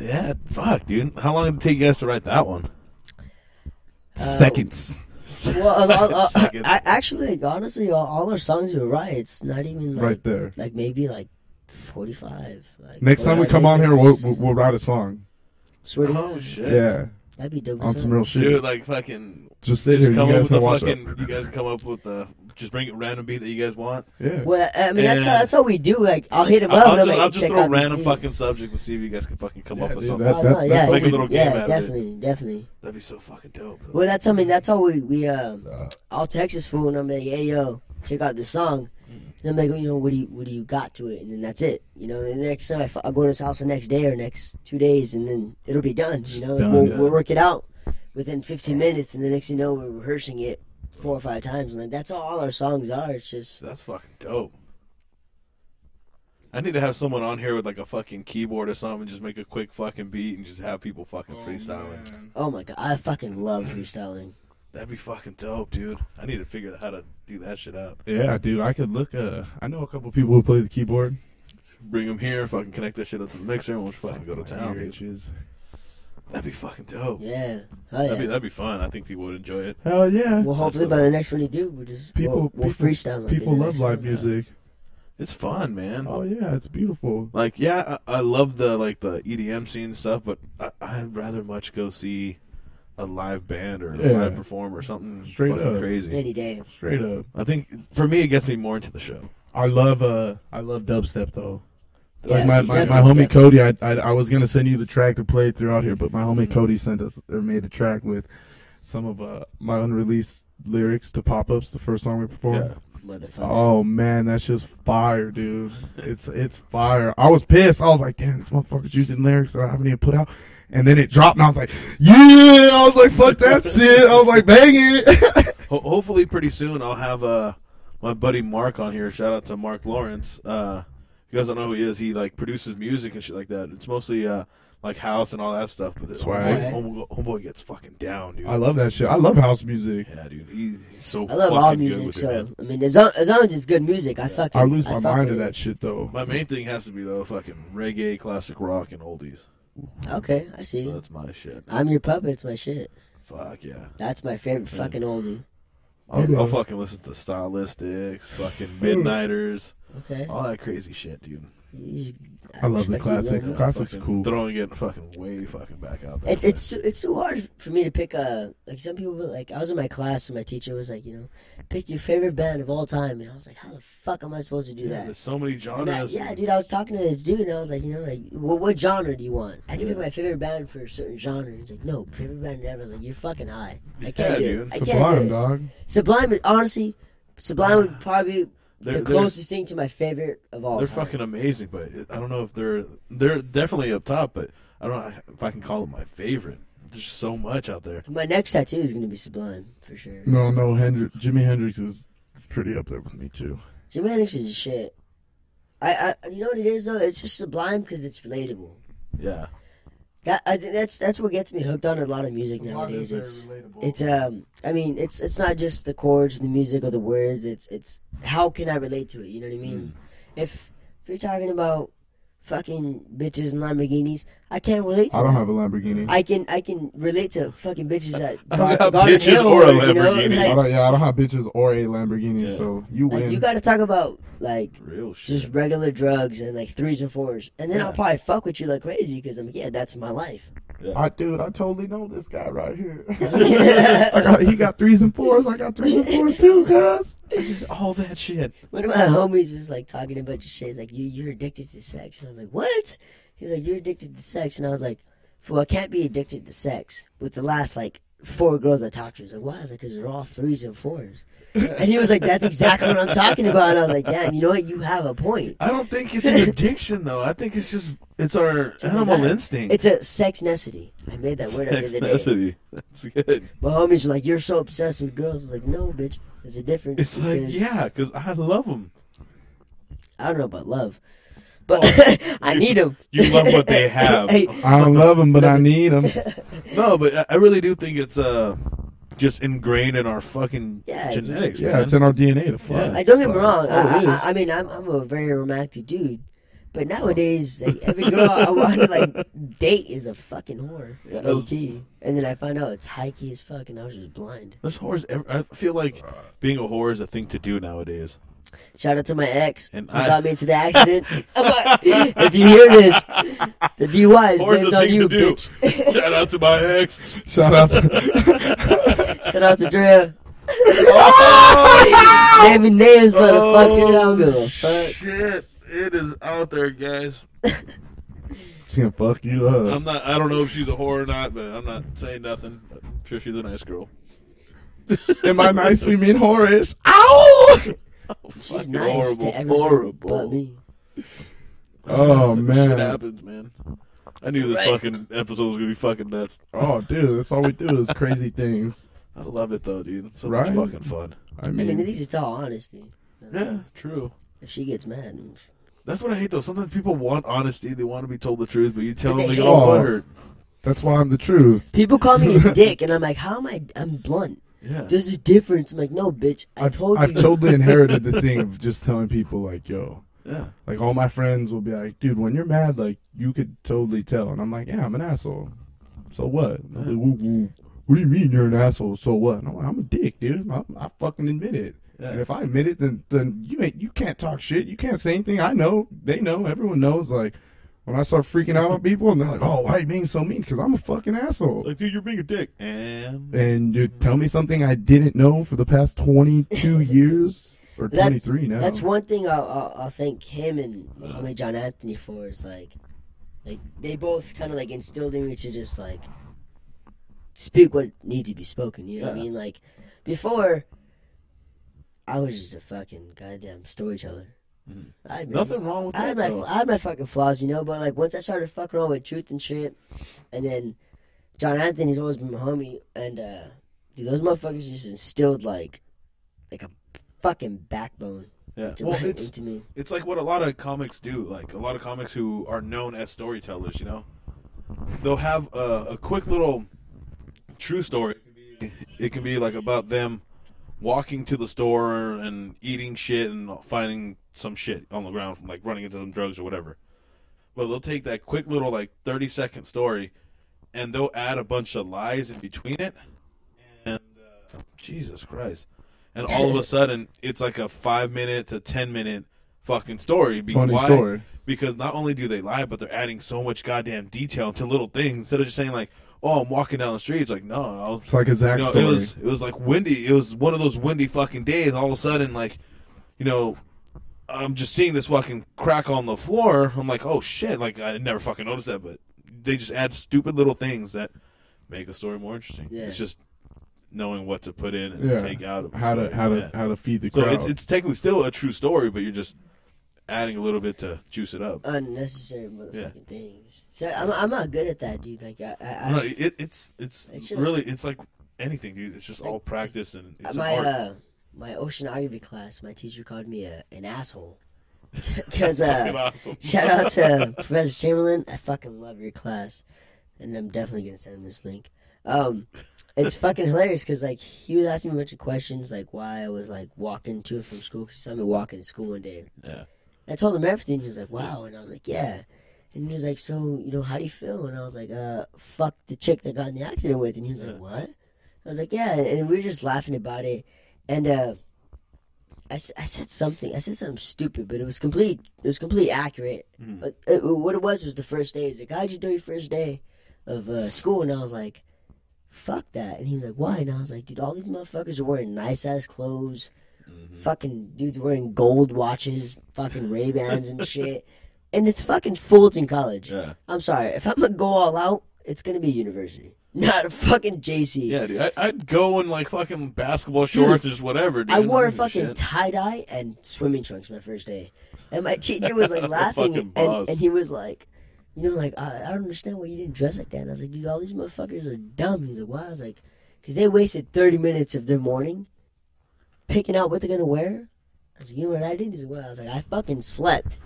yeah, fuck, dude. How long did it take you guys to write that one?
seconds.
Uh, Well, a lot- uh,
[laughs] Seconds.
I, actually, honestly, all, all our songs were right. It's not even like,
Right there.
like maybe like forty-five. Like
Next time we
45
come on here,
minutes.
we'll, we'll, we'll write a song.
Swear to
Oh
God,
shit.
Yeah,
that'd be dope.
on
as
some
hell.
real shit.
Dude, like fucking.
just sit
Just
here.
come
you
up
guys
with a
can watch
fucking.
it.
You guys come up with the. Just bring a random beat that you guys want.
Yeah.
Well, I mean, that's how,
Yeah.
that's how we do. Like, I'll hit him
I'll,
up.
I'll
and I'm
just,
like,
I'll just
check
throw a
out this
random
beat.
fucking subject and see if you guys can fucking come
Yeah,
up with
dude,
something.
Oh,
that-
no, yeah,
that's
Make a
yeah,
little game out
yeah,
of it.
definitely, definitely.
That'd be so fucking dope.
Well, that's I mean, that's how we we um, I'll text this fool and I'm like, hey yo, check out this song. And I'm like, you know, what do you what do you got to it? And then that's it. You know, the next time I, f- I'll go to his house the next day or next two days, and then it'll be done. You know,
done,
we'll,
yeah.
we'll work it out within 15 minutes, and the next thing you know, we're rehearsing it four or five times, and like, that's how all our songs are. It's just
That's fucking dope. I need to have someone on here with like a fucking keyboard or something, just make a quick fucking beat and just have people fucking freestyling.
oh my god, I fucking love freestyling.
That'd be fucking dope, dude. I need to figure out how to do that shit out.
Yeah, dude, I could look. Uh, I know a couple people who play the keyboard.
Bring them here, fucking connect that shit up to the mixer, and we'll just fucking go to town.
Ear
dude.
itches.
That'd be fucking dope.
Yeah, oh
That'd be
yeah.
that'd be fun. I think people would enjoy it.
Hell yeah.
Well, hopefully by the next one you do, we'll just
people,
we'll, we'll
people,
freestyle. like
people
the
love
next
live
song.
music.
It's fun, man.
Oh yeah, it's beautiful.
Like, yeah, I, I love the like the EDM scene and stuff, but I, I'd rather much go see a live band or a
Yeah.
live perform or something
Straight
fucking
up.
crazy.
Any day.
Straight up.
I think for me, it gets me more into the show.
I love uh I love dubstep though.
Yeah,
like my, my, my
definitely,
homie Cody, I, I I was gonna send you the track to play throughout here, but my homie
Mm-hmm.
Cody sent us or made a track with some of uh my unreleased lyrics to pop ups, the first song we performed.
Yeah.
Motherfucker.
Oh man, that's just fire, dude. It's it's fire. I was pissed. I was like, damn, this motherfucker's using lyrics that I haven't even put out. And then it dropped, and I was like, yeah. I was like, fuck that shit. I was like, bang it. [laughs]
Ho- hopefully, pretty soon, I'll have uh, my buddy Mark on here. Shout out to Mark Lawrence. Uh, if you guys don't know who he is. He like produces music and shit like that. It's mostly uh, like house and all that stuff. But this
Swag.
homeboy, homeboy, homeboy gets fucking down, dude.
I love that shit. I love house music.
yeah, dude. He's, he's so.
I love
fucking
all
good
music,
with it,
so
man.
I mean, as long, as long as it's good music, I fucking
I lose my
fuck
mind to
with
that shit though.
My main thing has to be though, fucking reggae, classic rock, and oldies.
it. Okay, I see.
That's my shit.
I'm your puppet's my shit.
Fuck yeah.
That's my favorite fucking oldie.
I'll,
Okay.
I'll fucking listen to Stylistics, fucking
Hmm.
Midnighters,
Okay,
all that crazy shit, dude.
You-
Uh, I love
respect
the
you,
classics.
man.
Classics
Fucking
cool.
Throwing it fucking way fucking back out there.
It's it's too, it's too hard for me to pick a like some people were like I was in my class and my teacher was like you know pick your favorite band of all time and I was like how the fuck am I supposed to do
yeah,
that?
there's so many
And I-
genres.
yeah, dude, I was talking to this dude and I was like you know like what, what genre do you want? I can pick my favorite band for a certain genre. And he's like no favorite band ever. I was like you're fucking high. I can't
Yeah,
do
dude.
it. I can't do
Sublime,
it.
dog.
Sublime is honestly Sublime
[sighs]
would probably be
They're-
the
they're-
closest thing to my favorite of all
They're
time.
fucking amazing, but it- I don't know if they're they're definitely up top, but I don't know if I can call it my favorite. There's so much out there.
my next tattoo is gonna be Sublime for sure.
No, no, Hendrix, Jimi Hendrix is, is pretty up there with me too.
Germanics is shit. I, I, you know what it is though? It's just sublime because it's relatable.
Yeah,
That I think that's that's what gets me hooked on a lot of music nowadays. It's it's um, I mean, it's it's not just the chords, the music, or the words. It's it's how can I relate to it? You know what I mean? If if you're talking about fucking bitches and Lamborghinis, I can't relate to.
I don't
that.
have a Lamborghini.
I can I can relate to fucking bitches that
I
got,
got bitches
Hill,
or a
you know?
Lamborghini.
Like-
I don't, yeah, I don't have bitches or a Lamborghini,
Yeah.
so you win.
like you got to talk about like
real shit.
just regular drugs and like threes and fours, and then I'll
Yeah.
probably fuck with you like crazy because I'm like, yeah, that's my life.
I dude, I totally know this guy right
[laughs]
here.
when
I got, he got threes and fours. I got threes and fours too, cuz.
all that shit.
one of my homies was like talking about bunch of shit. He's like, you you're addicted to sex, and I was like, what? He's like, you're addicted to sex, and I was like, well, I can't be addicted to sex with the last like four girls I talked to. He's like, why? I was like, because they're all threes and fours. And he was like, that's exactly what I'm talking about. And I was like, damn, you know what? You have a point.
I don't
[laughs]
think it's an addiction though. I think it's just it's our animal
desire.
instinct.
It's a sex necessity. I made that word up the other day.
Ethnicity. That's good.
My homies were like, "You're so obsessed with girls." I was like, "No, bitch, there's a difference."
It's like
because-
yeah, because I love them.
I don't know about love, but [laughs] I
you-
need them.
you love
[laughs]
what they have.
I don't love him, but I need him.
No, but I- I really do think it's uh just ingrained in our fucking
Yeah,
genetics.
Yeah,
man.
it's in our DNA. The fuck.
like, don't get me wrong.
Oh,
I,
it
I, I mean, I'm I'm a very romantic dude,
Oh.
but nowadays, like, every girl I
[laughs]
want to like date is a fucking whore,
Yeah,
low
it's-
key. And then I find out it's high key as fuck, and I was just blind.
There's whores. ev- I feel like being a whore is a thing to do nowadays.
Shout out to my ex
And
who
I-
got me into
[laughs]
the accident. if you hear this, the DUI is
Whore's
blamed
a
on
thing
you,
to do.
bitch. [laughs]
[laughs] Shout out to my ex.
Shout out to [laughs]
Shout out to Drea. Naming
Oh.
names, motherfucker. I don't give a fuck.
Shit, it is out there, guys.
She's gonna fuck you up.
I'm not. I don't know if she's a whore or not, but I'm not saying nothing. I'm sure she's a nice girl.
Am I nice? We mean Horace. Ow!
She's
Fucking
nice
horrible,
to everyone
horrible.
but me.
Oh
Shit
man.
happens, man. I knew this fucking episode was gonna be fucking nuts.
Oh dude, that's all we do is crazy things.
I love it though, dude. It's so
Right?
much fucking fun.
I
I mean, at
mean,
least it's all honesty.
Yeah, true.
If she gets mad, mm,
That's what I hate though. Sometimes people want honesty. They want to be told the truth, but you tell
But
them
they
they get all
hate-
butthurt.
that's why I'm the truth.
people call me a dick, and I'm like, how am I? I'm blunt.
Yeah.
There's a difference. I'm like, no, bitch. I
I've,
told
I've
you.
totally
[laughs]
inherited the thing of just telling people like, yo,
Yeah.
Like all my friends will be like, dude, when you're mad, like you could totally tell. And I'm like, yeah, I'm an asshole. So what? And they're like, "Woo, woo. What do you mean you're an asshole? So what? And I'm like, I'm a dick, dude. I, I fucking admit it.
Yeah.
And if I admit it, then then you ain't you can't talk shit. You can't say anything. I know. They know. Everyone knows. Like when I start freaking out on people, and they're like, oh, why are you being so mean? Because I'm a fucking asshole.
Like, dude, you're being a dick. And
And you tell me something I didn't know for the
[laughs]
past 22 years or
That's-
23 now.
That's one thing I'll, I'll, I'll thank him and my homie John Anthony for is like, like they both kind of like instilled in me to just like speak what needs to be spoken. You know what I
Yeah.
mean? Like before, I was just a fucking goddamn storyteller. I admit it.
Mm-hmm. nothing wrong with
I
that.
had my
though.
I had my fucking flaws, you know. But like once I started fucking around with truth and shit, and then John Anthony's always been my homie, and uh, dude, those motherfuckers just instilled like like a fucking backbone
yeah.
into,
Well,
my-
it's
into me.
it's like what a lot of comics do. Like a lot of comics who are known as storytellers. You know, they'll have a, a quick little true story. It can be like about them walking to the store and eating shit and finding some shit on the ground, from, like running into some drugs or whatever. But they'll take that quick little like thirty second story, and they'll add a bunch of lies in between it. And uh, Jesus Christ! And all of
[laughs]
a sudden, it's like a five minute to ten minute fucking story. Be-
Funny
why?
story.
Because not only do they lie, but they're adding so much goddamn detail to little things instead of just saying like, "Oh, I'm walking down the street." It's like, no, I was
It's like a Zach
you know,
story.
it was it was like windy. It was one of those windy fucking days. All of a sudden, like, you know, I'm just seeing this fucking crack on the floor. I'm like, oh shit! Like I never fucking noticed that, but they just add stupid little things that make a story more interesting.
Yeah.
It's just knowing what to put in and
yeah.
take out. Of a
how to
story.
how to
Yeah.
how to feed the
So
crowd.
it's it's technically still a true story, but you're just adding a little bit to juice it up.
Unnecessary motherfucking things. So I'm, I'm not good at that, dude. Like I, I,
No,
I
it, it's it's
Uh, It's just-
really it's like anything, dude. It's just all practice and it's an
my
art.
uh, my oceanography class, my teacher called me a, an
[laughs]
asshole. [laughs] Because uh,
Fucking awesome.
Shout out to uh, Professor Chamberlain. I fucking love your class, and I'm definitely gonna send him this link. Um, it's fucking hilarious because like he was asking me a bunch of questions, like why I was like walking to and from school. Cause he saw me walking to school one day.
Yeah.
I told him everything. and He was like, "Wow," and I was like, "Yeah." And he was like, "So you know, how do you feel?" And I was like, "Uh, fuck the chick that got in the accident with." And he was like, "What?" I was like, "Yeah," and we were just laughing about it, and uh. I, s- I said something. I said something stupid, but it was complete. It was complete accurate.
Mm.
But it, what it was was the first day. He's like, "How'd you do your first day of uh, school?" And I was like, "Fuck that!" And he was like, "Why?" And I was like, "Dude, all these motherfuckers are wearing nice ass clothes.
Mm-hmm.
Fucking dudes wearing gold watches, fucking Ray Bans and shit. [laughs] And it's fucking Fullerton College.
Yeah.
I'm sorry. If I'm gonna go all out, it's gonna be university, [laughs] not a fucking JC.
Yeah, dude. I, I'd go in like fucking basketball shorts or just whatever. Dude.
I wore a
don't give
fucking
shit.
tie dye and swimming trunks my first day, and my teacher was
[laughs]
like laughing,
Fucking boss.
and, and he was like, "You know, like I, I don't understand why you didn't dress like that." And I was like, "Dude, all these motherfuckers are dumb." He's like, "Why?" I was like, "Cause they wasted thirty minutes of their morning picking out what they're gonna wear." I was like, "You know what I did?" He's like, "What?" I was like, "I fucking slept."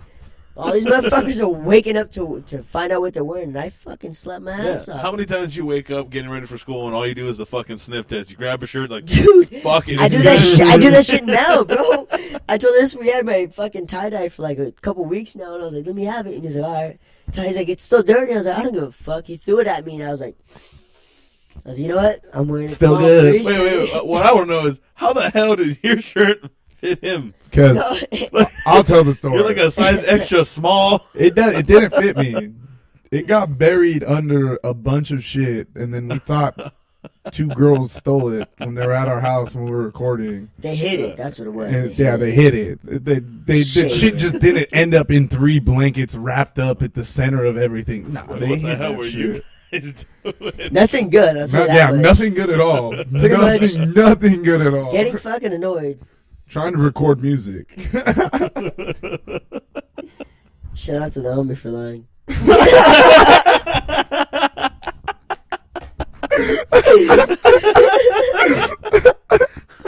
All
[laughs]
these motherfuckers are waking up to to find out what they're wearing, and I fucking slept my ass
Yeah.
off.
How many times you wake up getting ready for school and all you do is the fucking sniff test? You grab a shirt like,
Dude,
fuck it.
I
it's
do that.
good.
Sh- I do that
[laughs]
shit now, bro. I told this we had my fucking tie dye for like a couple weeks now, and I was like, "Let me have it," and he's like, "All right." So he's like, "It's still dirty." I was like, "I don't give a fuck." He threw it at me, and I was like, "I was like, you know what? I'm wearing it
Still
for all
good.
three."
Wait, wait, wait. Uh, What I want to know is how the hell did your shirt fit him?
Because
No,
I'll tell the
[laughs]
story.
You're like a size extra small.
It does. It didn't fit me. It got buried under a bunch of shit, and then we thought two girls stole it when they were at our house when we were recording.
[laughs] they hid it. That's what it was.
And
hid
yeah,
it.
they hid it. They they the
Shit.
shit just didn't end up in three blankets wrapped up at the center of everything. Nah,
Like,
they
what
hid
the hell
that
were
shit.
[laughs] you guys doing?
nothing good. That's
No-
what
yeah,
that was.
nothing good at all. nothing,
much.
nothing good at all.
Getting fucking annoyed.
Trying to record music.
Shout out to the homie for lying.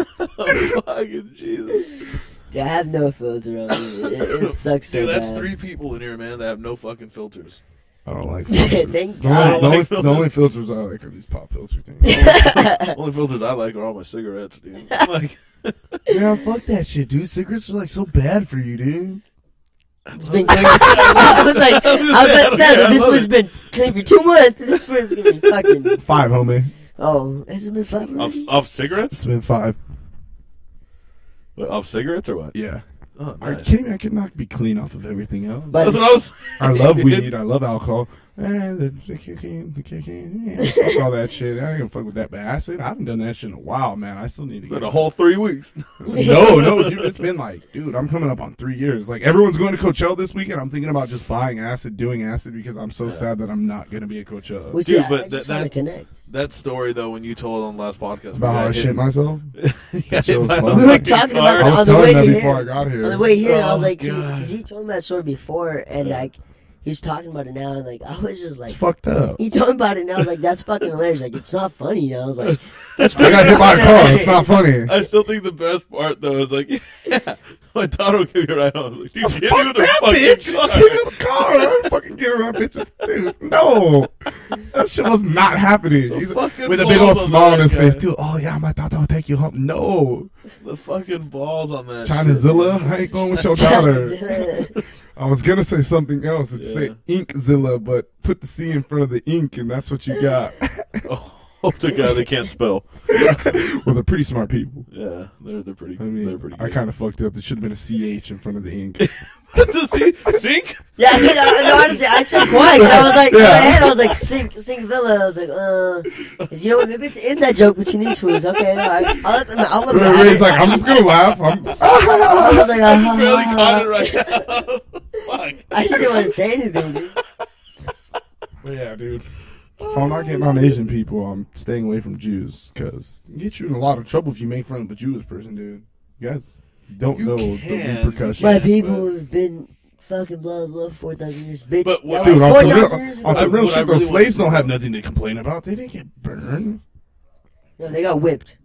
fucking Jesus.
Dude, I have no filter on me. It,
[laughs]
it sucks so
Dude, that's
bad.
three people in here, man, that have no fucking filters.
I don't like.
[laughs]
filters.
Thank
The only,
God.
the, only,
like
the only filters I like are these pop filter things.
Only filters I like are all my cigarettes, dude. Like,
yeah, fuck that shit, dude. Cigarettes are like so bad for you, dude.
It's been clean. [laughs] I was like, I was about to say, I was like, this one's been clean for two months. This one's gonna be fucking.
Five, homie.
Oh, has it been five
off,
already?
off cigarettes?
It's been five.
Wait, off cigarettes or what?
Yeah.
Oh,
Are you
nice.
kidding me? I could not be clean off of everything else.
But
That's what I was.
I love weed. I love alcohol. Eh, the the cocaine, the cocaine, eh, fuck all that shit. I ain't gonna fuck with that. But acid, I haven't done that shit in a while, man. I still need to
Been
get
a whole three weeks.
No, no, dude. It's been like, dude, I'm coming up on three years. Like everyone's going to Coachella this weekend. I'm thinking about just buying acid, doing acid because I'm so sad that I'm not gonna be at Coachella.
Which,
Dude,
yeah,
but
I just
that-
want to
that-
connect.
[laughs] That story though, when you told on the last podcast
about how I shit
[laughs]
myself. That was fun.
We were talking about
I
it
was
on the
telling
way
that
to
before I
here.
got here.
On the way here, I was
Oh,
like,
God.
because he, told me that story before, and like, he was talking about it now, and like, [laughs] I was just like,
It's fucked up.
he told me about it, and I was like, that's fucking hilarious. Like, it's not funny. And I was like, [laughs]
[laughs]
I got hit by a car. It's not funny.
I still think the best part though is like, [laughs] yeah, I thought I'll give you a ride home. I was like, dude, get you in
Fuck
the
that
fucking
bitch!
car.
Just Get in the car. I'm fucking giving my bitches, dude. No, that shit was not happening. He's-
fucking
With a big old
balls on
smile on
that
his
guy.
face, too. Oh yeah, my thought I would take you home. No,
The fucking balls on that.
Chinazilla, I ain't going
[laughs]
with your daughter.
Chinazilla.
I was gonna say something else and say Inkzilla, but put the C in front of the ink, and that's what you got. [laughs]
shit. Oh, hope to God they can't spell.
well, they're pretty smart people.
Yeah, they're they're pretty.
I
they're
mean,
pretty.
I
good.
kind of fucked up. It should have been a CH in front of the
[laughs]
ink.
the sink, sink.
Yeah, I mean, I- no, honestly, I said twice. I was like, in my
Yeah.
head, I was like, sink, sink villa. I was like, uh, you know what? Maybe it's in that joke between these fools. Okay, all right. I'll let them. I'll let them.
Ray-
have
Ray's
it.
like, I'm just gonna laugh.
[laughs]
I'm, [laughs]
I was like, ah,
I barely caught it right now. [laughs]
Uh,
Fuck.
I just didn't want to say anything.
[laughs]
Dude.
But yeah, dude. If I'm not getting on Asian people, I'm staying away from Jews because get you in a lot of trouble if you make fun of a Jewish person, dude. You guys don't
You
know
can.
the repercussions.
My
Yeah,
people
but-
have been fucking blah blah for four thousand years, bitch.
But what-
that was
Dude, on
four
some
thousand years
real,
ago.
on some
What I
real shit,
really
those
wanted
slaves
to
don't
know-
have nothing to complain about. They didn't get burned.
No, they got whipped.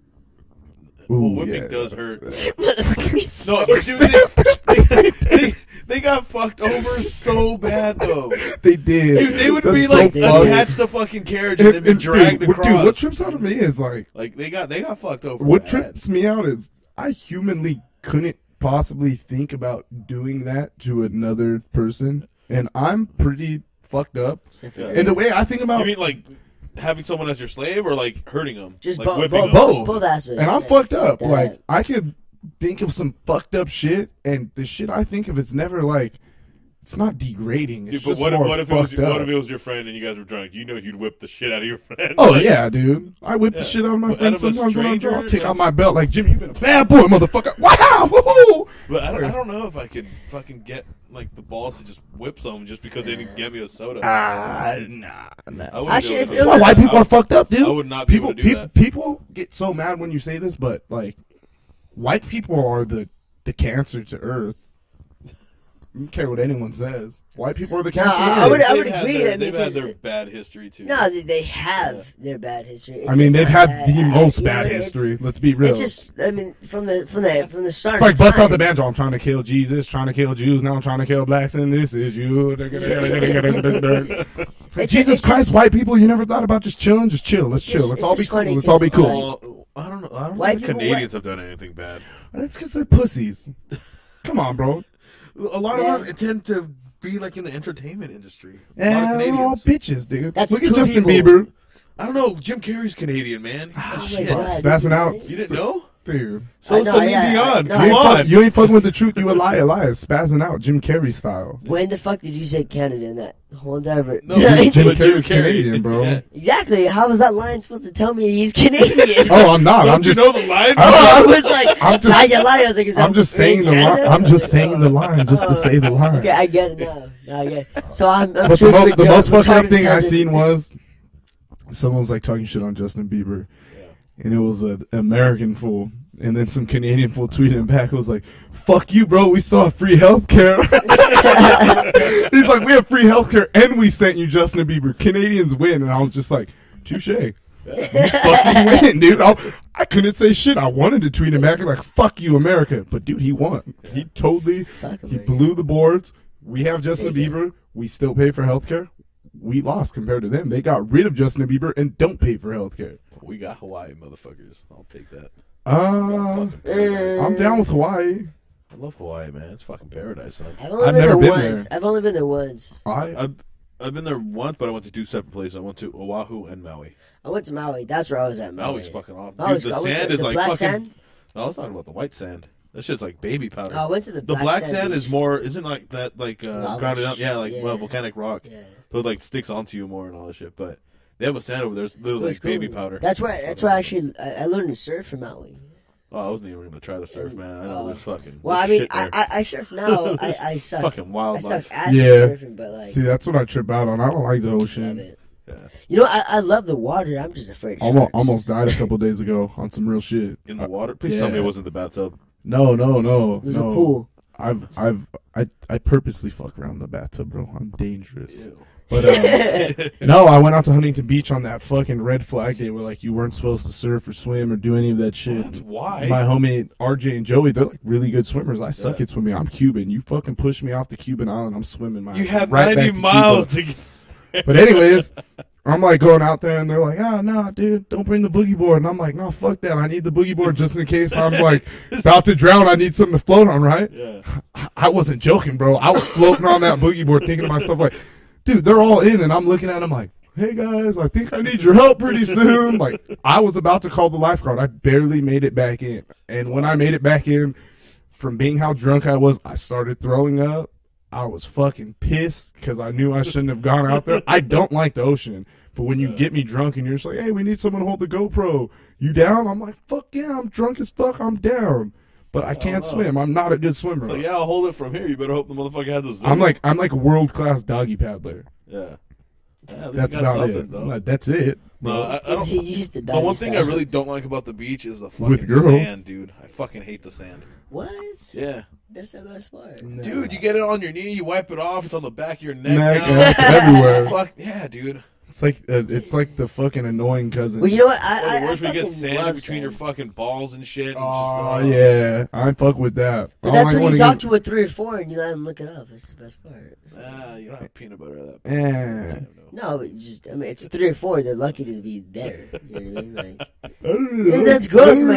Ooh,
Well, whipping
yeah.
does
[laughs]
hurt.
no,
No, but dude, they, they, they, they got fucked over so bad though.
They did.
Dude, they would
That's
be
so
like
funny.
attached to fucking carriage and
And-
they'd be
and
dragged
dude, what-
across.
dude, what trips out of me is like,
like they got they got fucked over.
What
bad.
trips me out is I humanly couldn't possibly think about doing that to another person, and I'm pretty fucked up. And the way I think
You
about,
mean like having someone as your slave or like hurting them?
Just
like
bo-
whipping
bo-
'em?
both.
both aspects.
and I'm
yeah.
fucked up.
That-
Like I could think of some fucked up shit, and the shit I think of, it's never like, it's not degrading. It's
Dude, but
just
what, if-
more
what if it was
fucked
what
up.
if it was your friend and you guys were drunk? You know you'd whip the shit out of your [laughs] friend.
Oh
Like,
yeah, dude! I whip
Yeah.
the shit out of my
But
friends
out of a
sometimes when I'm drunk. I'll
stranger,
take
yeah.
out my belt like Jimmy. You've been a bad boy, motherfucker! [laughs] Wow! Woohoo!
But I don't, I don't know if I could fucking get like the balls to just whip someone just because they didn't get me a soda.
Ah, nah, nah.
I wouldn't
Actually,
do
if
it.
it
That's why white people are fucked up, dude.
I would not be
people,
able to do
peop-
that.
People get so mad when you say this, but like, white people are the the cancer to Earth. I don't care what anyone says. White people are the cancer.
I-
to
I
Earth.
would-
They've
agree, I
had Their,
mean,
they've had
because-
their bad history too.
No, they- they have their bad history. It's
I mean,
just
they've
not
had
that-
the
I-
most
you know,
bad
it's-
history. Let's be real.
It's just, I mean, from the from the from the start.
It's like
of
bust out the
time.
banjo. I'm trying to kill Jesus, trying to kill Jews. Now I'm trying to kill blacks, and this is you. It's like,
It's-
Jesus
it's
Christ,
just-
white people, you never thought about just chilling. Just chill. Let's
It's
chill.
just-
Let's
it's
all be
just
cool.
funny
Let's all be
'cause it's
cool.
Well, I don't know. I don't
White
think
people-
Canadians have done anything bad.
That's because they're pussies. Come on, bro.
A lot
Yeah.
of them tend to be like in the entertainment industry. A lot of
And they're all
Canadians.
bitches, dude.
That's
Look at
two
Justin
people.
Bieber.
I don't know. Jim Carrey's Canadian, man.
Oh my
Shit.
God,
spazzing
this
out.
is-
You didn't know?
Dude.
So
know,
Celine
yeah, I- no,
Dion.
you,
Come
ain't fuck-
on.
you ain't fucking with the truth. You a lie. A lie is spazzing out Jim Carrey style.
When the fuck did you say Canada in that whole entire? ver- [laughs]
No,
Jim
But Jim
Carrey's
Carrey.
Canadian,
[laughs]
bro.
Yeah.
exactly. How was that lion supposed to tell me he's Canadian?
[laughs] Oh, I'm not.
Don't
I'm just.
you know the line?
Oh, [laughs] I was like,
I'm
I'm
just-
just, lie, lie. I was like, is
I'm
that
just saying the
Canada?
line. I'm just saying the line just to say the
[laughs]
line.
Okay, I get it now. now I get it. So I'm. I'm
But the,
truthfully
mo- the
good,
most fucked up
retarded
thing I
cousin.
seen was someone was like talking shit on Justin Bieber, and it was an American fool, and then some Canadian fool tweeted him back. It was like, "Fuck you, bro. We saw free healthcare." [laughs] He's like, "We have free healthcare, and we sent you Justin Bieber. Canadians win." And I was just like, "Touche." You
[laughs]
fucking win, dude. I, I couldn't say shit. I wanted to tweet him back and like, "Fuck you, America," but dude, he won. He totally
Fuck
he
America.
blew the boards. We have Justin
They did.
Bieber. We still pay for healthcare. We lost compared to them. They got rid of Justin Bieber and don't pay for healthcare.
We got Hawaii, motherfuckers. I'll take that.
Uh,
Fucking paradise.
I'm down with Hawaii.
I love Hawaii, man. It's fucking paradise, son.
I've only
I've
been
never
there
been
once. uh, I've only been there once.
I,
I've, I've been there once, but I went to two separate places. I went to Oahu and Maui.
I went to Maui. That's where I was at. Maui.
Maui's fucking awesome.
Maui
Dude, the
I went to-
sand is
the
like
black
fucking.
sand?
No, I was talking about the white sand. That shit's like baby powder.
Oh, I went to the
the
black
black,
sand
sand, is
beach.
more isn't like that like uh,
Lava
grounded up.
sh-
Yeah, like
yeah.
well, volcanic rock.
Yeah.
So it like sticks onto you more and all that shit. But they have a sand over there. It's
It
literally
was
like baby
cool.
powder.
That's where. That's where I actually I, I learned to surf from Maui.
Oh, I wasn't even gonna try to surf, man. I know
Oh.
there's fucking.
Well, I
there's
mean,
shit
I,
there.
I, I surf
[laughs]
now. I, I suck.
Fucking
I suck
wildlife.
ass
Yeah.
at surfing, but like,
see, that's what I trip out on. I don't like the
love
ocean.
it.
Yeah.
You know, I, I love the water. I'm just afraid. Of
Almost,
sharks. [laughs]
[laughs] almost died a couple days ago on some real shit.
In the water. Please tell me it
yeah.
wasn't the bathtub.
No, no, no.
There's
no.
a pool.
I've, I've, I, I purposely fuck around the bathtub, bro. I'm dangerous. But
[laughs]
um, no, I went out to Huntington Beach on that fucking red flag day where like you weren't supposed to surf or swim or do any of that shit.
That's why.
My homie RJ and Joey, they're like really good swimmers. I suck at swimming. I'm Cuban. You fucking push me off the Cuban island. I'm swimming. My
you
ass
have
right back
90
to
miles
Cuba.
to get.
[laughs] But anyways, I'm like going out there and they're like, oh no, dude, don't bring the boogie board. And I'm like, no, fuck that. I need the boogie board just in case I'm like about to drown. I need something to float on, right?
Yeah.
I wasn't joking, bro. I was floating on that boogie board thinking to myself, like, dude, they're all in. And I'm looking at them like, hey guys, I think I need your help pretty soon. Like, I was about to call the lifeguard. I barely made it back in. And when I made it back in, from being how drunk I was, I started throwing up. I was fucking pissed because I knew I shouldn't have gone out there. I don't like the ocean. But when you get me drunk and you're just like, hey, we need someone to hold the GoPro. You down? I'm like, fuck yeah, I'm drunk as fuck. I'm down. But I can't swim. I'm not a good swimmer.
So, yeah, I'll hold it from here. You better hope the motherfucker has a zoom.
I'm like I'm like a world class doggy paddler.
yeah. yeah at least
That's
you got
about
something,
it.
though.
Like, that's it.
no, I,
[laughs]
I don't.
He used to
The
doggy
one thing I
style.
really don't like about the beach is the fucking
With girls.
sand, dude. I fucking hate the sand.
What?
Yeah.
That's the best part.
Mm.
Dude, you get it on your knee, you wipe it off, it's on the back of your neck.
Neck,
now.
yeah,
[laughs]
it's [laughs] everywhere.
Fuck yeah, dude.
It's like uh, it's like the fucking annoying cousin.
Well, you know what?
Or
I, I,
the worst,
I
we get
fucking
sand
love
between
sand.
your fucking balls and shit. And
Oh
just, uh,
yeah, I fuck with that.
But that's when you talk
to.
to a three or four and you let them look it up. It's the best part.
Ah, you don't have peanut butter at
[laughs]
that.
Eh,
No, but just I mean, it's three or four. They're lucky to be there. You know what I mean?
[laughs]
Like,
I don't really
Yeah,
like-
that's gross,
I don't
man.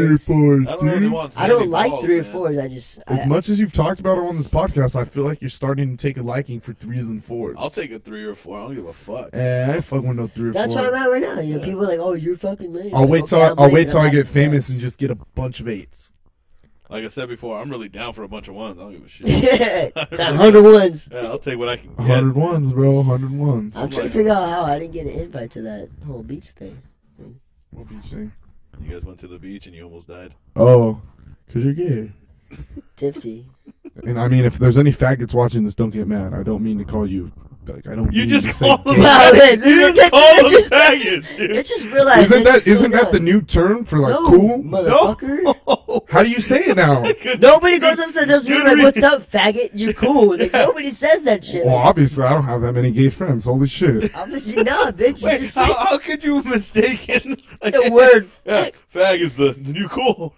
really
Let's be
like three or
honest.
fours,
I don't really
dude.
want.
I
sandy
don't like
balls,
three or
man.
fours. I just
As
I,
much as you've talked about it on this podcast, I feel like you're starting to take a liking for threes and 4s
I'll take a three or four. I don't give a fuck.
Eh, I ain't fucking with no three or
That's where
four.
I'm at right now. You know, people are like, "Oh, you're fucking lame."
I'll
Like,
wait till
okay,
I,
I'm
I'll
lame,
wait
but
till
I'm
I get
having
famous and
sex.
just get a bunch of eights.
Like I said before, I'm really down for a bunch of ones. I don't give
[laughs]
a shit. [laughs]
the hundred ones.
yeah, I'll take what I can get.
101s, bro. 101s.
I'm trying to figure out how I didn't get an invite to that whole beach thing.
What do you think?
You guys went to the beach and you almost died.
Oh, because you're gay.
Tifty.
And I mean, if there's any faggots watching this, don't get mad. I don't mean to call you. Like, I don't.
You
mean
just
to say
called
gay.
him
No, it-
You
it-
just
it-
called
it
them
just- [laughs]
faggots, dude.
I just realized that
Isn't that
you're
isn't
still
that the
gone.
new term for like
no,
cool?
motherfucker?
[laughs]
How do you say it now?
Nobody goes up to those people
Good
like,
re-
"What's up, faggot? You're cool." Like nobody says that shit.
well, obviously, I don't have that many gay friends. Holy shit!
Obviously not, bitch. You
Wait,
just
how, how could you mistaken [laughs] like,
the
[laughs]
word.
Yeah, fag is the, the new cool.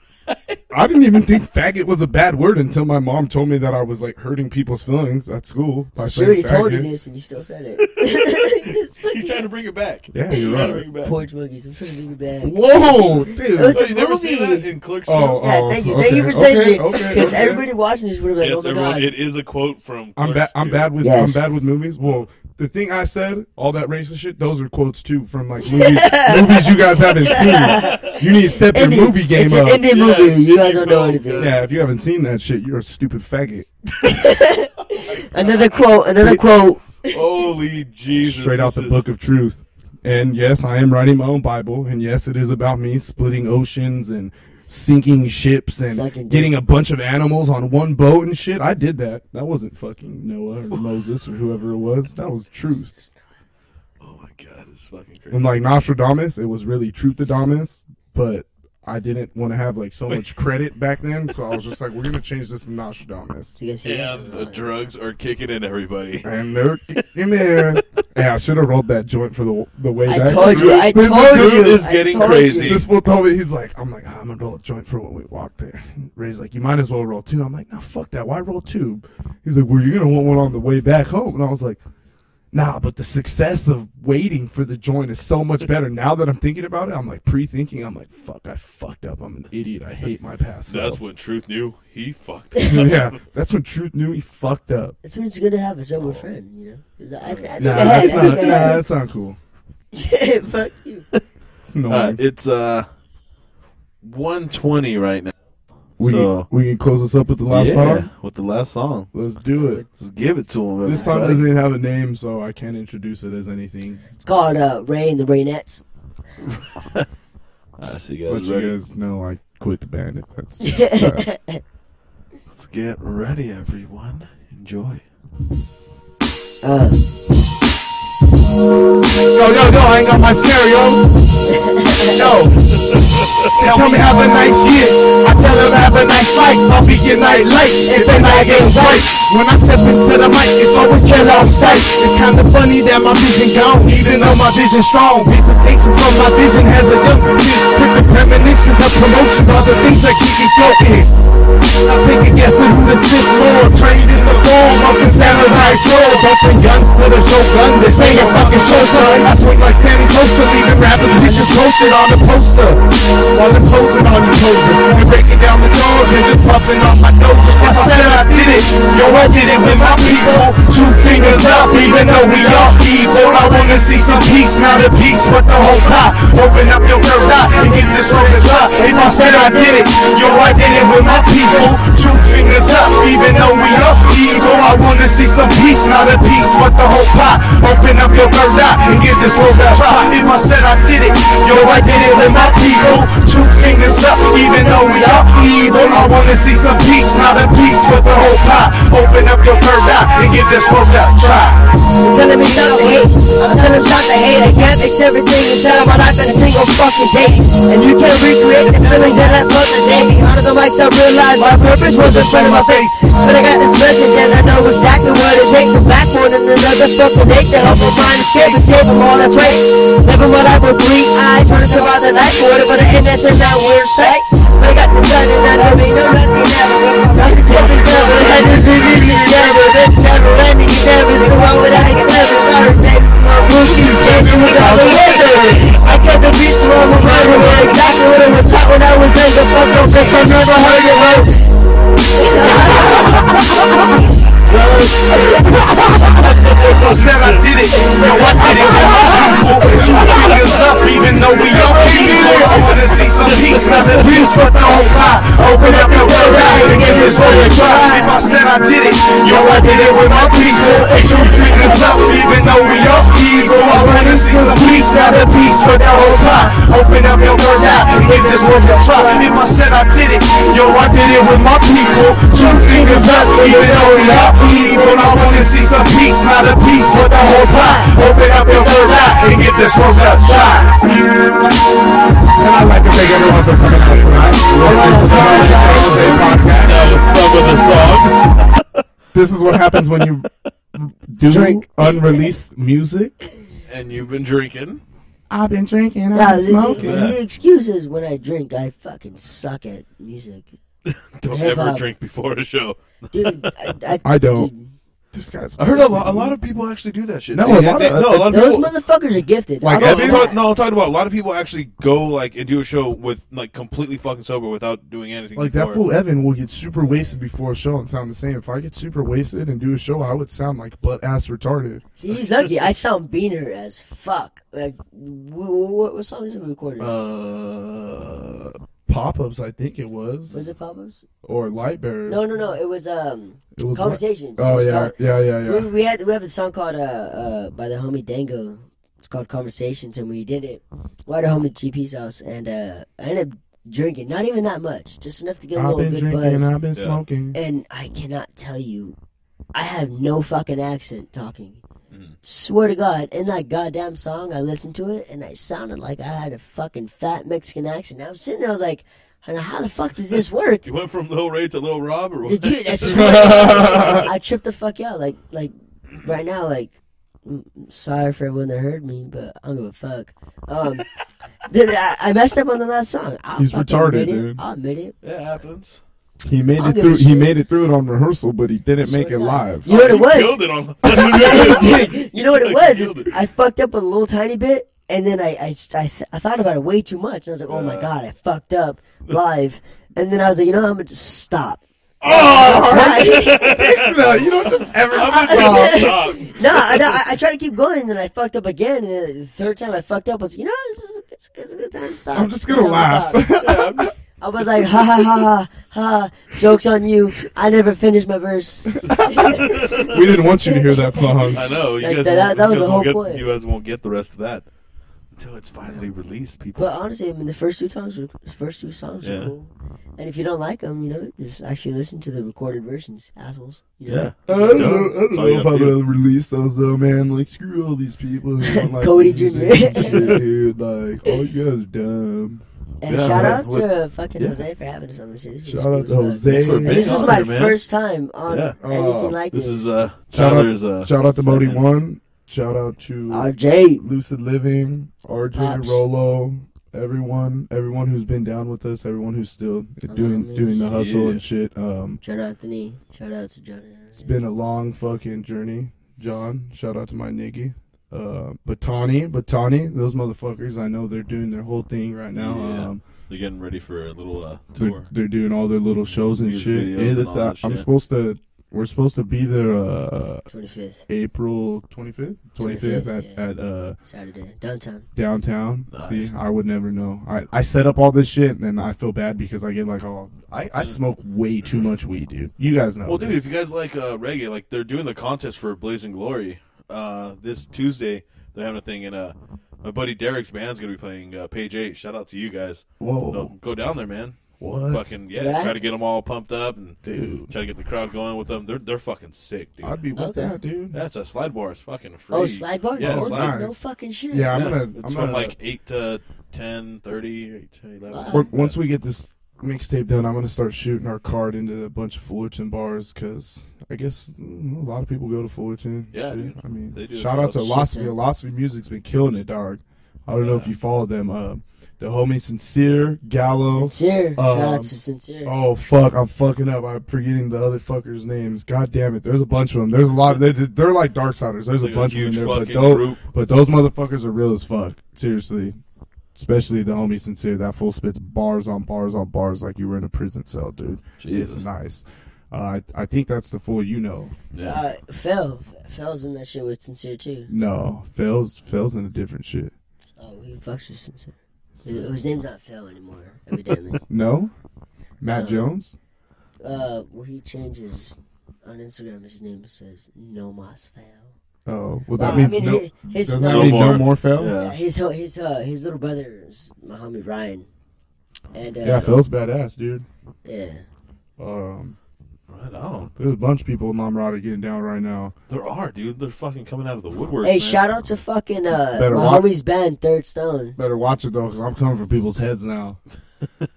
I didn't even think faggot was a bad word until my mom told me that I was like hurting people's feelings at school by
Sure,
saying
he told you
faggot.
this, and you still said it. [laughs] It's
He's
fucking-
trying to bring it back. [laughs]
Yeah, you're
Trying to
right.
bring it back.
Porch monkeys. I'm trying to bring it back.
Whoa, dude.
Those-
Oh, you never
movie.
see that in Clerks 2?
Oh,
Yeah,
oh,
thank you.
okay,
thank you for
okay,
saving me.
okay,
Because
okay.
everybody watching this would have been like,
Yes,
oh my
everyone,
god.
it is a quote from.
I'm bad.
Clerks
I'm
2.
bad with.
Yes.
I'm bad with movies. Well, the thing I said, all that racist shit, those are quotes too
[laughs]
from like movies, movies you guys haven't seen. You need to step your
Indian-
movie game
it's
up.
an Indian
Yeah,
movie. You guys
you
don't know
go,
anything.
yeah.
Yeah, if you haven't seen that shit, you're a stupid faggot.
Another quote. Another quote.
Holy Jesus!
Straight out
this
the
is-
book of truth. And yes, I am writing my own Bible, and yes, it is about me splitting oceans and sinking ships and
Sucking dick.
getting a bunch of animals on one boat and shit. I did that. That wasn't fucking Noah or Moses or whoever it was. That was truth.
Oh my God, it's fucking crazy.
And like Nostradamus, it was really Truthadamus, but I didn't want to have like so much credit back then, so I was just like, we're gonna change this to Nostradamus.
You guys see
And the
that?
drugs are kicking in everybody. [laughs]
And they're in there. Yeah, I should have rolled that joint for the the way
I
back.
told you. I
[laughs] But
told
the
dude
you.
is
I
getting
told
crazy.
you.
This fool told me he's like, I'm like, "Ah, I'm gonna roll a joint for when we walk there. Ray's like, you might as well roll two. I'm like, no, fuck that. Why roll two? He's like, well, you're gonna want one on the way back home. And I was like, nah, but the success of waiting for the joint is so much better. Now that I'm thinking about it, I'm like pre-thinking. I'm like, fuck, I fucked up. I'm an idiot. I hate my past.
That's
self."
when Truth knew he fucked.
[laughs] yeah, that's when Truth knew he fucked up.
That's when it's good to have a sober friend, you know? 'Cause I, I, I think
Nah,
I had,
that's
[laughs]
not.
I
Nah,
think I had.
that's not cool.
[laughs] Fuck you.
It's annoying.
Uh, it's uh, one twenty right now.
we
so-
we can close this up with the last song.
with the last song.
Let's do it.
Let's give it to him.
This song
everybody.
doesn't even have a name, so I can't introduce it as anything.
It's called uh, Ray and the Rainettes.
I see you
But
guys
you
ready.
guys know I quit the band if that's.
Let's get ready, everyone. Enjoy.
Uh,
Yo, yo, yo, I ain't got my stereo. Yo. Tell me have a nice year. I tell them have a a nice light, I'll be your night light if a night ain't right. When I step into the mic, it's always killer on sight. It's kinda funny that my vision gone, even though my vision strong. Visitation from my vision has a young Different premonitions of promotion are the things that keep me floating. I take a guess at who the Sith Lord trained in the form of the samurai sword. Bumping guns to the shogun, this ain't a fucking show, son. I swing like Sammy Sosa, leaving rappers pictures posted on the poster. While imposing on you posers, you're breaking down the doors and just puffing on my nose. If I said I did it, yo, I did it with my people. Two fingers up, even though we all evil. I wanna see some peace, not a piece, but the whole pie. Open up your third eye and get this road to try. If I said I did it, yo, I did it with my people. Two fingers up, even though we all evil. I wanna see some peace, not a piece, but the whole pie. Open up your third eye and give this road a try. If I said I did it, yo, I did it with my people. Two fingers up, even though we all evil. I wanna see some peace, not a piece, but the whole pie. Open up your third eye and give this road a try.
Tell him it's not to hate. I'm telling him not to hate. I can't fix everything inside of my life in a single fucking day. And you can't recreate the feelings that I felt today. Under the mics, I realized my purpose was in front of my face. But I got this message and I know exactly what it takes. A black one and another fucking ache to help my mind escape, escape from all that's right. Living my life with three eyes, trying to survive the night. What if I end that's in that weird sight? But I got this side and I know me, no nothing ever. Nothing's fucking never. I just believe in never. This never ending, never. So why would I get never started? Rookies, dancing without a wizard. I got the beats from a murder. Exactly what it was taught when I was younger. Fuck no bitch, I never heard it right.
I said I did it, yo, I did it with my people. Two fingers up, even though we all evil. I wanna see some peace, not the peace, but the whole pie. Open up your third eye and give this world a try. If I said I did it, yo, I did it with my people. Two fingers up, even though we all evil. I wanna see some peace, not the peace, but the whole pie. Open up your third eye and give this world a try. If I said I did it, yo, I did it with my people. Two fingers up, even though we all evil. I wanna see some peace, not a piece, but the whole pie. Open up your third eye and give this world a try. And I'd like to thank everyone for coming out tonight. Listening to the Mind Cafe
[laughs]
podcast.
This is what happens when you do unreleased music.
And you've been drinking.
I've been drinking. I've
Now,
been
the,
smoking.
the, the excuse is when I drink, I fucking suck at music.
Don't
Hip
ever
hop.
drink before a show.
Dude, I, I,
[laughs] I don't.
dude,
This guy's.
I heard a lot, a lot of people actually do that shit.
No,
They-
a lot
they-
of-
no, a lot of
those
people.
motherfuckers are gifted.
Like
No,
I
I'm
Evan?
talking- no, I'm talking about a lot of people actually go like and do a show with like completely fucking sober without doing anything.
Like that
before.
fool Evan will get super wasted before a show and sound the same. If I get super wasted and do a show, I would sound like butt ass retarded.
See, he's lucky. I sound beaner as fuck. Like, what, what, what song is it we recorded?
Uh, pop ups, I think it was,
was it Papa's?
or Lightbearers.
No, no, no. It was um
It was
Conversations.
Light- oh
It's
yeah,
called-
yeah, yeah, yeah.
We, we had we have a song called uh, uh by the homie Dango. It's called Conversations, and we did it. We're at a homie GP's house, and uh, I ended up drinking, not even that much, just enough to get a
I've
little
been
good
drinking.
buzz.
I've been
Yeah.
smoking.
and I cannot tell you, I have no fucking accent talking. Swear to God, in that goddamn song, I listened to it and I sounded like I had a fucking fat Mexican accent. I was sitting there, I was like, how the fuck does this work?
You went from Lil Ray to Lil Rob, or what?
Dude,
[laughs]
I, swear to God, I tripped the fuck out. Like, like right now, like, mm, sorry for everyone that heard me, but I don't give a fuck. Um, [laughs] th- I, I messed up on the last song. I'll
He's
fucking
retarded,
admit it.
dude.
I'll admit it.
It happens.
He made
I'll
it
give
through.
a
He
shit.
made it through it on rehearsal, but he didn't
Swear
make
to
it
God. [laughs]
live.
You know what it
You
was?
Killed it on. [laughs] the-
[laughs] Dude, you know what it
[laughs] You
was? Is
killed it.
I fucked up a little tiny bit, and then I I, I, th- I thought about it way too much, and I was like, oh my god, I fucked up live. And then I was like, you know, what, I'm gonna just stop. Oh,
[laughs] No, you don't just ever.
[laughs]
Stop.
no, I, no, I, I tried to keep going, and then I fucked up again. And then the third time I fucked up, I was like, you know, this is, it's, it's a good time to stop.
I'm just gonna
Good time to [laughs]
laugh. [laughs]
stop.
Yeah, I'm just-
I was like, ha ha ha ha ha. Jokes on you. I never finished my verse.
we didn't want you to hear that song.
I know. You
Like,
guys,
that- that was
won't- you guys
the
won't
whole
get,
point.
You guys won't get the rest of that until it's finally released, people.
But honestly, I mean, the first two songs were first two songs
Yeah.
were cool. And if you don't like them, you know, just actually listen to the recorded versions, assholes. You know?
yeah.
I don't know, I
That's
don't
all you
know if
gotta
I'm
do.
gonna release those though, man. Like, screw all these people. Who don't like
Cody
music
Jr..
and shit, dude. Like, all you guys are dumb.
And
Yeah,
shout
man,
out
what-
to uh, fucking
yeah.
Jose for having us on this. This is
Shout out
cool
to
as fuck.
Jose.
Thanks for
And This
being
was
on
my
here, man.
first time on
Yeah.
anything
Oh,
like
This
this.
is uh,
Shout
Tyler's, uh,
out, shout out to Modi
segment.
One. Shout out to
RJ.
Lucid Living, RJ
Pops.
Rolo, everyone, everyone who's been down with us, everyone who's still doing
homies.
doing the hustle
Yeah.
and shit. Um,
John Anthony. Shout out to John Anthony.
it's been a long fucking journey. John, shout out to my niggy. Uh, Batani, Batani, those motherfuckers. I know they're doing their whole thing right now.
Yeah.
Um,
They're getting ready for a little uh,
they're,
tour.
they're doing all their little shows and
Music
shit.
videos
Yeah,
and
that's-
all that
I'm
shit.
supposed to. We're supposed to be there uh,
25th,
April 25th, 25th at,
yeah.
at uh,
Saturday, downtown.
downtown.
Nice.
See, I would never know. I, I set up all this shit and then I feel bad because I get like all I, I smoke way too much weed, dude. You guys know.
Well, dude,
this.
if you guys like uh, reggae, like they're doing the contest for Blazing Glory uh, this Tuesday. They're having a thing, and uh, my buddy Derek's band's gonna be playing uh, Page Eight. Shout out to you guys.
Whoa,
So go down there, man.
what,
Fucking yeah,
Right?
try to get them all pumped up and
dude?
try to get the crowd going with them. They're they're fucking sick, dude.
I'd be with
Okay.
that, dude.
That's a slide bar. It's fucking free.
Oh, slide bar?
Yeah,
Oh,
It's
slide.
like No
nice.
fucking shit.
Yeah, I'm
yeah.
gonna.
It's
I'm
from
gonna
like eight to 10, 30, 8 to
Uh,
eleven.
on- once we get this mixtape done, I'm gonna start shooting our card into a bunch of Fullerton bars because I guess mm, a lot of people go to Fullerton.
Yeah,
shit.
dude.
I mean,
They do
shout
a
out to
lot
of shit,
Losby.
man.
Losby Music's been killing it, dog. I don't know if
Yeah.
you follow them. Uh, the homie Sincere Gallo.
Sincere. Shout
Um,
out to Sincere.
Oh fuck! I'm fucking up. I'm forgetting the other fuckers' names. God damn it! There's a bunch of them. There's a lot. Of, they're, they're like Darksiders. There's
Like a
a bunch
huge
of them. in There, but
fucking
those,
group.
but those motherfuckers are real as fuck. Seriously, especially the homie sincere. That fool spits bars on bars on bars like you were in a prison cell, dude.
Jesus.
It's nice. Uh, I I think that's the fool you know.
Yeah.
Uh, Phil. Phil's in that shit with Sincere too.
No, Phil's Phil's in a different shit.
Oh, he fucks with Sincere. His, his name's not Phil anymore,
[laughs]
evidently.
No, Matt
Uh,
Jones.
uh, well, he changes on Instagram. His name says No Mas Phil.
Oh, well
well,
that
I
means
mean,
no.
he- his-
doesn't
no
that mean no
more.
more Phil?
Yeah.
Yeah, his ho- his uh, his little brother is my homie Ryan. And uh,
yeah, Phil's badass, dude.
Yeah.
Um.
Right on.
There's a bunch of people in Namrata getting down right now.
There are, dude. They're fucking coming out of the woodwork.
Hey,
man.
shout out to fucking uh,
Better
my
rock.
homie's band, Third Stone.
Better watch it though, cause I'm coming for people's heads now.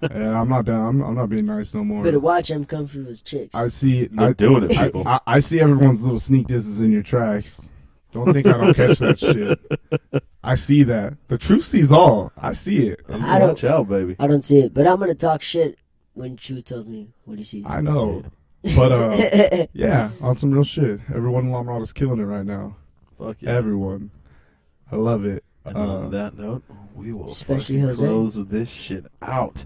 yeah, I'm not down. I'm, I'm not being nice no more.
Better watch him come through his chicks.
I see.
They're
I,
doing it,
I-
people.
I, I see everyone's little sneak disses in your tracks. Don't think I don't catch that shit. I see that. The truth sees all. I see it.
I don't-
Watch out, baby.
I don't see it, but I'm gonna talk shit when Chu told me what he sees.
I know. But uh,
[laughs]
yeah, on some real shit. Everyone in Lamrata's killing it right now.
Fuck yeah.
Everyone. I love it.
And
Uh,
on that note, we will
Especially
fucking
Jose.
close this shit out.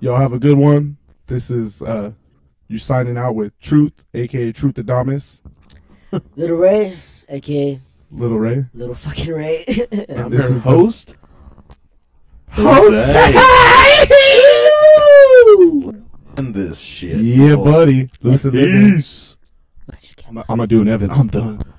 Y'all have a good one. This is uh you signing out with Truth, aka Truth Adamas,
Little Ray, aka
Little Ray.
Little fucking Ray. [laughs]
And
This
this
your
is the-
host.
[laughs]
And this shit.
Yeah, buddy. Lucid living.
Peace.
I just can't.
I'm, I'm gonna do an Evan. I'm done.